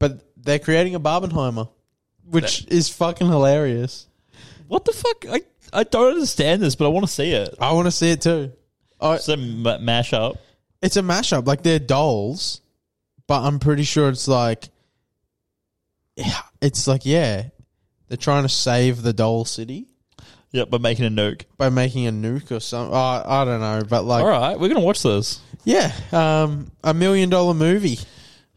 A: But they're creating a Barbenheimer, which is fucking hilarious.
B: What the fuck? I, I don't understand this, but I want to see it.
A: I want to see it too. I,
B: It's a m- mashup.
A: it's a mashup. Like they're dolls, but I'm pretty sure it's like. Yeah, It's like yeah, they're trying to save the doll city
B: Yep, but making a nuke.
A: by making a nuke or something. I I don't know, but like
B: All right, we're gonna watch this.
A: yeah, um, a million dollar movie.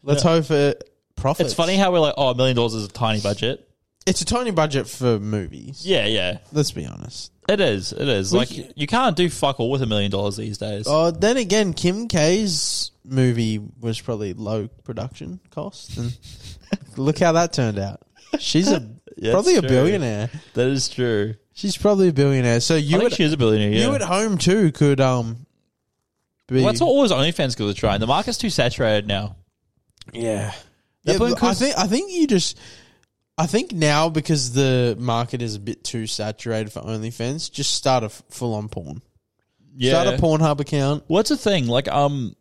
A: Let's hope it profits.
B: It's funny how we're like, oh, a million dollars is a tiny budget.
A: It's a tiny budget for movies.
B: Yeah, yeah,
A: Let's be honest.
B: it is. It is. Like Oh, you can't do fuck all with a million dollars these days.
A: Uh, then again, Kim K's movie was probably low production cost, and look how that turned out. She's a
B: Yeah,
A: probably a
B: it's true.
A: billionaire.
B: That is true.
A: She's probably a billionaire. So
B: I
A: you
B: think
A: at,
B: she is a billionaire. Yeah.
A: you at home too could um be
B: well, that's what all those OnlyFans girls are trying. The market's too saturated now.
A: yeah.
B: They're
A: Yeah,
B: putting
A: I
B: cons-
A: think I think you just I think now because the market is a bit too saturated for OnlyFans, just start a full on porn. Start a Pornhub account.
B: What's the thing? Like, um,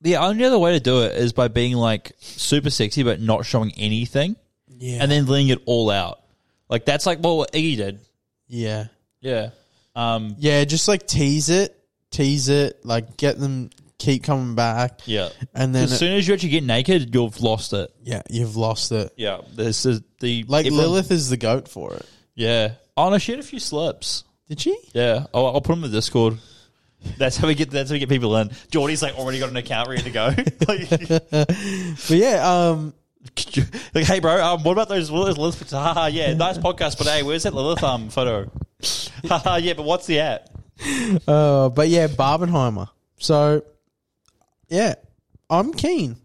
B: the only other way to do it is by being like super sexy but not showing anything,
A: Yeah.
B: and then letting it all out. Like that's like well, what Iggy did.
A: yeah.
B: Yeah. Um.
A: Yeah, just like tease it, tease it, like get them keep coming back,
B: Yeah.
A: and then
B: As soon as you actually get naked, you've lost it.
A: yeah, you've lost it.
B: Yeah. This is the
A: Like
B: everyone-
A: Lilith is the goat for it.
B: Yeah. Oh no, she had a few slips.
A: Did she?
B: Yeah, I'll, I'll put them in the Discord. That's how we get. That's how we get people in. Geordie's like already got an account ready to go. like,
A: But yeah, um,
B: like, hey, bro, um, what about those? What are those Lilith? photos? Haha, yeah, nice podcast. But hey, where's that Lilith um photo? Haha, yeah, but what's the app?
A: uh, but yeah, Barbenheimer. So yeah, I'm keen.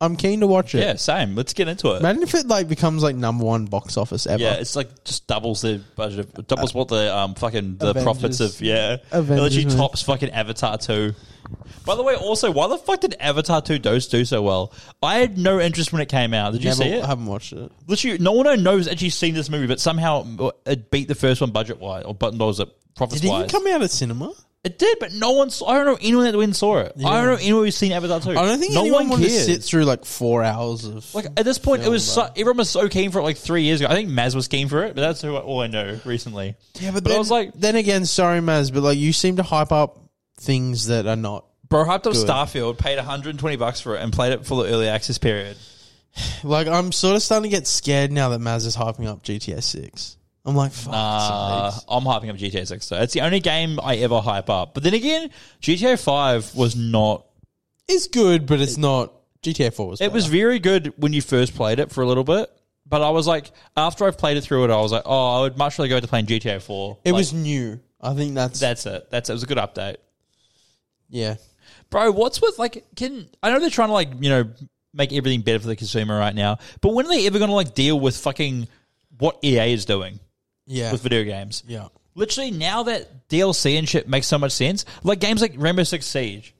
A: I'm keen to watch it.
B: Yeah, same. Let's get into it.
A: Imagine if it like becomes like number one box office ever.
B: Yeah, it's like just doubles the budget, of, doubles what the um fucking the
A: Avengers.
B: profits of yeah.
A: Avengers,
B: it literally
A: man.
B: tops fucking Avatar two. By the way, also why the fuck did Avatar two dose do so well? I had no interest when it came out. Did you
A: Never-
B: see it?
A: I haven't watched it.
B: literally, no one I know has actually seen this movie, but somehow it beat the first one budget wise or button dollars profits
A: Did it even
B: wise.
A: come out of cinema?
B: it did, but no one. Saw, I don't know anyone that went saw it. I don't know anyone who's seen Avatar two.
A: I don't think
B: no
A: anyone
B: one
A: wanted
B: cares.
A: to sit through like four hours of.
B: Like at this point, it was so, everyone was so keen for it like three years ago. I think Maz was keen for it, but that's who I, all I know recently.
A: yeah, but,
B: I
A: then,
B: was like-
A: then again, sorry, Maz, but like you seem to hype up things that are not.
B: Bro hyped up Starfield, paid 120 bucks for it, and played it for the early access period.
A: Like I'm sort of starting to get scared now that Maz is hyping up GTA Six. I'm like, fuck.
B: Uh,
A: sakes.
B: I'm hyping up GTA 6 though. It's the only game I ever hype up. But then again, GTA 5 was not.
A: it's good, but it's not. GTA Four was.
B: It was very good when you first played it for a little bit. But I was like, after I've played it through it, I was like, oh, I would much rather go to playing GTA 4.
A: It
B: Like,
A: was new. I think that's
B: That's it. That's it. It was a good update.
A: yeah.
B: bro what's with like can i know they're trying to like you know make everything better for the consumer right now but when are they ever going to like deal with fucking what ea is doing
A: Yeah.
B: with video games
A: yeah.
B: literally now that dlc and shit makes so much sense like games like rainbow six siege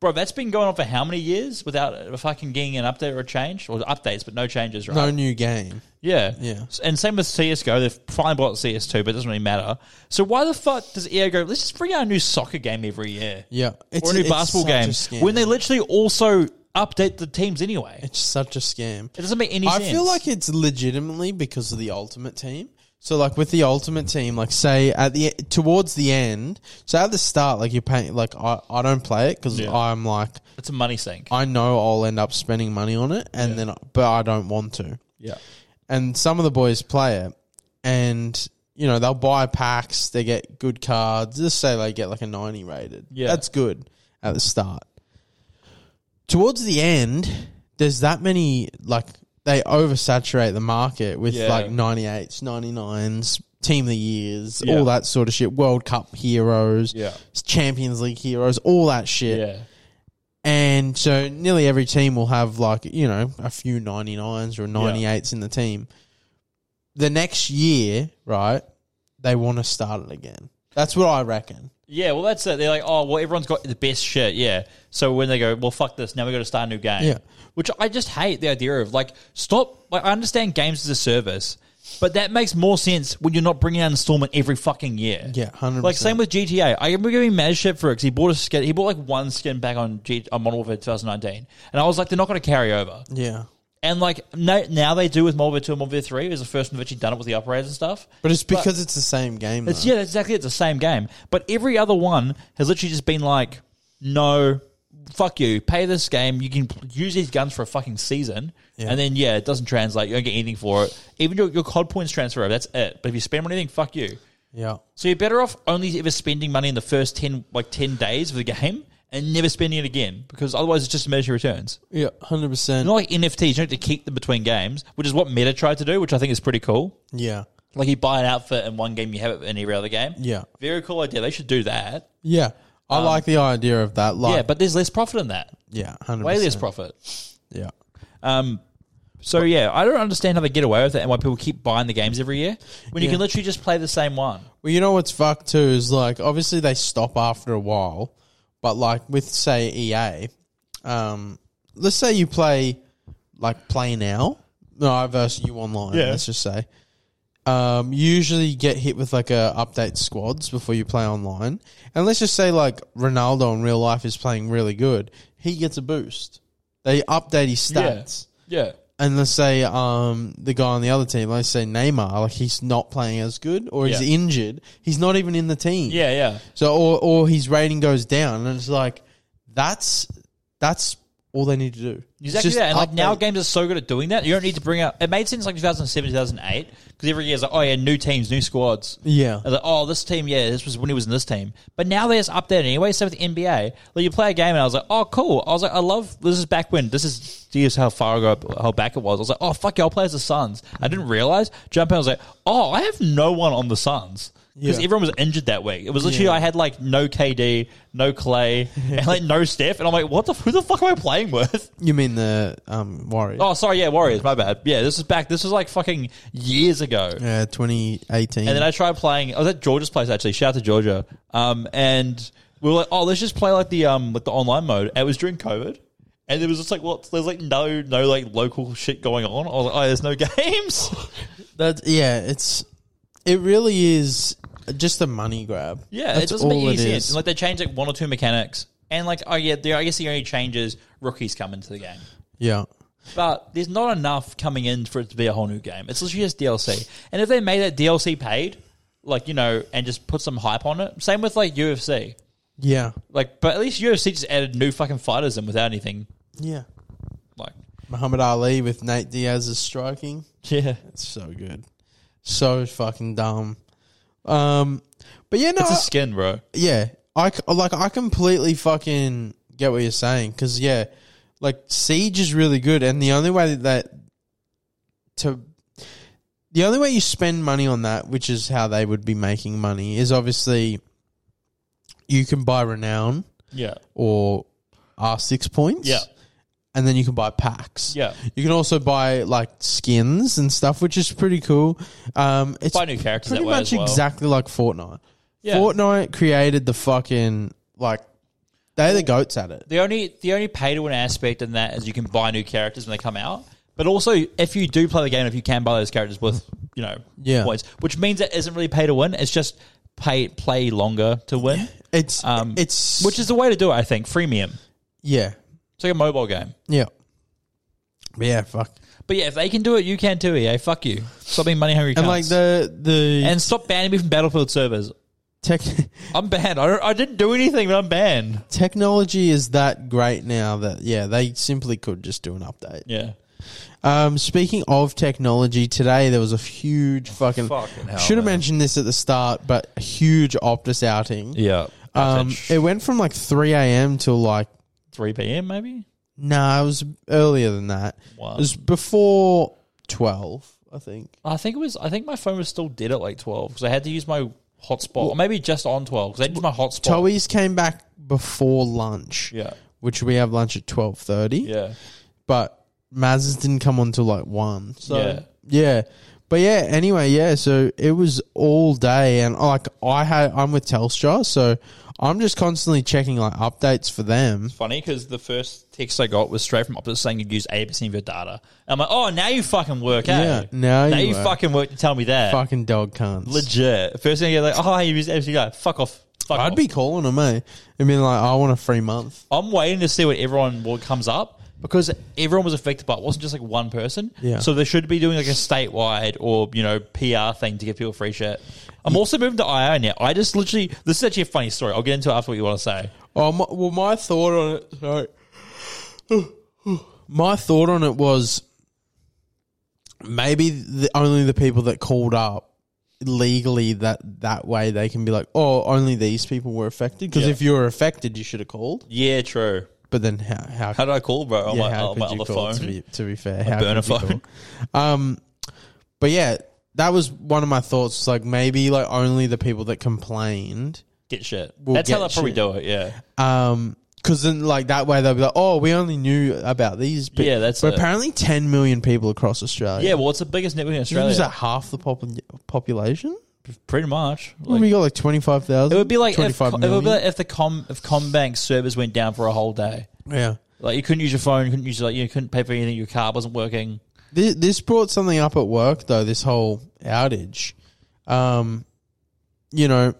B: bro that's been going on for how many years without uh, fucking getting an update or a change or updates but no changes right
A: No new game.
B: yeah.
A: Yeah.
B: S- And same with CSGO. They've finally bought CS2, but it doesn't really matter. So why the fuck does EA go, let's just bring out a new soccer game every year?
A: Yeah. It's
B: or a new
A: it's
B: basketball
A: such a
B: game
A: scam.
B: when they literally also update the teams anyway.
A: it's such a scam.
B: It doesn't make any
A: I
B: sense.
A: feel like it's legitimately because of the ultimate team. So like with the ultimate team, like say at the e, towards the end, so at the start, like you're paying, like I, I don't play it because
B: Yeah.
A: I'm like
B: it's a money sink.
A: I know I'll end up spending money on it, and then but I don't want to.
B: Yeah,
A: And some of the boys play it, and you know they'll buy packs, they get good cards. Just say they get like a ninety rated,
B: Yeah.
A: that's good at the start. Towards the end, there's that many like they oversaturate the market with
B: Yeah.
A: like 98s, 99s, team of the years,
B: Yeah.
A: all that sort of shit, World Cup heroes,
B: Yeah.
A: Champions League heroes, all that shit.
B: yeah,
A: And so nearly every team will have like, you know, a few 99s or 98s in the team. The next year, right, they want to start it again. That's what I reckon.
B: yeah. Well, that's it. They're like, oh, well, everyone's got the best shit. Yeah. So when they go, well, fuck this. Now we got to start a new game.
A: Yeah.
B: Which I just hate the idea of. Like, stop. Like, I understand games as a service, but that makes more sense when you're not bringing out an installment every fucking year.
A: Yeah, 100%.
B: Like same with GTA. I remember giving Maz shit for it because he bought a skin. He bought like one skin back on G- on Modern Warfare 2019, and I was like, they're not going to carry over.
A: yeah.
B: And like no, now they do with Modern Warfare 2 and Modern Warfare 3 is the first one they've actually done it with the operators and stuff.
A: But it's because it's the same game. Though.
B: It's, yeah, that's exactly. It's the same game, but every other one has literally just been like, no, fuck you, pay this game. You can p- use these guns for a fucking season,
A: Yeah.
B: and then yeah, it doesn't translate. You don't get anything for it. Even your, your COD points transfer over. That's it. But if you spend on anything, fuck you.
A: yeah.
B: So you're better off only ever spending money in the first ten like ten days of the game and never spending it again because otherwise it's just a measure of returns.
A: Yeah, 100%.
B: Not like NFTs, you don't have to keep them between games, which is what Meta tried to do, which I think is pretty cool.
A: yeah.
B: Like you buy an outfit in one game, you have it in every other game.
A: Yeah. Um,
B: Very cool idea. They should do that.
A: Yeah. I like the idea of that. Like,
B: yeah, but there's less profit in that.
A: yeah, 100%.
B: Way less profit.
A: yeah.
B: Um so yeah, I don't understand how they get away with it and why people keep buying the games every year when you
A: Yeah.
B: can literally just play the same one.
A: Well, you know what's fucked too is like obviously they stop after a while, but like with say EA, um, let's say you play like play now, no versus you online.
B: Yeah.
A: Let's just say, um, you usually get hit with like a update squads before you play online, and let's just say like Ronaldo in real life is playing really good, he gets a boost. They update his stats.
B: Yeah.
A: And let's say um, the guy on the other team, let's say Neymar, like he's not playing as good or he's
B: Yeah.
A: injured. He's not even in the team.
B: Yeah, yeah.
A: So or or his rating goes down, and it's like that's that's all they need to do. It's
B: Exactly
A: just
B: that. And like now
A: update.
B: games are so good at doing that. You don't need to bring out it made sense like 2007, 2008 because every year it's like, oh yeah, new teams, new squads.
A: yeah,
B: And like, oh, this team, yeah, this was when he was in this team. But now they just update it anyway. So with the NBA, like you play a game, and I was like, oh, cool. I was like, I love this is back when this is. Geez, how far ago, how back it was. I was like, oh fuck, yeah, I'll play as the Suns. I didn't realize. Jump in, I was like, oh, I have no one on the Suns. because
A: Yeah.
B: everyone was injured that week. It was literally
A: Yeah.
B: I had like no KD, no Clay, and like no Steph, and I'm like, what the who the fuck am I playing with?
A: You mean the um, Warriors?
B: Oh, sorry, yeah, Warriors, my bad. Yeah, this is back. This was like fucking years ago.
A: Yeah, 2018.
B: And
A: Hmm.
B: then I tried playing. I was at Georgia's place actually. Shout out to Georgia. Um, and we were like, oh, let's just play like the um like the online mode. And it was during COVID, and it was just like, well, there's like no no like local shit going on. I was like, oh, there's no games.
A: That yeah, it's it really is just a money grab.
B: yeah,
A: That's
B: it doesn't make
A: all
B: any
A: it
B: sense.
A: is.
B: And, like they changed like one or two mechanics, and like oh yeah, the, I guess the only change is rookies come into the game.
A: yeah,
B: But there's not enough coming in for it to be a whole new game. It's literally just DLC. And if they made that DLC paid, like you know, and just put some hype on it. Same with like UFC.
A: yeah,
B: Like, but at least UFC just added new fucking fighters in without anything.
A: yeah.
B: Like,
A: Muhammad Ali with Nate Diaz is striking.
B: yeah,
A: It's so good, so fucking dumb. Um, but yeah, no,
B: it's a
A: I-
B: skin, bro.
A: yeah, I c- like I completely fucking get what you're saying because yeah, like Siege is really good, and the only way that, that to the only way you spend money on that, which is how they would be making money, is obviously you can buy renown
B: Yeah,
A: or R six points,
B: Yeah.
A: and then you can buy packs,
B: yeah.
A: You can also buy like skins and stuff, which is pretty cool. Um, it's
B: Buy new characters
A: pretty
B: that way
A: much
B: as well.
A: exactly like Fortnite.
B: Yeah.
A: Fortnite created the fucking like they're the goats at it.
B: the only the only pay to win aspect in that is you can buy new characters when they come out. But also, if you do play the game, if you can buy those characters with you know
A: Yeah.
B: points, which means it isn't really pay to win. It's just pay play longer to win,
A: It's
B: Um,
A: it's
B: which is the way to do it. I think freemium.
A: yeah
B: It's like a mobile game.
A: yeah But yeah fuck
B: But yeah, if they can do it, you can too. EA, fuck you. Stop being money hungry.
A: and like the the
B: and stop banning me from Battlefield servers.
A: tech
B: I'm banned. I, don't, I didn't do anything, but I'm banned.
A: technology is that great now that yeah they simply could just do an update.
B: Yeah.
A: Um, speaking of technology, today there was a huge fucking.
B: Fucking hell,
A: Should have
B: man.
A: mentioned this at the start, but a huge Optus outing.
B: Yeah.
A: Um, it went from like 3 a.m. till like
B: 3 p.m. maybe?
A: Nah, it was earlier than that.
B: Wow.
A: It was before twelve, I think.
B: I think it was, I think my phone was still dead at like 12 because I had to use my hotspot. or maybe just on 12 because I used my hotspot.
A: Toey's came back before lunch,
B: yeah.
A: which we have lunch at twelve thirty.
B: Yeah.
A: But Maz's didn't come on till like one. So
B: Yeah.
A: yeah. But yeah, anyway, yeah, so it was all day and like I had I'm with Telstra, so I'm just constantly checking like updates for them.
B: Funny because the first text I got was straight from Optus saying you'd use 80% of your data. And I'm like, oh, now you fucking work, eh?
A: Yeah, now you
B: you
A: work.
B: fucking work to tell me that.
A: Fucking dog cunts.
B: Legit. First thing I get like, oh, you use 80% of your data. Fuck off. Fuck
A: I'd
B: off.
A: be calling them, eh? And being like, I want a free month.
B: I'm waiting to see what everyone what comes up because everyone was affected by it. it wasn't just like one person.
A: Yeah.
B: So they should be doing like a statewide or you know PR thing to give people free shit. I'm also moving to IO now. I just literally this is actually a funny story. I'll get into it after what you want to say.
A: Oh, my, well, my thought on it. Sorry. my thought on it was maybe the, only the people that called up legally that that way they can be like, oh, only these people were affected. Because
B: Yeah.
A: if you were affected, you should have called.
B: Yeah, true.
A: But then how how,
B: How did I call, bro? On
A: yeah,
B: my,
A: how
B: on my
A: could you
B: other
A: call?
B: phone.
A: To be, to be fair, how
B: burner
A: could you
B: phone.
A: call? Um, but yeah, that was one of my thoughts. It's Like maybe like only the people that complained
B: Get shit.
A: We'll
B: That's how
A: get
B: they probably
A: shit.
B: do it. Yeah.
A: Um 'cause because then like that way they'll be like, oh, we only knew about these. But,
B: Yeah, that's
A: But
B: it.
A: apparently, ten million people across Australia.
B: Yeah. Well, it's the biggest network in
A: Australia.
B: Australia.
A: is that half the pop- population?
B: Pretty much.
A: Well,
B: Like,
A: we got like twenty five thousand.
B: it would be like
A: twenty
B: if,
A: five
B: it would
A: million.
B: be like if the com if Combank servers went down for a whole day.
A: yeah.
B: Like you couldn't use your phone, you couldn't use like you couldn't pay for anything. Your card wasn't working.
A: This, this brought something up at work though. This whole outage, um, you know,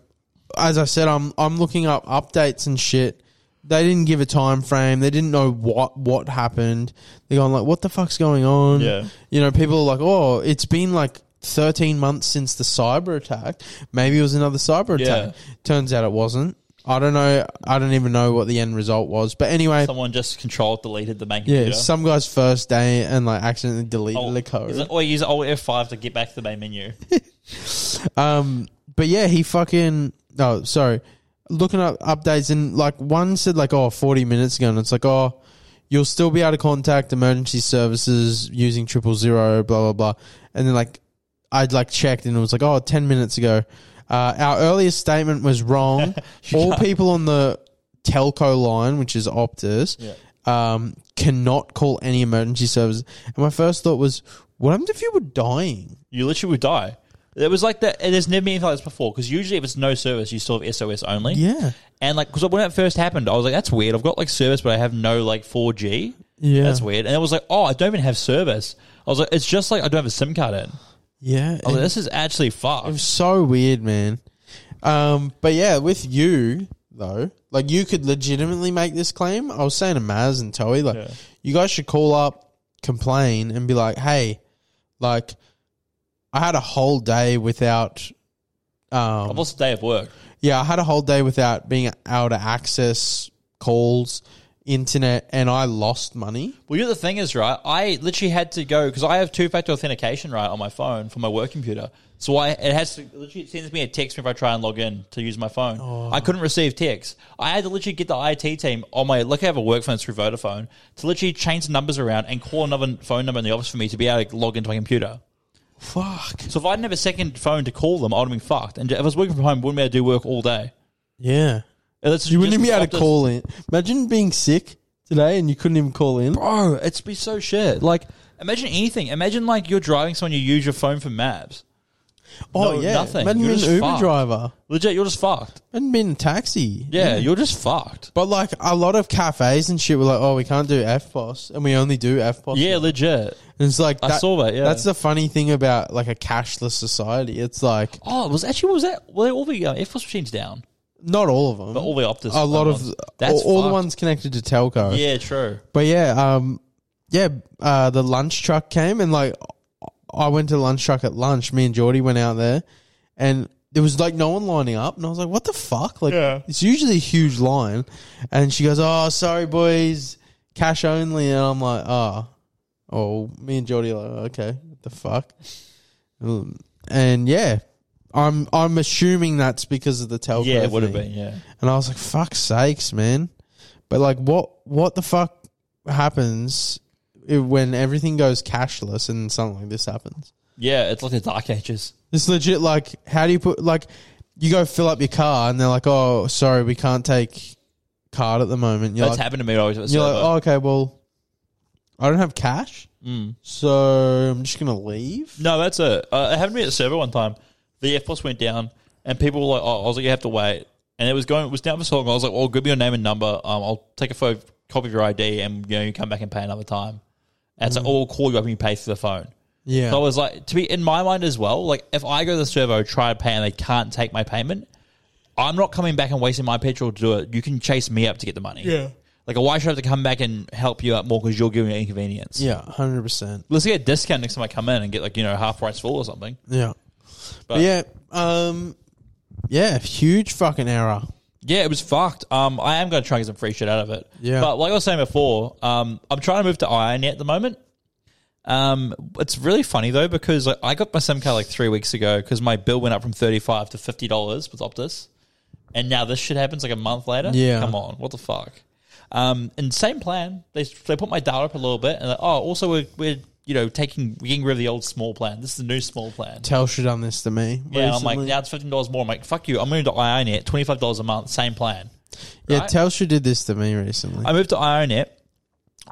A: as I said, I'm I'm looking up updates and shit. They didn't give a time frame. They didn't know what what happened. They're going like, what the fuck's going on?
B: Yeah.
A: you know, people are like, oh, it's been like. 13 months since the cyber attack. Maybe it was another cyber attack. Turns out it wasn't. I don't know. I don't even know what the end result was. But anyway,
B: Someone just controlled deleted the main
A: yeah,
B: computer.
A: some guy's first day and like accidentally deleted
B: Oh,
A: the code.
B: is it- or use Alt F five to get back to the main menu.
A: Um, but yeah, he fucking. Oh, sorry. Looking up updates and like one said like oh 40 minutes ago and it's like oh you'll still be able to contact emergency services using triple zero blah blah blah and then like I'd like checked and it was like oh 10 minutes ago Uh, our earlier statement was wrong. All people on the telco line, which is Optus, um, cannot call any emergency service. And my first thought was, what happened if you were dying?
B: You literally would die. It was like that. and There's never been anything like this before because usually if it's no service, you still have SOS only.
A: Yeah.
B: And like, because when it first happened, I was like, that's weird. I've got like service, but I have no like 4G.
A: Yeah.
B: That's weird. And it was like, oh, I don't even have service. I was like, it's just like I don't have a SIM card in.
A: Yeah.
B: I was like, this is actually fucked.
A: Oh, so weird, man. Um, but yeah, with you though, like you could legitimately make this claim. I was saying to Maz and Toey, like
B: Yeah.
A: you guys should call up, complain, and be like, "Hey, like I had a whole day without." Um,
B: I've lost a day of work.
A: yeah, I had a whole day without being able to access calls, internet, and I lost money.
B: Well, you know, the thing is, right? I literally had to go because I have two factor authentication, right, on my phone for my work computer. So I it has to literally it sends me a text if I try and log in to use my phone.
A: Oh.
B: I couldn't receive texts. I had to literally get the IT team on my like I have a work phone it's through Vodafone to literally change the numbers around and call another phone number in the office for me to be able to log into my computer.
A: Fuck.
B: So if I didn't have a second phone to call them, I'd have been fucked. And if I was working from home, wouldn't be able to do work all day.
A: Yeah.
B: And that's
A: You wouldn't
B: just-
A: even be able to
B: Optus-
A: call in. Imagine being sick today and you couldn't even call in.
B: bro, it's be so shit. Like, imagine anything. Imagine like you're driving someone, you use your phone for maps.
A: Oh
B: No,
A: yeah,
B: nothing.
A: Imagine
B: You're
A: being
B: just
A: an Uber
B: fucked.
A: driver.
B: Legit, you're just fucked.
A: Imagine being a taxi.
B: Yeah, you're just fucked.
A: But like a lot of cafes and shit were like, oh, we can't do FBOS, and we only do FBOS.
B: Yeah, legit.
A: and it's like
B: I saw that, yeah.
A: that's the funny thing about like a cashless society. It's like
B: Oh, it was actually what was that? Well, all the uh, Air Force machines down,
A: not all of them,
B: but all the Optus.
A: a lot of
B: ones.
A: all, all the
B: fucked.
A: ones connected to telco.
B: Yeah, true.
A: But yeah, um, yeah, uh, the lunch truck came and like I went to the lunch truck at lunch. Me and Geordie went out there, and there was like no one lining up, and I was like, "What the fuck?" Like,
B: Yeah.
A: it's usually a huge line, and she goes, "Oh, sorry, boys, cash only," and I'm like, "Oh, oh." Me and Geordie are like, "Okay, what the fuck," Um, and yeah. I'm I'm assuming that's because of the telco.
B: Yeah, it would have
A: thing.
B: been. Yeah,
A: And I was like, fuck sakes, man. But like what what the fuck happens i- when everything goes cashless and something like this happens?
B: yeah. It's like the Dark Ages.
A: It's legit like how do you put like you go fill up your car and they're like, Oh, sorry, we can't take card at the moment. You're
B: That's
A: like,
B: happened to me. when I was at the
A: you're like,
B: server.
A: oh, okay, well I don't have cash.
B: Mm.
A: So I'm just gonna leave.
B: No, that's it. Uh, it happened to me at the server one time. The Air Force went down, and people were like, "Oh, I was like, you have to wait." And it was going, it was down for so long. I was like, "Well, give me your name and number. Um, I'll take a photo, copy of your ID, and you know, you come back and pay another time." And it's like, "Oh, we'll call you up and you pay through the phone."
A: Yeah.
B: So I was like, to be in my mind as well. Like, if I go to the servo, try to pay, and they can't take my payment, I'm not coming back and wasting my petrol to do it. You can chase me up to get the money.
A: Yeah.
B: Like, why should I have to come back and help you out more because you're giving me an inconvenience?
A: yeah, hundred percent.
B: Let's get a discount next time I come in and get like you know half price full or something.
A: Yeah. But
B: But-
A: yeah, um yeah, huge fucking error.
B: Yeah, it was fucked. Um, I am going to try and get some free shit out of it.
A: Yeah.
B: But like I was saying before, um, I'm trying to move to ironet at the moment. Um, it's really funny though because like, I got my SIM card like three weeks ago because my bill went up from thirty five to fifty dollars with Optus, and now this shit happens like a month later.
A: Yeah.
B: Come on, what the fuck? Um, and same plan. They they put my data up a little bit and like, oh, also we're we're you know taking we're getting rid of the old small plan. This is the new small plan.
A: Telstra done this to me.
B: Yeah, I'm like,
A: recently.
B: now it's fifteen dollars more. I'm like, fuck you. I'm moving to ironet, twenty five dollars a month, same plan.
A: Yeah,
B: right?
A: Telstra did this to me recently.
B: I moved to ironet.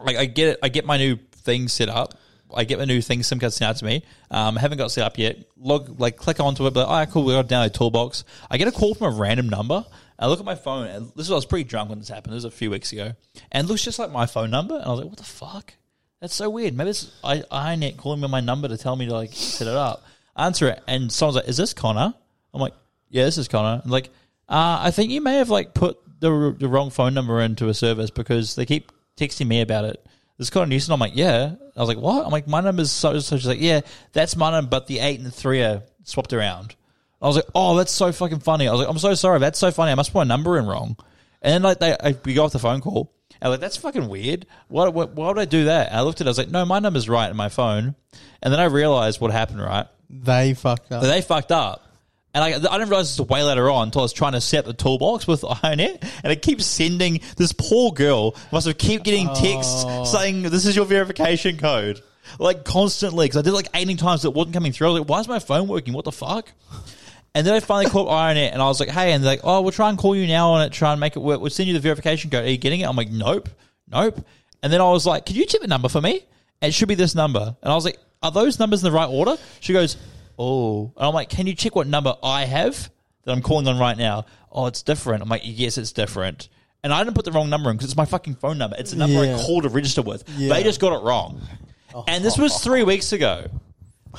B: Like I get it, I get my new thing set up. I get my new thing SIM card sent out to me. Um, haven't got set up yet. Log like click onto it, but all right, cool. We got to download Toolbox. I get a call from a random number. I look at my phone, and this is I was pretty drunk when this happened. This was a few weeks ago, and it looks just like my phone number. And I was like, what the fuck? That's so weird. Maybe it's I, ironet calling me my number to tell me to like set it up. Answer it, and someone's like, "Is this Connor?" I'm like, "Yeah, this is Connor." And like, uh, I think you may have like put the the wrong phone number into a service because they keep texting me about it. This is Connor Newson. I'm like, "Yeah." I was like, "What?" I'm like, "My number's so so." She's like, "Yeah, that's my number, but the eight and the three are swapped around." I was like, "Oh, that's so fucking funny." I was like, "I'm so sorry. That's so funny. I must put my number in wrong." And then like they, I, we got off the phone call. And I'm like, that's fucking weird. Why, why, why would I do that? And I looked at it. I was like, no, my number's right in my phone. And then I realized what happened, right?
A: they fucked up.
B: But they fucked up. And I, I didn't realize this was way later on until I was trying to set up the toolbox with Ironet. And it keeps sending this poor girl, must have keep getting texts saying, this is your verification code. Like constantly, because I did it like 18 times, it wasn't coming through. I was like, why is my phone working? What the fuck? And then I finally caught eye on it, and I was like, "Hey!" And they're like, "Oh, we'll try and call you now on it. Try and make it work. We'll send you the verification code. Are you getting it?" I'm like, "Nope, nope." And then I was like, "Could you tip a number for me? It should be this number." And I was like, "Are those numbers in the right order?" She goes, "Oh," and I'm like, "Can you check what number I have that I'm calling on right now?" Oh, it's different. I'm like, "Yes, it's different." And I didn't put the wrong number in because it's my fucking phone number. It's the number
A: Yeah.
B: I call to register with.
A: Yeah.
B: They just got it wrong. And this was three weeks ago.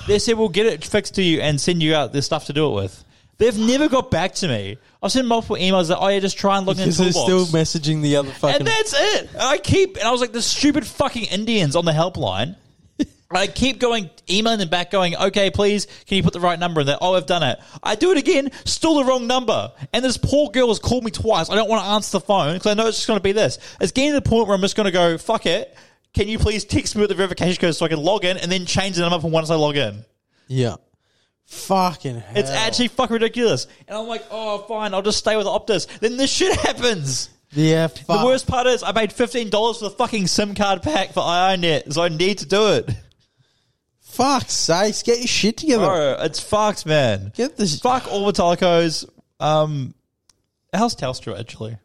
B: They said we'll get it fixed to you and send you out the stuff to do it with. They've never got back to me. I've sent multiple emails that oh yeah, just try and log in the
A: Because they're
B: toolbox.
A: still messaging the other fucking.
B: and that's it. And I keep and I was like the stupid fucking Indians on the helpline. And I keep going emailing them back, going, okay, please, can you put the right number in there? Oh, I've done it. I do it again, still the wrong number. And this poor girl has called me twice. I don't want to answer the phone because I know it's just going to be this. It's getting to the point where I'm just going to go, fuck it. Can you please text me with the verification code so I can log in and then change the number from once I log in?
A: yeah. Fucking hell.
B: It's actually fucking ridiculous. And I'm like, oh, fine, I'll just stay with Optus. Then this shit happens.
A: Yeah, fuck.
B: The worst part is I paid fifteen dollars for the fucking SIM card pack for IONet, so I need to do it.
A: Fuck's sakes, get your shit together.
B: Bro, it's fucked, man.
A: Get this.
B: Fuck all the telcos. Um, how's Telstra actually?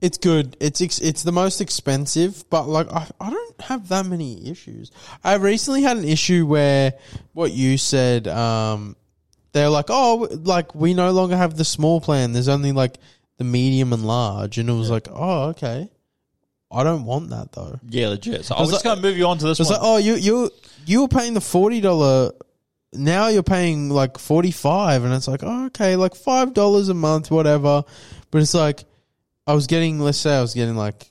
A: It's good. It's ex- it's the most expensive, but like I, I don't have that many issues. I recently had an issue where what you said, um, they're like, oh, like we no longer have the small plan. There's only like the medium and large, and it was like, oh, okay. I don't want that though.
B: Yeah, legit. So I was
A: was
B: just
A: like-
B: gonna move you on to this
A: It's
B: one.
A: like, oh, you you you were paying the forty dollar. Now you're paying like forty five, and it's like, oh, okay, like five dollars a month, whatever. But it's like, I was getting, let's say, I was getting like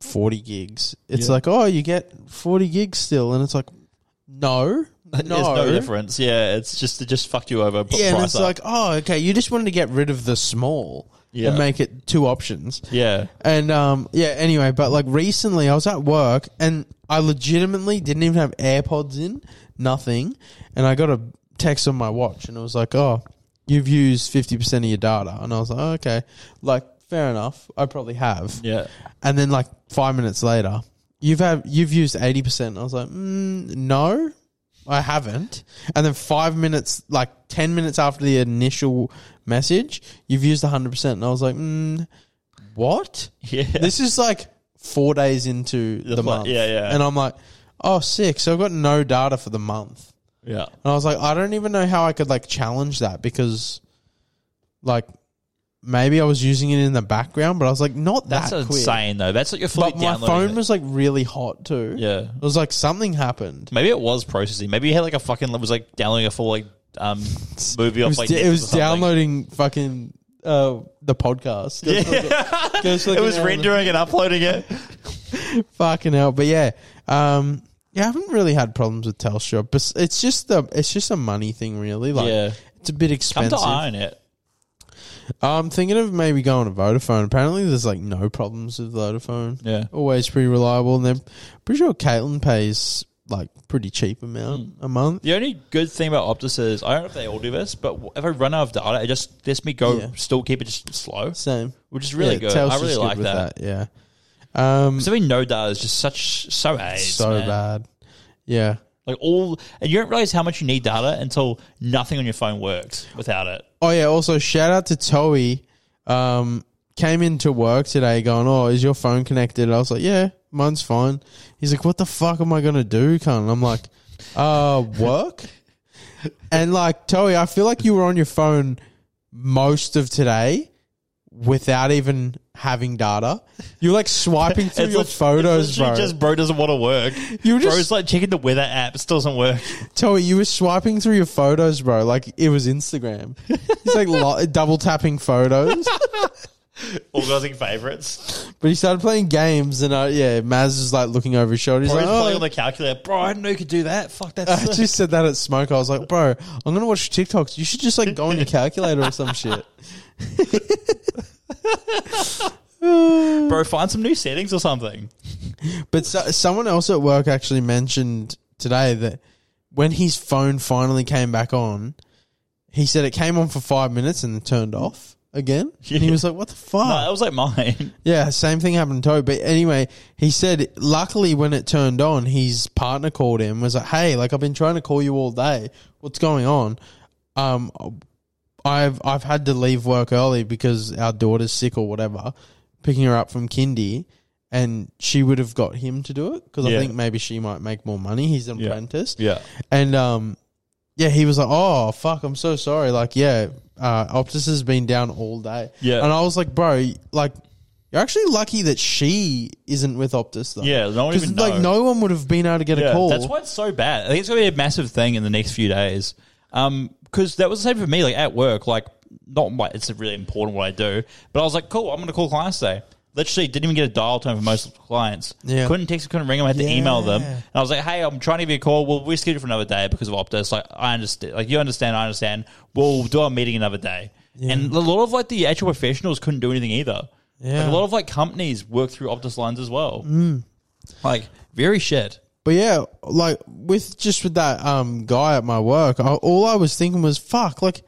A: forty gigs. It's
B: Yeah.
A: like, oh, you get forty gigs still, and it's like, no, no,
B: There's no difference. Yeah, it's just it just fucked you over. put
A: Yeah, and
B: price
A: it's
B: up.
A: like, oh, okay, you just wanted to get rid of the small
B: Yeah.
A: and make it two options.
B: yeah,
A: And um, yeah, anyway, but like recently I was at work and I legitimately didn't even have AirPods in, nothing. And I got a text on my watch and it was like, oh, you've used 50% of your data. And I was like, oh, okay, like fair enough. I probably have.
B: yeah.
A: And then like five minutes later, you've have you've used eighty percent. I was like, mm, no, I haven't. And then five minutes, like ten minutes after the initial message, you've used hundred percent. And I was like, mm, what?
B: Yeah.
A: This is like four days into the,
B: The pla-
A: month.
B: yeah, yeah.
A: And I'm like, oh, sick. So I've got no data for the month.
B: Yeah.
A: And I was like, I don't even know how I could like challenge that because, like. Maybe I was using it in the background, but I was like, not that
B: That's
A: quick.
B: insane though. That's like you're fully
A: But my
B: downloading
A: phone
B: it.
A: was like really hot too.
B: Yeah.
A: It was like something happened.
B: Maybe it was processing. Maybe you had like a fucking it was like downloading a full like um movie
A: It
B: off
A: was,
B: like
A: d- it
B: Netflix
A: was
B: or something.
A: downloading fucking uh, the podcast. Goes for like-
B: Yeah.
A: goes for like
B: it
A: an
B: was
A: hour and a-
B: rendering and uploading it.
A: Fucking hell. But yeah. Um, yeah, I haven't really had problems with Telstra. But it's just the it's just a money thing really. Like
B: Yeah.
A: it's a bit
B: Come
A: expensive.
B: to iron it.
A: I'm thinking of maybe going to Vodafone. Apparently there's like no problems with Vodafone.
B: Yeah.
A: Always pretty reliable and they're pretty sure Caitlin pays like pretty cheap amount
B: Hmm.
A: a month.
B: The only good thing about Optus is I don't know if they all do this, but if I run out of data, it just lets me go.
A: Yeah.
B: Still keep it just slow,
A: Same.
B: which is really
A: Yeah,
B: good. I
A: Telstra's
B: really
A: good
B: like
A: with
B: that.
A: that. Yeah. Um,
B: Because having no data is just such so AIDS,
A: so
B: man.
A: bad. Yeah.
B: Like all, and you don't realize how much you need data until nothing on your phone works without it.
A: Oh yeah. Also, shout out to Toei. Um, came into work today going, "Oh, is your phone connected?" I was like, "Yeah, mine's fine." He's like, "What the fuck am I gonna do, cunt?" I'm like, "Uh, work." and like Toei, I feel like you were on your phone most of today without even having data. You're like swiping through your
B: lit-
A: photos,
B: it's
A: bro.
B: literally Just bro doesn't want to work.
A: you were just
B: Bro's like checking the weather app. It still doesn't work.
A: Toey, you were swiping through your photos, bro. Like it was Instagram. He's like lo- double tapping photos,
B: Organizing favorites.
A: but he started playing games, and uh, yeah, Maz was like looking over his shoulder. He's
B: Bro's
A: like,
B: playing on
A: oh.
B: the calculator. Bro, I didn't know you could do that. Fuck, that's
A: I
B: sick.
A: just said that at Smoke. I was like, bro, I'm gonna watch TikToks. You should just like go on your calculator or some shit.
B: bro. Find some new settings or something.
A: But so, someone else at work actually mentioned today that when his phone finally came back on, he said it came on for five minutes and then turned off again. And he
B: Yeah.
A: was like, what the fuck?
B: No, that was like mine.
A: Yeah, same thing happened to Toby. But anyway, he said luckily when it turned on, his partner called him and was like, "Hey, like I've been trying to call you all day. What's going on? Um, I've I've had to leave work early because our daughter's sick or whatever, picking her up from kindy, and she would have got him to do it because
B: Yeah.
A: I think maybe she might make more money. He's an
B: Yeah.
A: apprentice,
B: Yeah.
A: and um, yeah, he was like, "Oh fuck, I'm so sorry." Like, yeah, uh, Optus has been down all day.
B: Yeah.
A: and I was like, "Bro, like, you're actually lucky that she isn't with Optus though."
B: Yeah, no one
A: because
B: even
A: like
B: know.
A: no one would have been able to get a
B: Yeah,
A: call.
B: That's why it's so bad. I think it's going to be a massive thing in the next few days. Um, because that was the same for me. Like at work, like not my. It's really important what I do, but I was like, cool. I'm going to call clients today. Literally, didn't even get a dial tone for most clients.
A: Yeah.
B: couldn't text, couldn't ring them. I had to email them,
A: Yeah.
B: and I was like, hey, I'm trying to give you a call. Well, we scheduled for another day because of Optus. Like I understand. Like you understand. I understand. We'll do our meeting another day. And a lot of like the actual professionals couldn't do anything either. Like,
A: Yeah. Mm.
B: a lot of like companies work through Optus lines as well. Like very shit.
A: But yeah, like with just with that um guy at my work, I, all I was thinking was fuck. Like,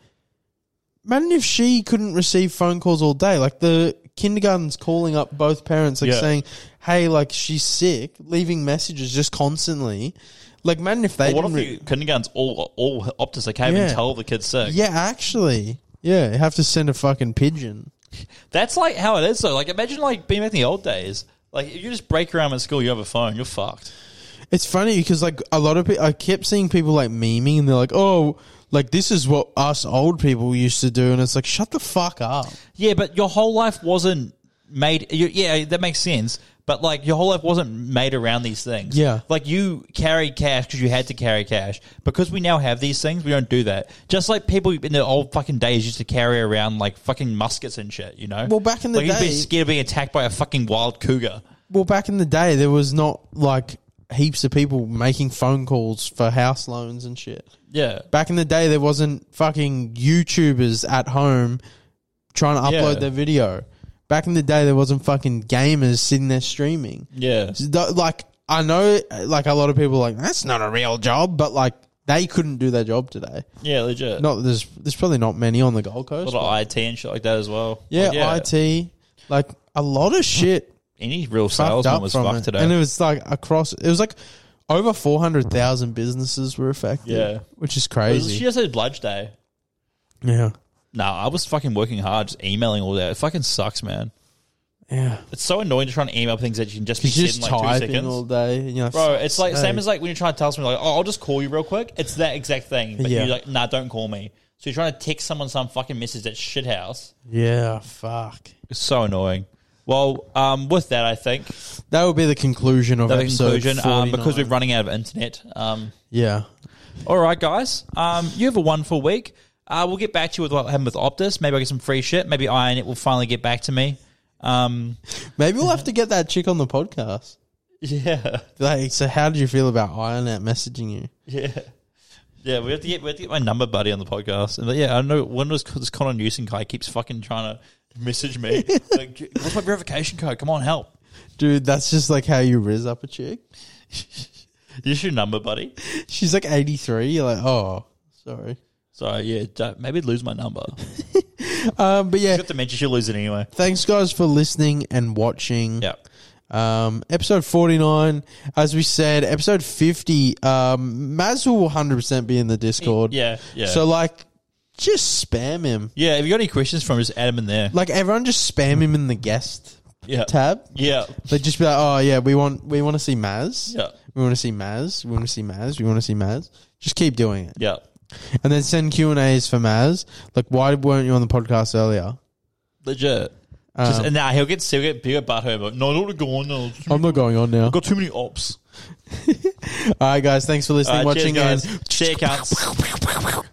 A: imagine if she couldn't receive phone calls all day. Like the kindergarten's calling up both parents, like
B: Yeah.
A: saying, "Hey, like she's sick," leaving messages just constantly. Like, imagine if they
B: Well,
A: didn't.
B: what if
A: Re-
B: you kindergarten's all all Optus? They can't
A: Yeah.
B: even tell the kid's sick.
A: yeah, actually, yeah, you have to send a fucking pigeon.
B: That's like how it is though. Like imagine like being back in the old days. Like if you just break around at school, you have a phone, you're fucked.
A: It's funny because like a lot of people, I kept seeing people like memeing, and they're like, "Oh, like this is what us old people used to do," and it's like, shut the fuck up.
B: Yeah, but your whole life wasn't made. You, yeah, that makes sense. But like your whole life wasn't made around these things.
A: Yeah.
B: like you carried cash because you had to carry cash. Because we now have these things, we don't do that. Just like people in the old fucking days used to carry around like fucking muskets and shit. You know.
A: Well, back in the
B: like, you'd
A: day-
B: be scared of being attacked by a fucking wild cougar.
A: Well, back in the day, there was not like heaps of people making phone calls for house loans and shit.
B: Yeah.
A: Back in the day, there wasn't fucking YouTubers at home trying to upload
B: Yeah.
A: their video. Back in the day, there wasn't fucking gamers sitting there streaming.
B: Yeah.
A: Th- Like, I know, like, a lot of people are like, that's not a real job, but like, they couldn't do their job today.
B: Yeah, legit.
A: Not that there's there's probably not many on the Gold
B: a
A: Coast.
B: lot of IT and shit like that as well.
A: Yeah,
B: Like, yeah,
A: IT, like a lot of shit
B: Any real
A: fucked
B: salesman
A: up
B: was
A: from
B: fucked
A: it.
B: today.
A: And it was like across, it was like over 400,000 businesses were affected.
B: Yeah.
A: Which is
B: She
A: crazy.
B: just had Bludge Day.
A: Yeah.
B: No, I was fucking working hard, just emailing all that. It fucking sucks, man.
A: Yeah.
B: It's so annoying to try and email things that you can just be
A: She's
B: sitting
A: just
B: like two
A: typing all day.
B: seconds.
A: and you're like,
B: Bro, it's like
A: Hey.
B: same as like when you try to tell someone like, "Oh, I'll just call you real quick." It's that exact thing, but
A: Yeah.
B: you're like, "Nah, don't call me." So you're trying to text someone some fucking message that's shithouse.
A: yeah, fuck.
B: It's so annoying. Well, um, with that, I think
A: That would be the conclusion of
B: the
A: episode
B: conclusion um,
A: 49.
B: because we're running out of internet. Um,
A: yeah.
B: All right, guys. Um, you have a wonderful week. Uh, we'll get back to you with what happened with Optus. Maybe I get some free shit. Maybe Ironet will finally get back to me. Um,
A: Maybe we'll have to get that chick on the podcast.
B: yeah,
A: Like, so how did you feel about IronNet messaging you?
B: yeah, yeah. We have to get we have to get my number buddy on the podcast. And yeah, I don't know when was this Connor Newsom guy keeps fucking trying to message me. like, what's my verification code? Come on, help.
A: Dude, that's just like how you riz up a chick.
B: Is your number, buddy?
A: She's like 83. You're like, oh, sorry.
B: So yeah, don't, maybe lose my number.
A: Um, but yeah,
B: Got to mention she'll lose it anyway.
A: thanks guys for listening and watching.
B: Yeah.
A: Um, episode 49, as we said, episode 50, um, Maz will 100% be in the Discord.
B: Yeah, yeah.
A: So, like, just spam him.
B: yeah, if you got any questions from, him, just add them in there.
A: Like, everyone just spam him in the guest
B: Yeah,
A: tab.
B: yeah,
A: They just be like, oh, yeah, we want we want to see Maz.
B: yeah,
A: We want to see Maz. We want to see Maz. We want to see Maz. Just keep doing it.
B: yeah.
A: And then send Q&As for Maz. Like, why weren't you on the podcast earlier?
B: Legit.
A: Um,
B: Just, and now he'll get he'll get bigger butthurt, but no, I don't want to go on. No, I've
A: I'm not going on now. All
B: got too many ops.
A: right, guys. Thanks for listening,
B: Alright,
A: watching,
B: cheers,
A: and
B: guys. Cheers, cunts.